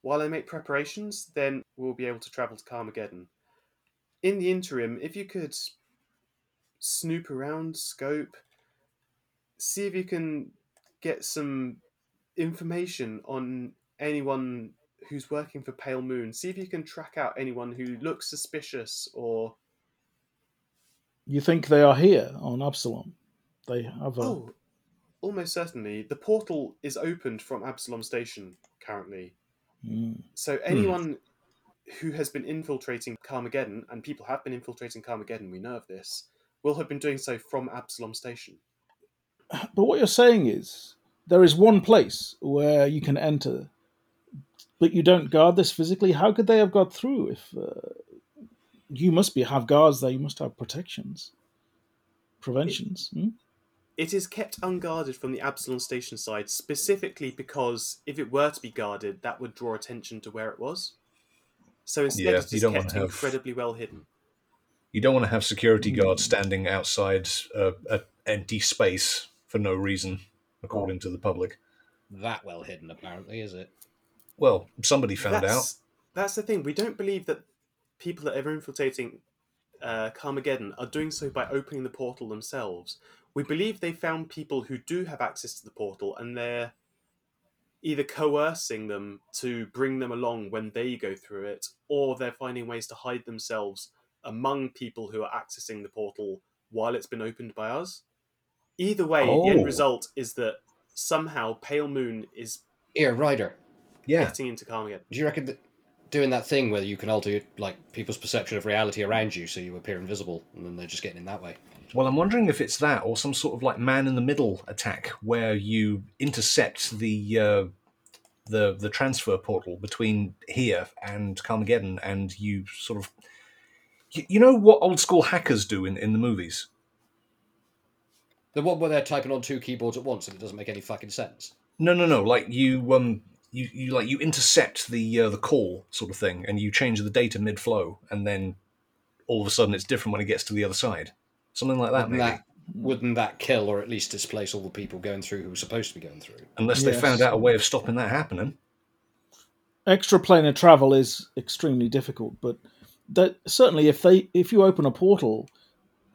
[SPEAKER 2] while I make preparations, then we'll be able to travel to Carmageddon. In the interim, if you could snoop around, scope, see if you can get some information on anyone who's working for Pale Moon. See if you can track out anyone who looks suspicious or
[SPEAKER 8] You think they are here on Absalom? They have a.
[SPEAKER 2] oh, almost certainly the portal is opened from Absalom Station currently.
[SPEAKER 8] Mm.
[SPEAKER 1] Hmm.
[SPEAKER 2] So anyone who has been infiltrating Carmageddon, and people have been infiltrating Carmageddon, we know of this, will have been doing so from Absalom Station.
[SPEAKER 8] But what you're saying is there is one place where you can enter, but you don't guard this physically. How could they have got through if uh, you must be have guards there? You must have protections, preventions. hmm?
[SPEAKER 2] It is kept unguarded from the Absalom station side specifically because if it were to be guarded, that would draw attention to where it was. So instead,
[SPEAKER 1] Yeah,
[SPEAKER 2] it
[SPEAKER 1] you
[SPEAKER 2] is
[SPEAKER 1] don't
[SPEAKER 2] kept
[SPEAKER 1] wanna have-
[SPEAKER 2] incredibly well hidden.
[SPEAKER 1] You don't want to have security
[SPEAKER 2] Mm.
[SPEAKER 1] guards standing outside uh, an empty space for no reason, according to the public.
[SPEAKER 5] That well hidden, apparently, is it?
[SPEAKER 1] Well, somebody found out.
[SPEAKER 2] that's, That's the thing. We don't believe that people that are infiltrating uh, Carmageddon are doing so by opening the portal themselves. We believe they found people who do have access to the portal and they're either coercing them to bring them along when they go through it, or they're finding ways to hide themselves among people who are accessing the portal while it's been opened by us. Either way, the
[SPEAKER 1] Oh.
[SPEAKER 2] end result is that somehow Pale Moon is
[SPEAKER 5] Here, Ryder,
[SPEAKER 1] Yeah.
[SPEAKER 2] getting into Carmageddon.
[SPEAKER 5] do you reckon that doing that thing where you can alter like people's perception of reality around you so you appear invisible and then they're just getting in that way?
[SPEAKER 1] Well, I'm wondering if it's that or some sort of like man in the middle attack where you intercept the uh, the the transfer portal between here and Carmageddon, and you sort of you, you know what old school hackers do in, in the movies.
[SPEAKER 5] The one where they're typing on two keyboards at once and it doesn't make any fucking sense.
[SPEAKER 1] No, no, no. Like you um you, you like you intercept the uh, the call sort of thing, and you change the data mid flow, and then all of a sudden it's different when it gets to the other side. Something like that,
[SPEAKER 5] Wouldn't
[SPEAKER 1] maybe.
[SPEAKER 5] that, wouldn't that kill or at least displace all the people going through who were supposed to be going through?
[SPEAKER 1] Unless they
[SPEAKER 8] Yes.
[SPEAKER 1] found out a way of stopping that happening.
[SPEAKER 8] Extra planar travel is extremely difficult, but that certainly if they if you open a portal,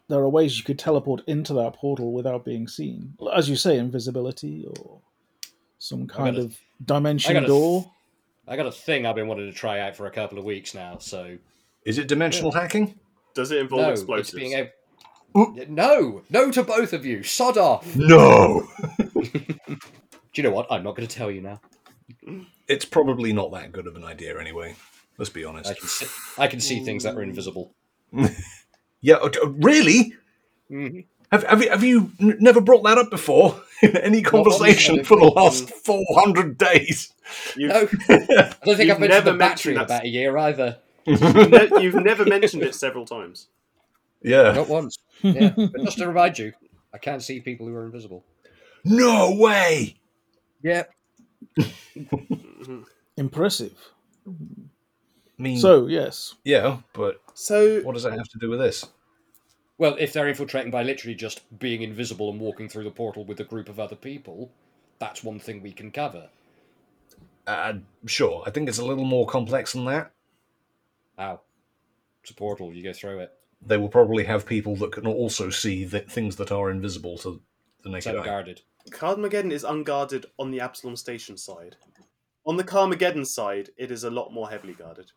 [SPEAKER 8] there are ways you could teleport into that portal without being seen, as you say, invisibility or some kind
[SPEAKER 5] gotta-
[SPEAKER 8] of dimension
[SPEAKER 5] gotta-
[SPEAKER 8] door.
[SPEAKER 5] I got a thing I've been wanting to try out for a couple of weeks now, so
[SPEAKER 1] Is it dimensional hacking?
[SPEAKER 3] Does it involve
[SPEAKER 5] no,
[SPEAKER 3] explosives?
[SPEAKER 5] it's being able. No, no to both of you. Sod off. Do
[SPEAKER 1] No.
[SPEAKER 5] you know what? I'm not going to tell you now.
[SPEAKER 1] It's probably not that good of an idea anyway. Let's be honest.
[SPEAKER 5] I can see, I can see things that are invisible.
[SPEAKER 1] Yeah, uh, uh, really?
[SPEAKER 5] Mhm.
[SPEAKER 1] Have, have, you, have you n- never brought that up before in any conversation
[SPEAKER 2] honestly,
[SPEAKER 1] for the
[SPEAKER 2] um,
[SPEAKER 1] last
[SPEAKER 5] Mm.
[SPEAKER 1] 400 days?
[SPEAKER 5] No, I don't think
[SPEAKER 3] You've
[SPEAKER 5] I've mentioned the
[SPEAKER 3] never
[SPEAKER 5] battery
[SPEAKER 3] mentioned
[SPEAKER 5] in
[SPEAKER 3] that.
[SPEAKER 5] about a year either.
[SPEAKER 3] You've ne- you've never mentioned it several times.
[SPEAKER 1] Yeah.
[SPEAKER 5] Not once. Yeah, but just to remind you, I can't see people who are invisible.
[SPEAKER 1] No way.
[SPEAKER 5] Yeah,
[SPEAKER 3] Mm-hmm.
[SPEAKER 8] Impressive.
[SPEAKER 1] I mean,
[SPEAKER 8] So yes,
[SPEAKER 1] yeah, but
[SPEAKER 2] So
[SPEAKER 1] what does that have to do with this?
[SPEAKER 5] Well, if they're infiltrating by literally just being invisible and walking through the portal with a group of other people, that's one thing we can cover.
[SPEAKER 1] Uh, sure, I think it's a little more complex than that.
[SPEAKER 5] Ow. It's a portal, you go through it.
[SPEAKER 1] They will probably have people that can also see the things that are invisible to the
[SPEAKER 5] It's
[SPEAKER 1] naked eye.
[SPEAKER 5] unguarded.
[SPEAKER 2] Carmageddon is unguarded on the Absalom Station side. On the Carmageddon side, it is a lot more heavily guarded.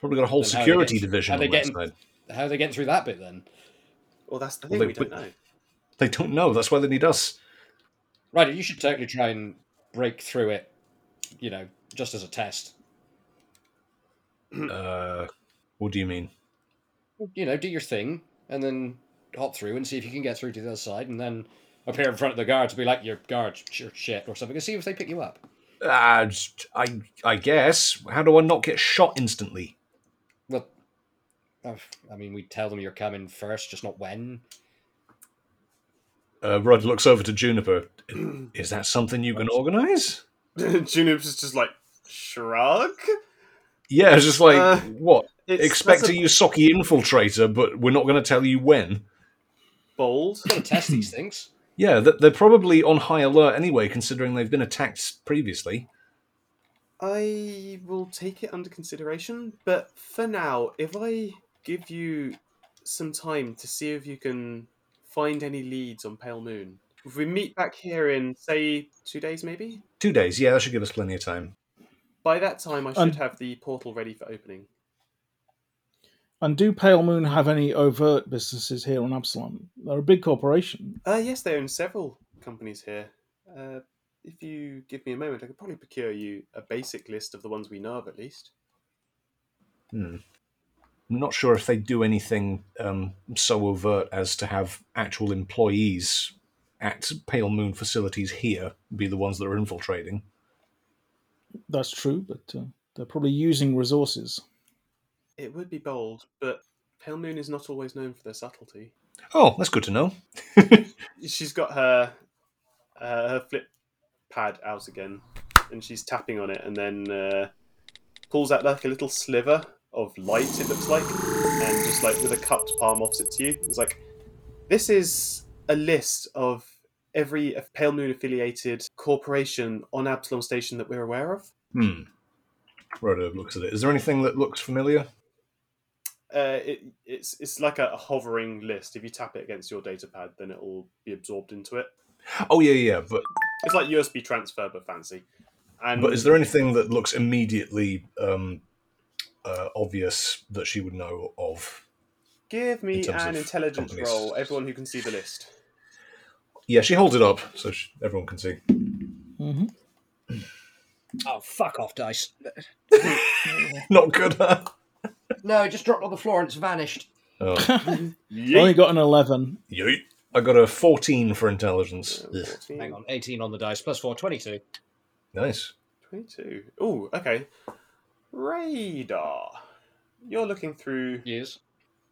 [SPEAKER 1] Probably got a whole
[SPEAKER 5] And how they
[SPEAKER 1] security
[SPEAKER 5] get-
[SPEAKER 1] division
[SPEAKER 5] how
[SPEAKER 1] on
[SPEAKER 5] they
[SPEAKER 1] that
[SPEAKER 5] get in-
[SPEAKER 1] side.
[SPEAKER 5] How are they getting through that bit then?
[SPEAKER 2] Well, that's the
[SPEAKER 1] Well,
[SPEAKER 2] thing,
[SPEAKER 1] they
[SPEAKER 2] we don't
[SPEAKER 1] put-
[SPEAKER 2] know.
[SPEAKER 1] They don't know. That's why they need us.
[SPEAKER 5] Ryder, you should totally try and break through it, you know, just as a test.
[SPEAKER 1] Uh, What do you mean?
[SPEAKER 9] You know, do your thing and then hop through and see if you can get through to the other side and then appear in front of the guards and be like, your guards, your shit, or something, and see if they pick you up.
[SPEAKER 1] Uh, just- I I guess. How do I not get shot instantly?
[SPEAKER 9] Well, I've- I mean, we tell them you're coming first, just not when.
[SPEAKER 1] Uh, Rudd looks over to Juniper. Is that something you can organize?
[SPEAKER 2] Juniper's just like shrug.
[SPEAKER 1] Yeah, it's just like
[SPEAKER 2] Uh,
[SPEAKER 1] what?
[SPEAKER 2] It's,
[SPEAKER 1] Expect
[SPEAKER 2] that's
[SPEAKER 1] a Yusaki infiltrator, but we're not going to tell you when.
[SPEAKER 2] bold.
[SPEAKER 9] Gotta test these things.
[SPEAKER 1] Yeah, th- they're probably on high alert anyway, considering they've been attacked previously.
[SPEAKER 2] I will take it under consideration, but for now, if I give you some time to see if you can find any leads on Pale Moon, if we meet back here in, say, two days maybe,
[SPEAKER 1] Two days, yeah, that should give us plenty of time.
[SPEAKER 2] by that time I should
[SPEAKER 8] Um,
[SPEAKER 2] have the portal ready for opening.
[SPEAKER 8] And do Pale Moon have any overt businesses here on Absalom? They're a big corporation.
[SPEAKER 2] Uh, yes, they own several companies here. Uh, if you give me a moment, I could probably procure you a basic list of the ones we know of at least.
[SPEAKER 1] Hmm. I'm not sure if they do anything um, so overt as to have actual employees at Pale Moon facilities here be the ones that are infiltrating.
[SPEAKER 8] That's true, but uh, they're probably using resources.
[SPEAKER 2] It would be bold, but Pale Moon is not always known for their subtlety.
[SPEAKER 1] Oh, that's good to know.
[SPEAKER 2] she's got her uh, her flip pad out again, and she's tapping on it, and then uh, pulls out like a little sliver of light. It looks like, and just like with a cupped palm offers it to you. It's like this is a list of every Pale Moon affiliated corporation on Absalom Station that we're aware of.
[SPEAKER 1] Hmm. Rhoda looks at it. Is there anything that looks familiar?
[SPEAKER 2] Uh, it, it's it's like a hovering list. If you tap it against your data pad, then it will be absorbed into it.
[SPEAKER 1] Oh yeah, yeah. But
[SPEAKER 2] It's like USB transfer, but fancy. And
[SPEAKER 1] but is there anything that looks immediately um, uh, obvious that she would know of?
[SPEAKER 2] Give
[SPEAKER 1] in
[SPEAKER 2] me
[SPEAKER 1] terms
[SPEAKER 2] an
[SPEAKER 1] of
[SPEAKER 2] intelligence
[SPEAKER 1] companies.
[SPEAKER 2] roll, everyone who can see the list.
[SPEAKER 1] Yeah, she holds it up so she, everyone can see.
[SPEAKER 8] hmm
[SPEAKER 5] Oh, fuck off, dice.
[SPEAKER 1] Not good. huh?
[SPEAKER 5] No, it just dropped on the floor and it's vanished.
[SPEAKER 1] oh,
[SPEAKER 8] Only got an 11.
[SPEAKER 1] yeet. I got a fourteen for intelligence. Ugh,
[SPEAKER 2] 14,
[SPEAKER 5] Hang on, 18 on the dice, plus 4, 22.
[SPEAKER 1] nice.
[SPEAKER 2] 22. Ooh, okay. Radar. You're looking through
[SPEAKER 5] Years.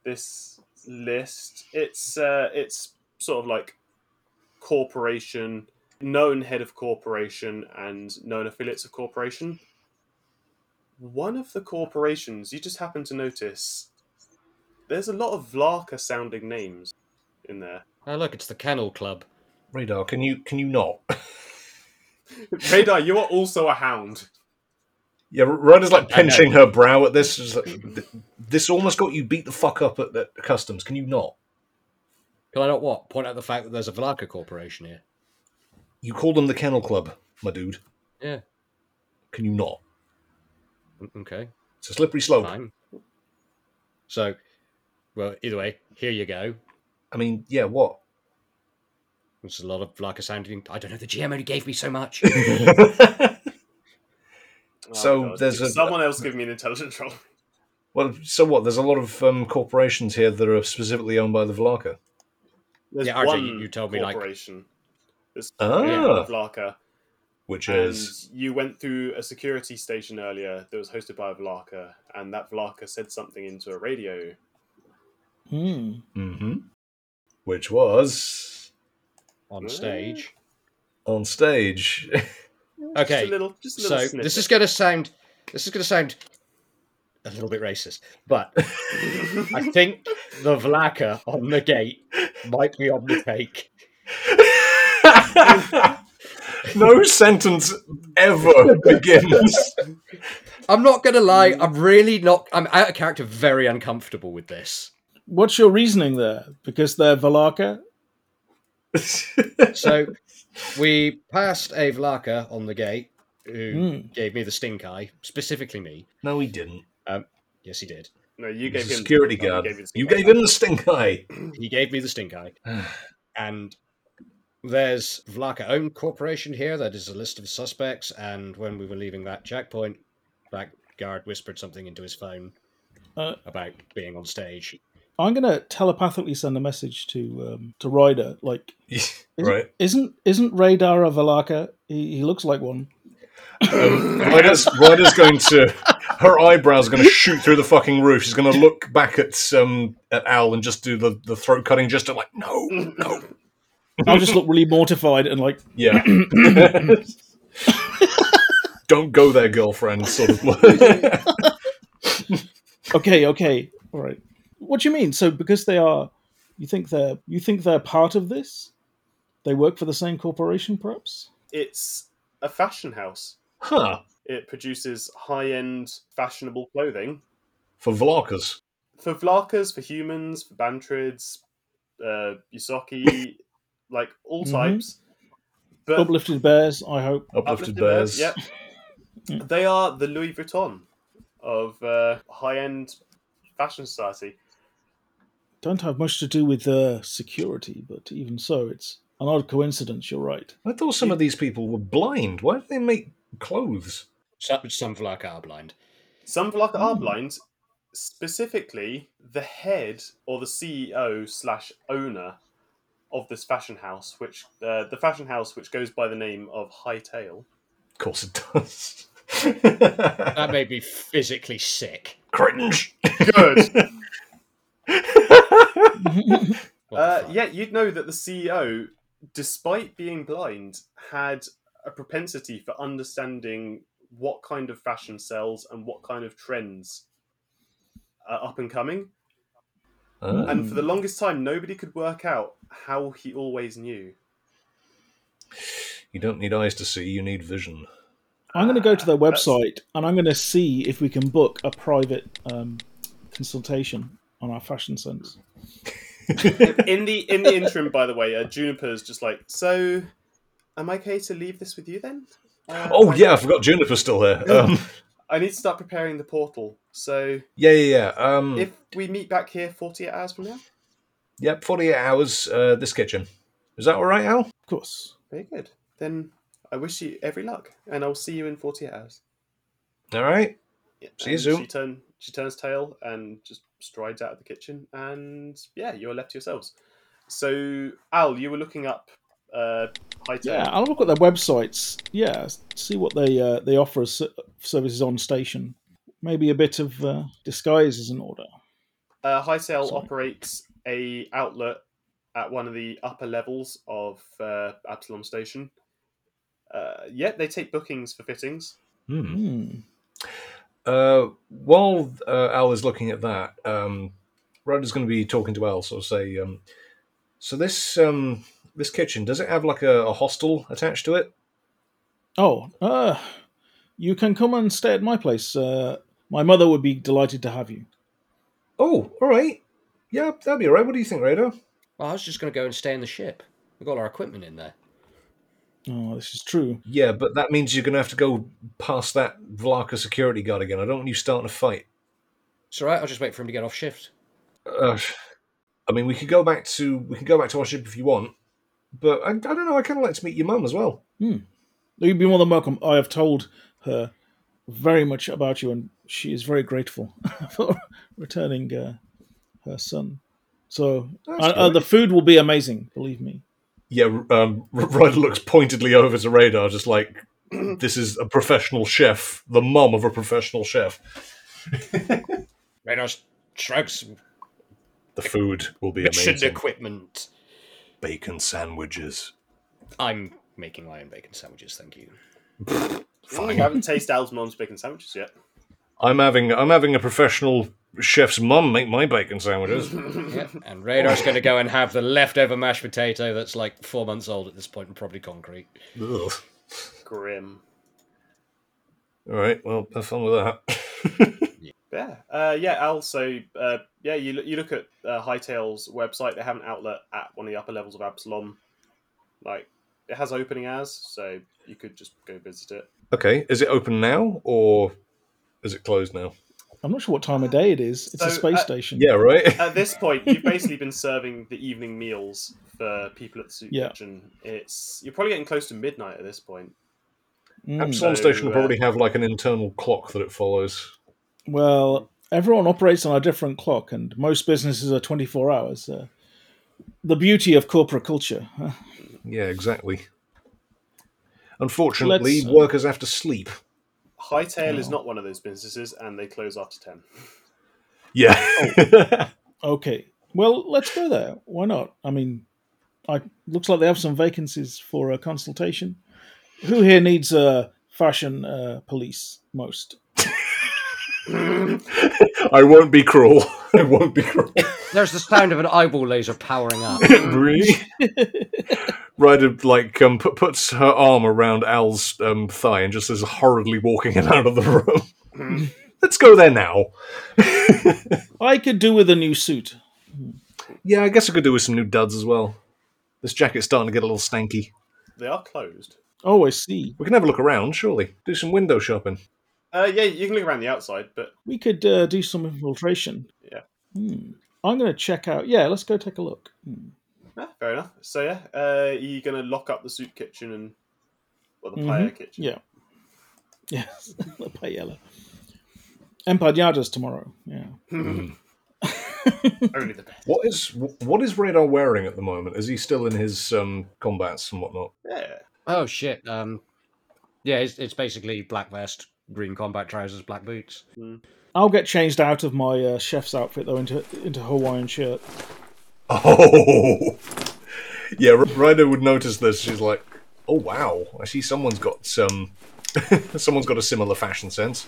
[SPEAKER 2] this list. It's uh, it's sort of like corporation, known head of corporation, and known affiliates of corporation. One of the corporations you just happen to notice. There's a lot of Vlarka sounding names in there.
[SPEAKER 5] Oh, look, it's the Kennel Club.
[SPEAKER 1] Radar, can you can you not?
[SPEAKER 2] Radar, you are also a hound.
[SPEAKER 1] Yeah, Ryder's like pinching her brow at this. She's like, "Th- this almost got you beat the fuck up at the customs. Can you not?
[SPEAKER 5] Can I not what? Point out the fact that there's a Velarka Corporation here.
[SPEAKER 1] You called them the Kennel Club, my dude.
[SPEAKER 5] Yeah.
[SPEAKER 1] Can you not?
[SPEAKER 5] Mm, Okay,
[SPEAKER 1] It's a slippery slope.
[SPEAKER 5] fine. So, well, either way, here you go.
[SPEAKER 1] I mean, yeah, what?
[SPEAKER 5] There's a lot of Velarka sounding. I don't know, the GM only gave me so much.
[SPEAKER 1] So
[SPEAKER 2] Oh, God.
[SPEAKER 1] there's a-
[SPEAKER 2] someone else give me an intelligence roll.
[SPEAKER 1] well, so what? There's a lot of um, corporations here that are specifically owned by the Vlaka.
[SPEAKER 2] There's
[SPEAKER 5] Yeah, RJ, you- you told me, like-
[SPEAKER 2] corporation. There's
[SPEAKER 1] Ah.
[SPEAKER 2] yeah, Vlarka,
[SPEAKER 1] Which
[SPEAKER 2] and
[SPEAKER 1] is
[SPEAKER 2] you went through a security station earlier that was hosted by a Vlarka, and that Vlarka said something into a radio.
[SPEAKER 8] Hmm.
[SPEAKER 1] hmm which was
[SPEAKER 5] on stage.
[SPEAKER 1] on stage.
[SPEAKER 5] Okay,
[SPEAKER 2] just a little, just a
[SPEAKER 5] so
[SPEAKER 2] little
[SPEAKER 5] this is
[SPEAKER 2] snippet.
[SPEAKER 5] going to sound this is going to sound a little bit racist, but I think the Vlaka on the gate might be on the cake.
[SPEAKER 1] no sentence ever begins.
[SPEAKER 5] I'm not going to lie.
[SPEAKER 8] Mm.
[SPEAKER 5] I'm really not. I'm out of character. Very uncomfortable with this.
[SPEAKER 8] What's your reasoning there? Because they're Valaka?
[SPEAKER 5] So we passed a Vlaka on the gate who
[SPEAKER 8] Mm.
[SPEAKER 5] gave me the stink eye, specifically me.
[SPEAKER 1] no, he didn't.
[SPEAKER 5] Yes, he did.
[SPEAKER 2] no, you
[SPEAKER 1] He's
[SPEAKER 2] gave
[SPEAKER 1] a
[SPEAKER 2] him
[SPEAKER 1] security
[SPEAKER 2] no, you
[SPEAKER 1] guard.
[SPEAKER 2] gave him-
[SPEAKER 1] You gave him the stink eye.
[SPEAKER 5] He gave me the stink eye. and there's Vlaka owned corporation here. That is a list of suspects. And when we were leaving that checkpoint, that guard whispered something into his phone,
[SPEAKER 8] Uh,
[SPEAKER 10] about being on stage.
[SPEAKER 8] I'm gonna telepathically send a message to um, to Ryder. Like, isn't,
[SPEAKER 1] right.
[SPEAKER 8] Isn't isn't Radar a Valaka? He, he looks like one.
[SPEAKER 1] Um, Ryder's, Ryder's going to. Her eyebrows are going to shoot through the fucking roof. She's going to look back at um, at Al and just do the, the throat cutting just to like, no, no.
[SPEAKER 8] I'll just look really mortified and like,
[SPEAKER 1] Yeah. Don't go there, girlfriend, sort of.
[SPEAKER 8] okay, okay, all right. What do you mean? So because they are, you think they're you think they're part of this? They work for the same corporation, perhaps.
[SPEAKER 2] It's a fashion house.
[SPEAKER 1] huh.
[SPEAKER 2] It produces high end, fashionable clothing
[SPEAKER 1] For Vlakas.
[SPEAKER 2] for Vlakas, for humans, for Bantrids, uh, Usaki, like all
[SPEAKER 8] Mhm.
[SPEAKER 2] types. But
[SPEAKER 8] Uplifted bears, I hope.
[SPEAKER 1] Uplifted, bears.
[SPEAKER 2] Yep. they are the Louis Vuitton of uh, high end fashion society.
[SPEAKER 8] Don't have much to do with uh, security, but even so, it's an odd coincidence. You're right.
[SPEAKER 1] I thought some of these people were blind. Why do they make clothes?
[SPEAKER 10] Some, some Vlak are blind.
[SPEAKER 2] Some Vlaka are blind. Specifically, the head or the CEO slash owner of this fashion house, which uh, the fashion house which goes by the name of Hightail.
[SPEAKER 1] Of course it does.
[SPEAKER 10] That made me physically sick.
[SPEAKER 1] Cringe.
[SPEAKER 2] Good.
[SPEAKER 10] What the
[SPEAKER 2] Uh,
[SPEAKER 10] fuck?
[SPEAKER 2] yeah, you'd know that the CEO, despite being blind, had a propensity for understanding what kind of fashion sells and what kind of trends are up and coming.
[SPEAKER 1] Ah.
[SPEAKER 2] And for
[SPEAKER 10] Hmm.
[SPEAKER 2] the longest time, nobody could work out how he always knew.
[SPEAKER 1] You don't need eyes to see, you need vision.
[SPEAKER 8] I'm going to go to their
[SPEAKER 2] that's-
[SPEAKER 8] website and I'm going to see if we can book a private um, consultation on our fashion sense.
[SPEAKER 2] In the in the interim, by the way, uh, Juniper's just like, so, am I okay to leave this with you then? Uh,
[SPEAKER 1] Oh,
[SPEAKER 2] I-
[SPEAKER 1] yeah, I forgot Juniper's still there. Um,
[SPEAKER 2] I need to start preparing the portal. So,
[SPEAKER 1] yeah, yeah, yeah.
[SPEAKER 10] Hmm.
[SPEAKER 1] Um,
[SPEAKER 2] if we meet back here 48 hours from now,
[SPEAKER 1] Yep, 48 hours, uh, this kitchen. Is that all right, Al?
[SPEAKER 8] Of course.
[SPEAKER 2] Very good. Then I wish you every luck, and I'll see you in 48 hours.
[SPEAKER 1] All right.
[SPEAKER 2] Yeah,
[SPEAKER 1] See you
[SPEAKER 2] and
[SPEAKER 1] soon.
[SPEAKER 2] She, turn, she turns tail and just strides out of the kitchen, and yeah, you're left to yourselves. So, Al, you were looking up uh, high
[SPEAKER 8] Yeah,
[SPEAKER 2] tech.
[SPEAKER 8] I'll look at their websites. Yeah, s- see what they uh, they offer as ser- services on station. Maybe a bit of uh, disguise is in order.
[SPEAKER 2] Uh, Hightail
[SPEAKER 8] Sorry.
[SPEAKER 2] operates a outlet at one of the upper levels of uh, Absalom Station. Uh, yeah, they take bookings for fittings.
[SPEAKER 1] Hmm.
[SPEAKER 8] Hmm.
[SPEAKER 1] Uh, while uh, Al is looking at that, um, Ryder's going to be talking to Al, so say, um, so this um, this kitchen, does it have like a, a hostel attached to it?
[SPEAKER 8] Oh, uh, you can come and stay at my place. Uh, my mother would be delighted to have you.
[SPEAKER 1] Oh, all right. Yeah, that'd be all right. What do you think, Radar?
[SPEAKER 5] Well, I was just going to go and stay in the ship. We've got our equipment in there.
[SPEAKER 8] Oh, this is true.
[SPEAKER 1] Yeah, but that means you're going to have to go past that Vlaka security guard again. I don't want you starting a fight.
[SPEAKER 5] It's all right. I'll just wait for him to get off shift.
[SPEAKER 1] Uh, I mean, we could go back to we can go back to our ship if you want, but I, I don't know. I kind of like to meet your mum as well.
[SPEAKER 8] You'd be more than welcome. I have told her very much about you, and she is very grateful for returning uh, her son. So
[SPEAKER 1] That's
[SPEAKER 8] uh, uh,
[SPEAKER 1] good.
[SPEAKER 8] the food will be amazing, believe me.
[SPEAKER 1] Yeah, um, Ryder looks pointedly over to Radar, just like this is a professional chef, the mum of a professional chef.
[SPEAKER 10] Radar shrugs.
[SPEAKER 1] The food will be
[SPEAKER 10] Mission
[SPEAKER 1] amazing.
[SPEAKER 10] equipment.
[SPEAKER 1] Bacon sandwiches.
[SPEAKER 10] I'm making my own bacon sandwiches, thank you.
[SPEAKER 2] I haven't tasted Al's mom's bacon sandwiches yet.
[SPEAKER 1] I'm having I'm having a professional chef's mum make my bacon sandwiches.
[SPEAKER 5] Yeah. And Radar's going to go and have the leftover mashed potato that's like four months old at this point and probably concrete.
[SPEAKER 1] Ugh.
[SPEAKER 2] Grim.
[SPEAKER 1] All right, well, have fun with that.
[SPEAKER 2] Yeah, uh, yeah. Also, uh, yeah, you look, you look at uh, Hightail's website. They have an outlet at one of the upper levels of Absalom. Like it has opening hours, so you could just go visit it.
[SPEAKER 1] okay, is it open now or is it closed now?
[SPEAKER 8] I'm not sure what time of day it is. It's a
[SPEAKER 2] So,
[SPEAKER 8] space
[SPEAKER 2] uh,
[SPEAKER 8] station.
[SPEAKER 1] Yeah, right.
[SPEAKER 2] At this point, you've basically been serving the evening meals for people at the soup
[SPEAKER 8] Yeah.
[SPEAKER 2] kitchen. It's you're probably getting close to midnight at this point.
[SPEAKER 8] Mm.
[SPEAKER 1] Absalom
[SPEAKER 2] So,
[SPEAKER 1] Station will
[SPEAKER 2] uh,
[SPEAKER 1] probably have like an internal clock that it follows.
[SPEAKER 8] Well, everyone operates on a different clock, and most businesses are 24 hours. Uh, the beauty of corporate culture.
[SPEAKER 1] Yeah, exactly. Unfortunately, workers have to sleep.
[SPEAKER 2] Hightail
[SPEAKER 8] Oh.
[SPEAKER 2] is not one of those businesses, and they close after ten.
[SPEAKER 1] Yeah.
[SPEAKER 8] Okay. Well, let's go there. Why not? I mean, I looks like they have some vacancies for a consultation. Who here needs a uh, fashion uh, police most?
[SPEAKER 1] I won't be cruel. I won't be cruel.
[SPEAKER 5] There's the sound of an eyeball laser powering up.
[SPEAKER 1] Really? Ryder like um, put, puts her arm around Al's um, thigh and just is hurriedly walking him out of the room. Let's go there now.
[SPEAKER 8] I could do with a new suit.
[SPEAKER 1] Yeah, I guess I could do with some new duds as well. This jacket's starting to get a little stanky.
[SPEAKER 2] They are closed.
[SPEAKER 8] Oh, I see.
[SPEAKER 1] We can have a look around, surely. Do some window shopping.
[SPEAKER 2] Uh, yeah, you can look around the outside, but
[SPEAKER 8] We could uh, do some infiltration.
[SPEAKER 2] Yeah.
[SPEAKER 8] Hmm. I'm going to check out. Yeah, let's go take a look. Hmm.
[SPEAKER 2] ah, fair enough. So yeah, uh, are you gonna lock up the soup kitchen and or the paella kitchen?
[SPEAKER 8] Mm-hmm. Yeah. Yes. La paella. Empanadas tomorrow. Yeah.
[SPEAKER 2] Only the best.
[SPEAKER 1] What is wh- what is Radar wearing at the moment? Is he still in his um, combats and whatnot?
[SPEAKER 2] Yeah.
[SPEAKER 5] Oh shit. Um, yeah, it's, it's basically black vest, green combat trousers, black boots.
[SPEAKER 8] I'll get changed out of my uh, chef's outfit though into into Hawaiian shirt.
[SPEAKER 1] Oh, yeah. R- Ryder would notice this. She's like, "Oh wow, I see someone's got some. someone's got a similar fashion sense."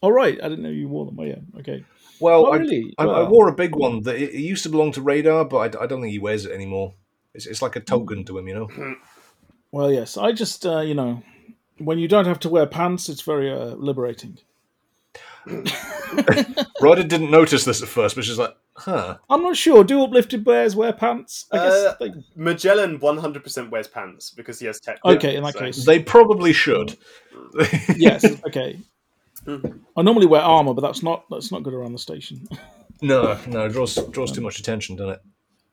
[SPEAKER 8] All Oh, right. I didn't know you wore them. Oh, yeah. Okay.
[SPEAKER 1] Well,
[SPEAKER 8] Oh,
[SPEAKER 1] I-
[SPEAKER 8] really?
[SPEAKER 1] I, I
[SPEAKER 8] Wow.
[SPEAKER 1] wore a big one that it, it used to belong to Radar, but I d- I, don't think he wears it anymore. It's, it's like a token to him, you know.
[SPEAKER 8] Well, yes. I just uh, you know, when you don't have to wear pants, it's very uh, liberating.
[SPEAKER 1] Ryder didn't notice this at first, but she's like, "Huh."
[SPEAKER 8] I'm not sure. Do uplifted bears wear pants? I guess.
[SPEAKER 2] Uh,
[SPEAKER 8] they...
[SPEAKER 2] Magellan 100% wears pants because he has tech.
[SPEAKER 8] Okay, in that
[SPEAKER 2] so-
[SPEAKER 8] case.
[SPEAKER 1] They probably should.
[SPEAKER 8] Yes. Okay. I normally wear armor, but that's not that's not good around the station.
[SPEAKER 1] No, no, it draws draws too much attention, doesn't it?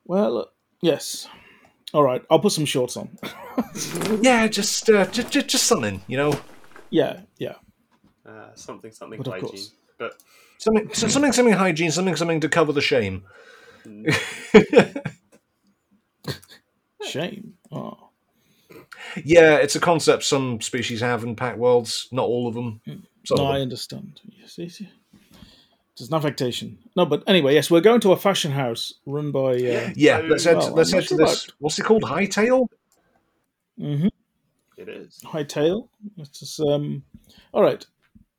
[SPEAKER 8] Well, yes. All right. I'll put some shorts on.
[SPEAKER 1] Yeah, just uh, just, just just something, you know,
[SPEAKER 8] Yeah. Yeah.
[SPEAKER 2] Uh, something, something
[SPEAKER 8] But of
[SPEAKER 2] hygiene.
[SPEAKER 8] course.
[SPEAKER 2] But
[SPEAKER 1] something
[SPEAKER 2] Hmm.
[SPEAKER 1] so- something something hygiene, something something to cover the shame.
[SPEAKER 8] Shame. Oh.
[SPEAKER 1] Yeah, it's a concept some species have in pack worlds. Not all of them.
[SPEAKER 2] Hmm. Oh.
[SPEAKER 1] Some
[SPEAKER 8] No,
[SPEAKER 1] of
[SPEAKER 8] I
[SPEAKER 1] them.
[SPEAKER 8] understand. Yes, yes, yes. There's no affectation. No, but anyway, yes, we're going to a fashion house run by. Uh,
[SPEAKER 2] Oh,
[SPEAKER 1] Yeah, let's head.
[SPEAKER 8] Well,
[SPEAKER 1] let's
[SPEAKER 8] I'm
[SPEAKER 1] head to
[SPEAKER 8] not sure
[SPEAKER 1] this. What's it called? Hightail.
[SPEAKER 8] mhm,
[SPEAKER 2] it is.
[SPEAKER 8] Hightail. It's just, um, all right,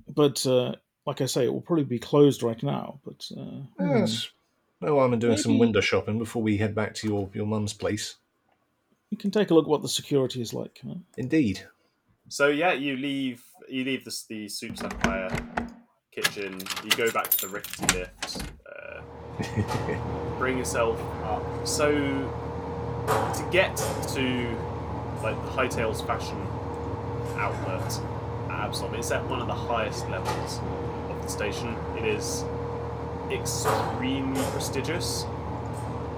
[SPEAKER 8] but uh, like I say, it will probably be closed right now. But uh,
[SPEAKER 2] Hmm.
[SPEAKER 1] Yes. No harm in oh, doing some
[SPEAKER 8] Maybe-
[SPEAKER 1] window shopping before we head back to your your mum's place.
[SPEAKER 8] you can take a look at what the security is like. Huh?
[SPEAKER 1] Indeed.
[SPEAKER 2] So yeah, you leave you leave the, the soup sapphire kitchen. You go back to the rickety lift. Uh, bring yourself up. So to get to like Hightail's fashion outlet at Absalom, it's at one of the highest levels of the station. It is extremely prestigious.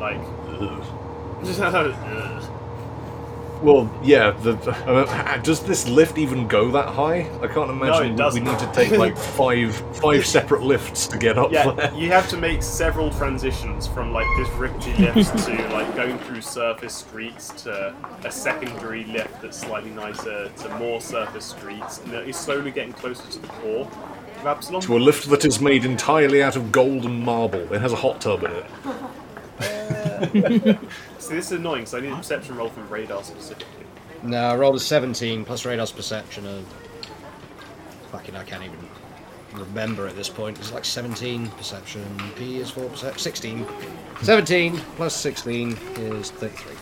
[SPEAKER 2] Like.
[SPEAKER 1] Well, yeah. The, uh, does this lift even go that high? I can't
[SPEAKER 2] it
[SPEAKER 1] imagine. we- we
[SPEAKER 2] doesn't.
[SPEAKER 1] need to take like five five separate lifts to get up there.
[SPEAKER 2] Yeah, you have to make several transitions from like this rickety lift to like going through surface streets to a secondary lift that's slightly nicer to more surface streets, and then you're slowly getting closer to the core of Absalom.
[SPEAKER 1] To a lift that is made entirely out of gold and marble. It has a hot tub in it.
[SPEAKER 2] See, this is annoying, so I need a perception roll from radar specifically.
[SPEAKER 5] No, I rolled a 17 plus radar's perception of. Fucking, I can't even remember at this point. It's like 17 perception. P is 4 perception. 16. 17 plus 16 is 33.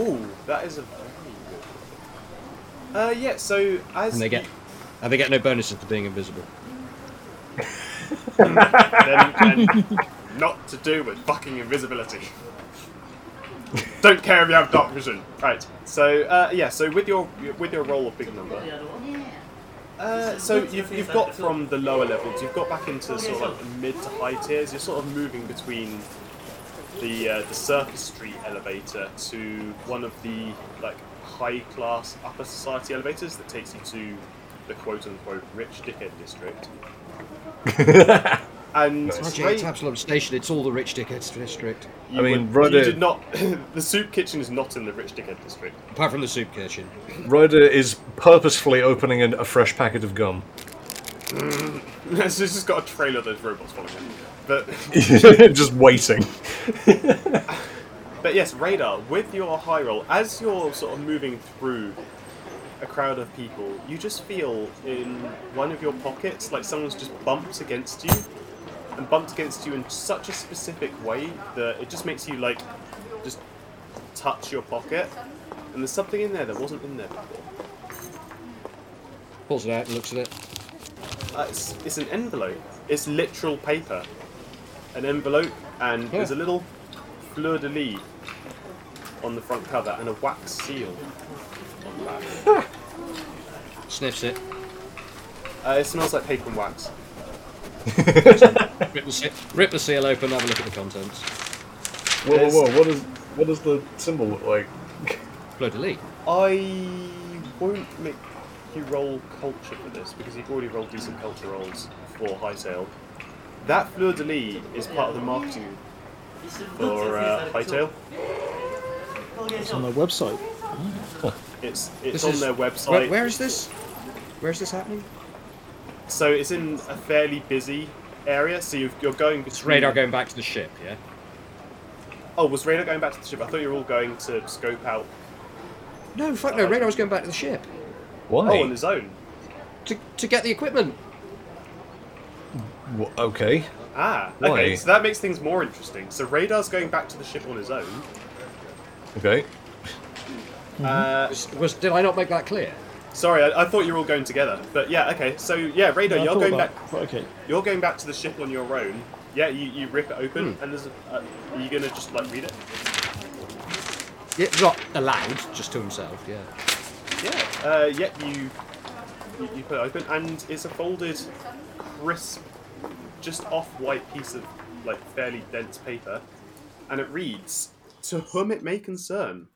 [SPEAKER 2] Ooh, that is a very good. Uh, yeah. So as
[SPEAKER 5] And they get.
[SPEAKER 2] you-
[SPEAKER 5] And they get no bonuses for being invisible.
[SPEAKER 2] then, then not to do with fucking invisibility. Don't care if you have dark vision. Right. So uh, yeah. So with your with your roll of big number. Uh, so you've, you've got from the lower levels, you've got back into sort of like the mid to high tiers. You're sort of moving between the uh, the surface street elevator to one of the like high class upper society elevators that takes you to the quote unquote rich dickhead district. and
[SPEAKER 5] Roger,
[SPEAKER 2] Ray-
[SPEAKER 5] it's Absalom Station. It's all the rich dickheads district,
[SPEAKER 2] you
[SPEAKER 1] I mean,
[SPEAKER 2] would-
[SPEAKER 1] Ryder-
[SPEAKER 2] you did not. the soup kitchen is not in the rich dickhead district.
[SPEAKER 5] apart from the soup kitchen.
[SPEAKER 1] Ryder is purposefully opening an, a fresh packet of gum.
[SPEAKER 2] it's just got a trailer of those robots following it. But
[SPEAKER 1] Just waiting.
[SPEAKER 2] But yes, Radar, with your high roll, as you're sort of moving through a crowd of people, you just feel in one of your pockets like someone's just bumped against you and bumped against you in such a specific way that it just makes you like just touch your pocket. And there's something in there that wasn't in there before.
[SPEAKER 5] Pulls it out and looks at it.
[SPEAKER 2] Uh, it's, it's an envelope. It's literal paper. An envelope, and there's a little fleur de lis on the front cover and a wax seal on the back.
[SPEAKER 5] Sniffs it.
[SPEAKER 2] Uh, it smells like paper and wax.
[SPEAKER 5] Rip the, seal, rip the seal open. Have a look at the contents.
[SPEAKER 1] Whoa,
[SPEAKER 2] There's-
[SPEAKER 1] whoa, whoa! What is what does the symbol look like?
[SPEAKER 5] Fleur de lis.
[SPEAKER 2] I won't make you roll culture for this because you've already rolled decent culture rolls for high sale. That fleur de lis is part of the marketing for uh, Hightail.
[SPEAKER 8] It's on their website.
[SPEAKER 2] It's it's
[SPEAKER 5] This
[SPEAKER 2] on
[SPEAKER 5] is-
[SPEAKER 2] their
[SPEAKER 5] Where,
[SPEAKER 2] website.
[SPEAKER 5] where is this? Where is this happening?
[SPEAKER 2] So it's in a fairly busy area. So you've, you're going between.
[SPEAKER 5] It's radar going back to the ship. Yeah.
[SPEAKER 2] Oh, was radar going back to the ship? I thought you were all going to scope out.
[SPEAKER 5] No, fuck no. Radar was going back to the ship
[SPEAKER 1] Why?
[SPEAKER 2] Oh, on his own.
[SPEAKER 5] to to get the equipment.
[SPEAKER 1] Wh- okay.
[SPEAKER 2] Ah,
[SPEAKER 1] Why?
[SPEAKER 2] okay. So that makes things more interesting. So radar's going back to the ship on his own.
[SPEAKER 1] Okay.
[SPEAKER 2] Uh,
[SPEAKER 5] Was, was did I not make that clear?
[SPEAKER 2] Sorry, I, I thought you were all going together. But yeah, okay. So yeah, Radar,
[SPEAKER 8] I
[SPEAKER 2] you're
[SPEAKER 8] thought
[SPEAKER 2] going
[SPEAKER 8] that,
[SPEAKER 2] back.
[SPEAKER 8] but okay.
[SPEAKER 2] You're going back to the ship on your own. Yeah, you, you rip it open, and there's. A, uh, are you gonna just like read it?
[SPEAKER 5] Yeah, not allowed, just to himself. Yeah.
[SPEAKER 2] Yeah. Uh, yeah, you, you you put it open, and it's a folded, crisp, just off-white piece of like fairly dense paper, and it reads: "To whom it may concern,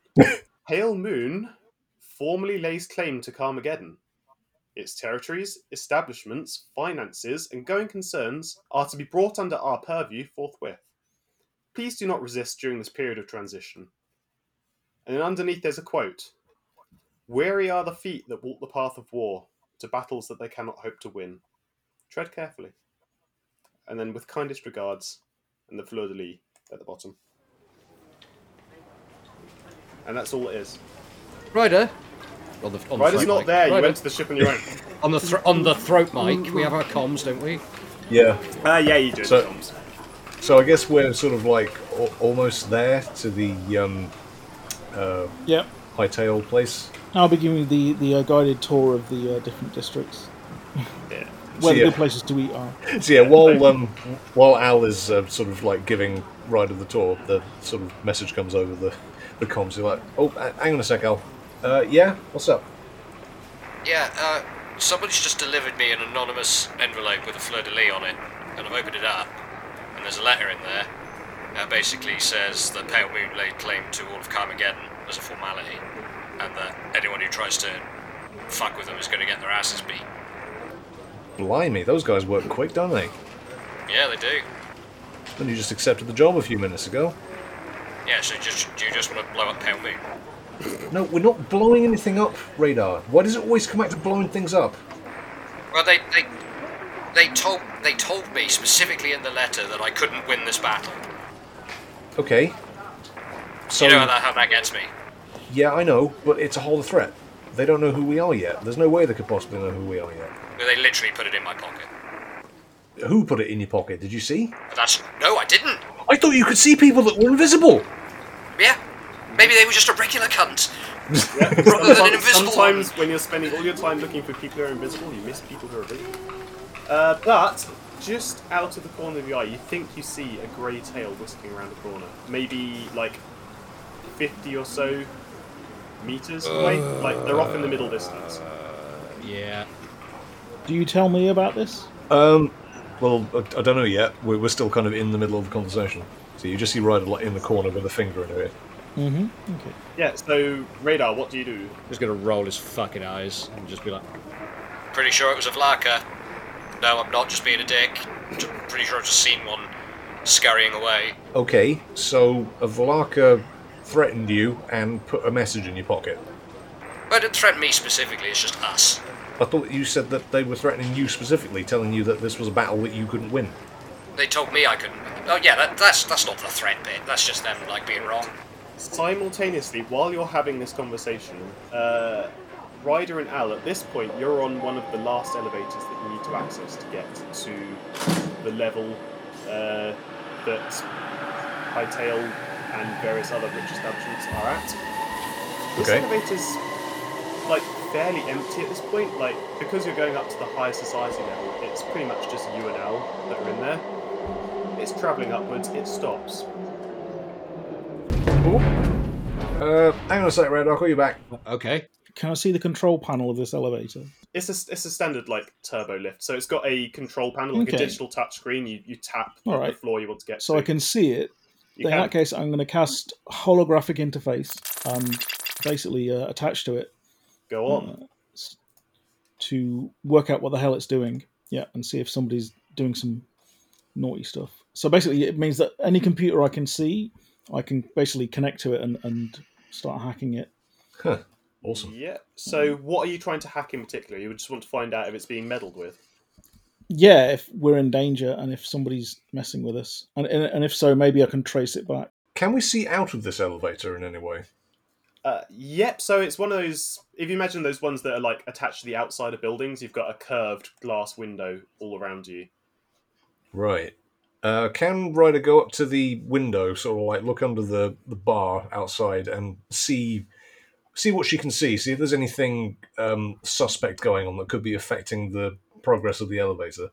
[SPEAKER 2] Pale Moon formally lays claim to Carmageddon. Its territories, establishments, finances, and going concerns are to be brought under our purview forthwith. Please do not resist during this period of transition." And then underneath, there's a quote. Weary are the feet that walk the path of war to battles that they cannot hope to win. Tread carefully. And then with kindest regards, and the fleur de lis at the bottom. And that's all it is.
[SPEAKER 5] Ryder. On the, on
[SPEAKER 2] Ryder's
[SPEAKER 5] the throat
[SPEAKER 2] not
[SPEAKER 5] mic.
[SPEAKER 2] there, you
[SPEAKER 5] Ryder,
[SPEAKER 2] went to the ship on your own.
[SPEAKER 5] on the thro- on the throat mic. We have our comms, don't we?
[SPEAKER 1] Yeah.
[SPEAKER 2] Ah, yeah, you do.
[SPEAKER 1] So-
[SPEAKER 2] Tom's.
[SPEAKER 1] So I guess we're sort of like al almost there to the um,
[SPEAKER 8] Yep.
[SPEAKER 1] hightail place.
[SPEAKER 8] I'll be giving you the, the uh, guided tour of the uh, different districts,
[SPEAKER 2] Yeah.
[SPEAKER 8] where the
[SPEAKER 1] yeah.
[SPEAKER 8] good places to eat are.
[SPEAKER 1] So yeah, while um, while Al is uh, sort of like giving Ryder the tour, the sort of message comes over the the comms. You're like, oh, h- hang on a sec, Al. Uh, yeah, what's up?
[SPEAKER 3] Yeah, uh, somebody's just delivered me an anonymous envelope with a fleur de lis on it, and I've opened it up, and there's a letter in there that basically says that Pale Moon laid claim to all of Carmageddon as a formality, and that anyone who tries to fuck with them is going to get their asses beat.
[SPEAKER 1] Blimey, those guys work quick, don't they?
[SPEAKER 3] Yeah, they do.
[SPEAKER 1] And you just accepted the job a few minutes ago.
[SPEAKER 3] Yeah, so just do you just want to blow up Pale Moon?
[SPEAKER 1] No, we're not blowing anything up, Radar. Why does it always come back to blowing things up?
[SPEAKER 3] Well, they they they told they told me specifically in the letter that I couldn't win this battle.
[SPEAKER 1] Okay. So
[SPEAKER 3] you know how that, how that gets me.
[SPEAKER 1] yeah, I know, but it's a whole threat. They don't know who we are yet. There's no way they could possibly know who we are yet.
[SPEAKER 3] They literally put it in my pocket.
[SPEAKER 1] Who put it in your pocket? Did you see?
[SPEAKER 3] But that's no, I didn't.
[SPEAKER 1] I thought you could see people that were invisible.
[SPEAKER 3] Yeah, maybe they were just a regular cunt.
[SPEAKER 2] Yeah.
[SPEAKER 3] Rather than an
[SPEAKER 2] sometimes,
[SPEAKER 3] invisible
[SPEAKER 2] sometimes when you're spending all your time looking for people who are invisible, you miss people who are visible. Uh, but just out of the corner of your eye, you think you see a grey tail whisking around the corner, maybe like fifty or so meters away. Like they're off in the middle distance.
[SPEAKER 5] Yeah.
[SPEAKER 8] Do you tell me about this?
[SPEAKER 1] Um, well, I- I don't know yet. We're, we're still kind of in the middle of the conversation. So you just see Ryder like in the corner with a finger in her ear.
[SPEAKER 8] Mm-hmm. Okay.
[SPEAKER 2] Yeah. So radar, what do you do?
[SPEAKER 5] Just gonna roll his fucking eyes and just be like,
[SPEAKER 3] Pretty sure it was a Vlaka.
[SPEAKER 5] No, I'm not just being a dick. J- pretty sure I've just seen one scurrying away.
[SPEAKER 1] Okay, so a Valaka threatened you and put a message in your pocket.
[SPEAKER 5] Well, it didn't threaten me specifically, it's just us.
[SPEAKER 1] I thought you said that they were threatening you specifically, telling you that this was a battle that you couldn't win.
[SPEAKER 5] They told me I couldn't. Oh, yeah, that, that's that's not the threat bit. That's just them, like, being wrong.
[SPEAKER 2] Simultaneously, while you're having this conversation, uh, Ryder and Al, at this point, you're on one of the last elevators that you need to access to get to the level uh, that Hightail and various other rich establishments are at. This
[SPEAKER 1] Okay.
[SPEAKER 2] elevator's like fairly empty at this point. Like because you're going up to the higher society level, it's pretty much just you and Al that are in there. It's travelling upwards. It stops.
[SPEAKER 1] Uh, hang on a sec, Red. I'll call you back.
[SPEAKER 11] Okay.
[SPEAKER 8] Can I see the control panel of this elevator?
[SPEAKER 2] It's a, it's a standard like turbo lift, so it's got a control panel, like a
[SPEAKER 8] Okay.
[SPEAKER 2] digital touchscreen. You you tap
[SPEAKER 8] All
[SPEAKER 2] the
[SPEAKER 8] right.
[SPEAKER 2] floor you want to get.
[SPEAKER 8] So I
[SPEAKER 2] to.
[SPEAKER 8] can see it.
[SPEAKER 2] You
[SPEAKER 8] in
[SPEAKER 2] can.
[SPEAKER 8] that case, I'm going to cast holographic interface and basically uh, attach to it
[SPEAKER 2] go
[SPEAKER 8] Hmm.
[SPEAKER 2] on.
[SPEAKER 8] to work out what the hell it's doing. Yeah, and see if somebody's doing some naughty stuff. So basically, it means that any computer I can see, I can basically connect to it and, and start hacking it.
[SPEAKER 1] Huh. Awesome.
[SPEAKER 2] Yeah. So what are you trying to hack in particular? You would just want to find out if it's being meddled with.
[SPEAKER 8] Yeah, if we're in danger and if somebody's messing with us, and and, and if so, maybe I can trace it back.
[SPEAKER 1] Can we see out of this elevator in any way?
[SPEAKER 2] Uh, yep. So it's one of those. If you imagine those ones that are like attached to the outside of buildings, you've got a curved glass window all around you.
[SPEAKER 1] Right. Uh, can Ryder go up to the window, sort of like look under the, the bar outside and see see what she can see, see if there's anything um, suspect going on that could be affecting the progress of the elevator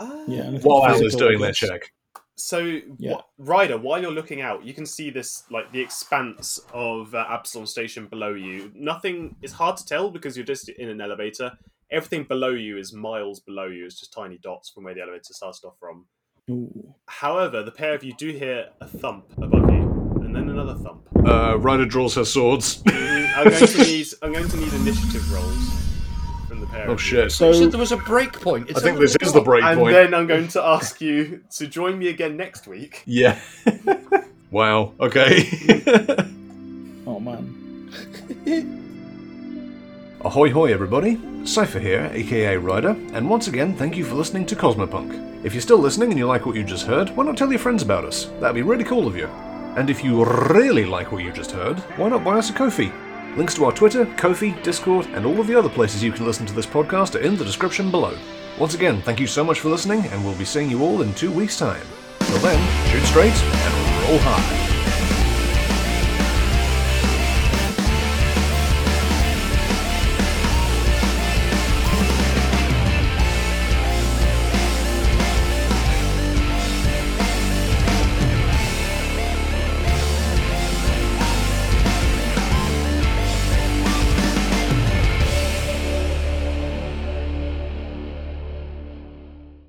[SPEAKER 2] Ah.
[SPEAKER 8] Yeah, and if
[SPEAKER 1] while
[SPEAKER 8] it's
[SPEAKER 1] Al is
[SPEAKER 8] physical, I
[SPEAKER 1] doing that
[SPEAKER 8] guess-
[SPEAKER 1] check.
[SPEAKER 2] So,
[SPEAKER 8] Yeah.
[SPEAKER 2] wh- Ryder, while you're looking out, you can see this like the expanse of uh, Absalom Station below you. Nothing is hard to tell because you're just in an elevator. Everything below you is miles below you. It's just tiny dots from where the elevator started off from.
[SPEAKER 8] Ooh.
[SPEAKER 2] However, the pair of you do hear a thump above you, and then another thump.
[SPEAKER 1] Uh, Ryder draws her swords.
[SPEAKER 2] I'm going to need I'm going to need initiative rolls from the pair.
[SPEAKER 1] oh
[SPEAKER 2] of you.
[SPEAKER 1] shit.
[SPEAKER 8] So
[SPEAKER 5] You said there was a break point. It's
[SPEAKER 1] I think
[SPEAKER 5] a
[SPEAKER 1] this
[SPEAKER 5] little
[SPEAKER 1] is the
[SPEAKER 5] dot.
[SPEAKER 1] break
[SPEAKER 2] And
[SPEAKER 1] point.
[SPEAKER 2] then I'm going to ask you to join me again next week.
[SPEAKER 1] Yeah. wow. Okay.
[SPEAKER 8] oh man,
[SPEAKER 1] Ahoy hoy everybody, Cypher here, aka Ryder, and once again thank you for listening to Cosmopunk. If you're still listening and you like what you just heard, why not tell your friends about us? That'd be really cool of you. And if you really like what you just heard, why not buy us a Kofi? Links to our Twitter, Kofi, Discord, and all of the other places you can listen to this podcast are in the description below. Once again, thank you so much for listening, and we'll be seeing you all in two weeks' time. Till then, shoot straight and roll high.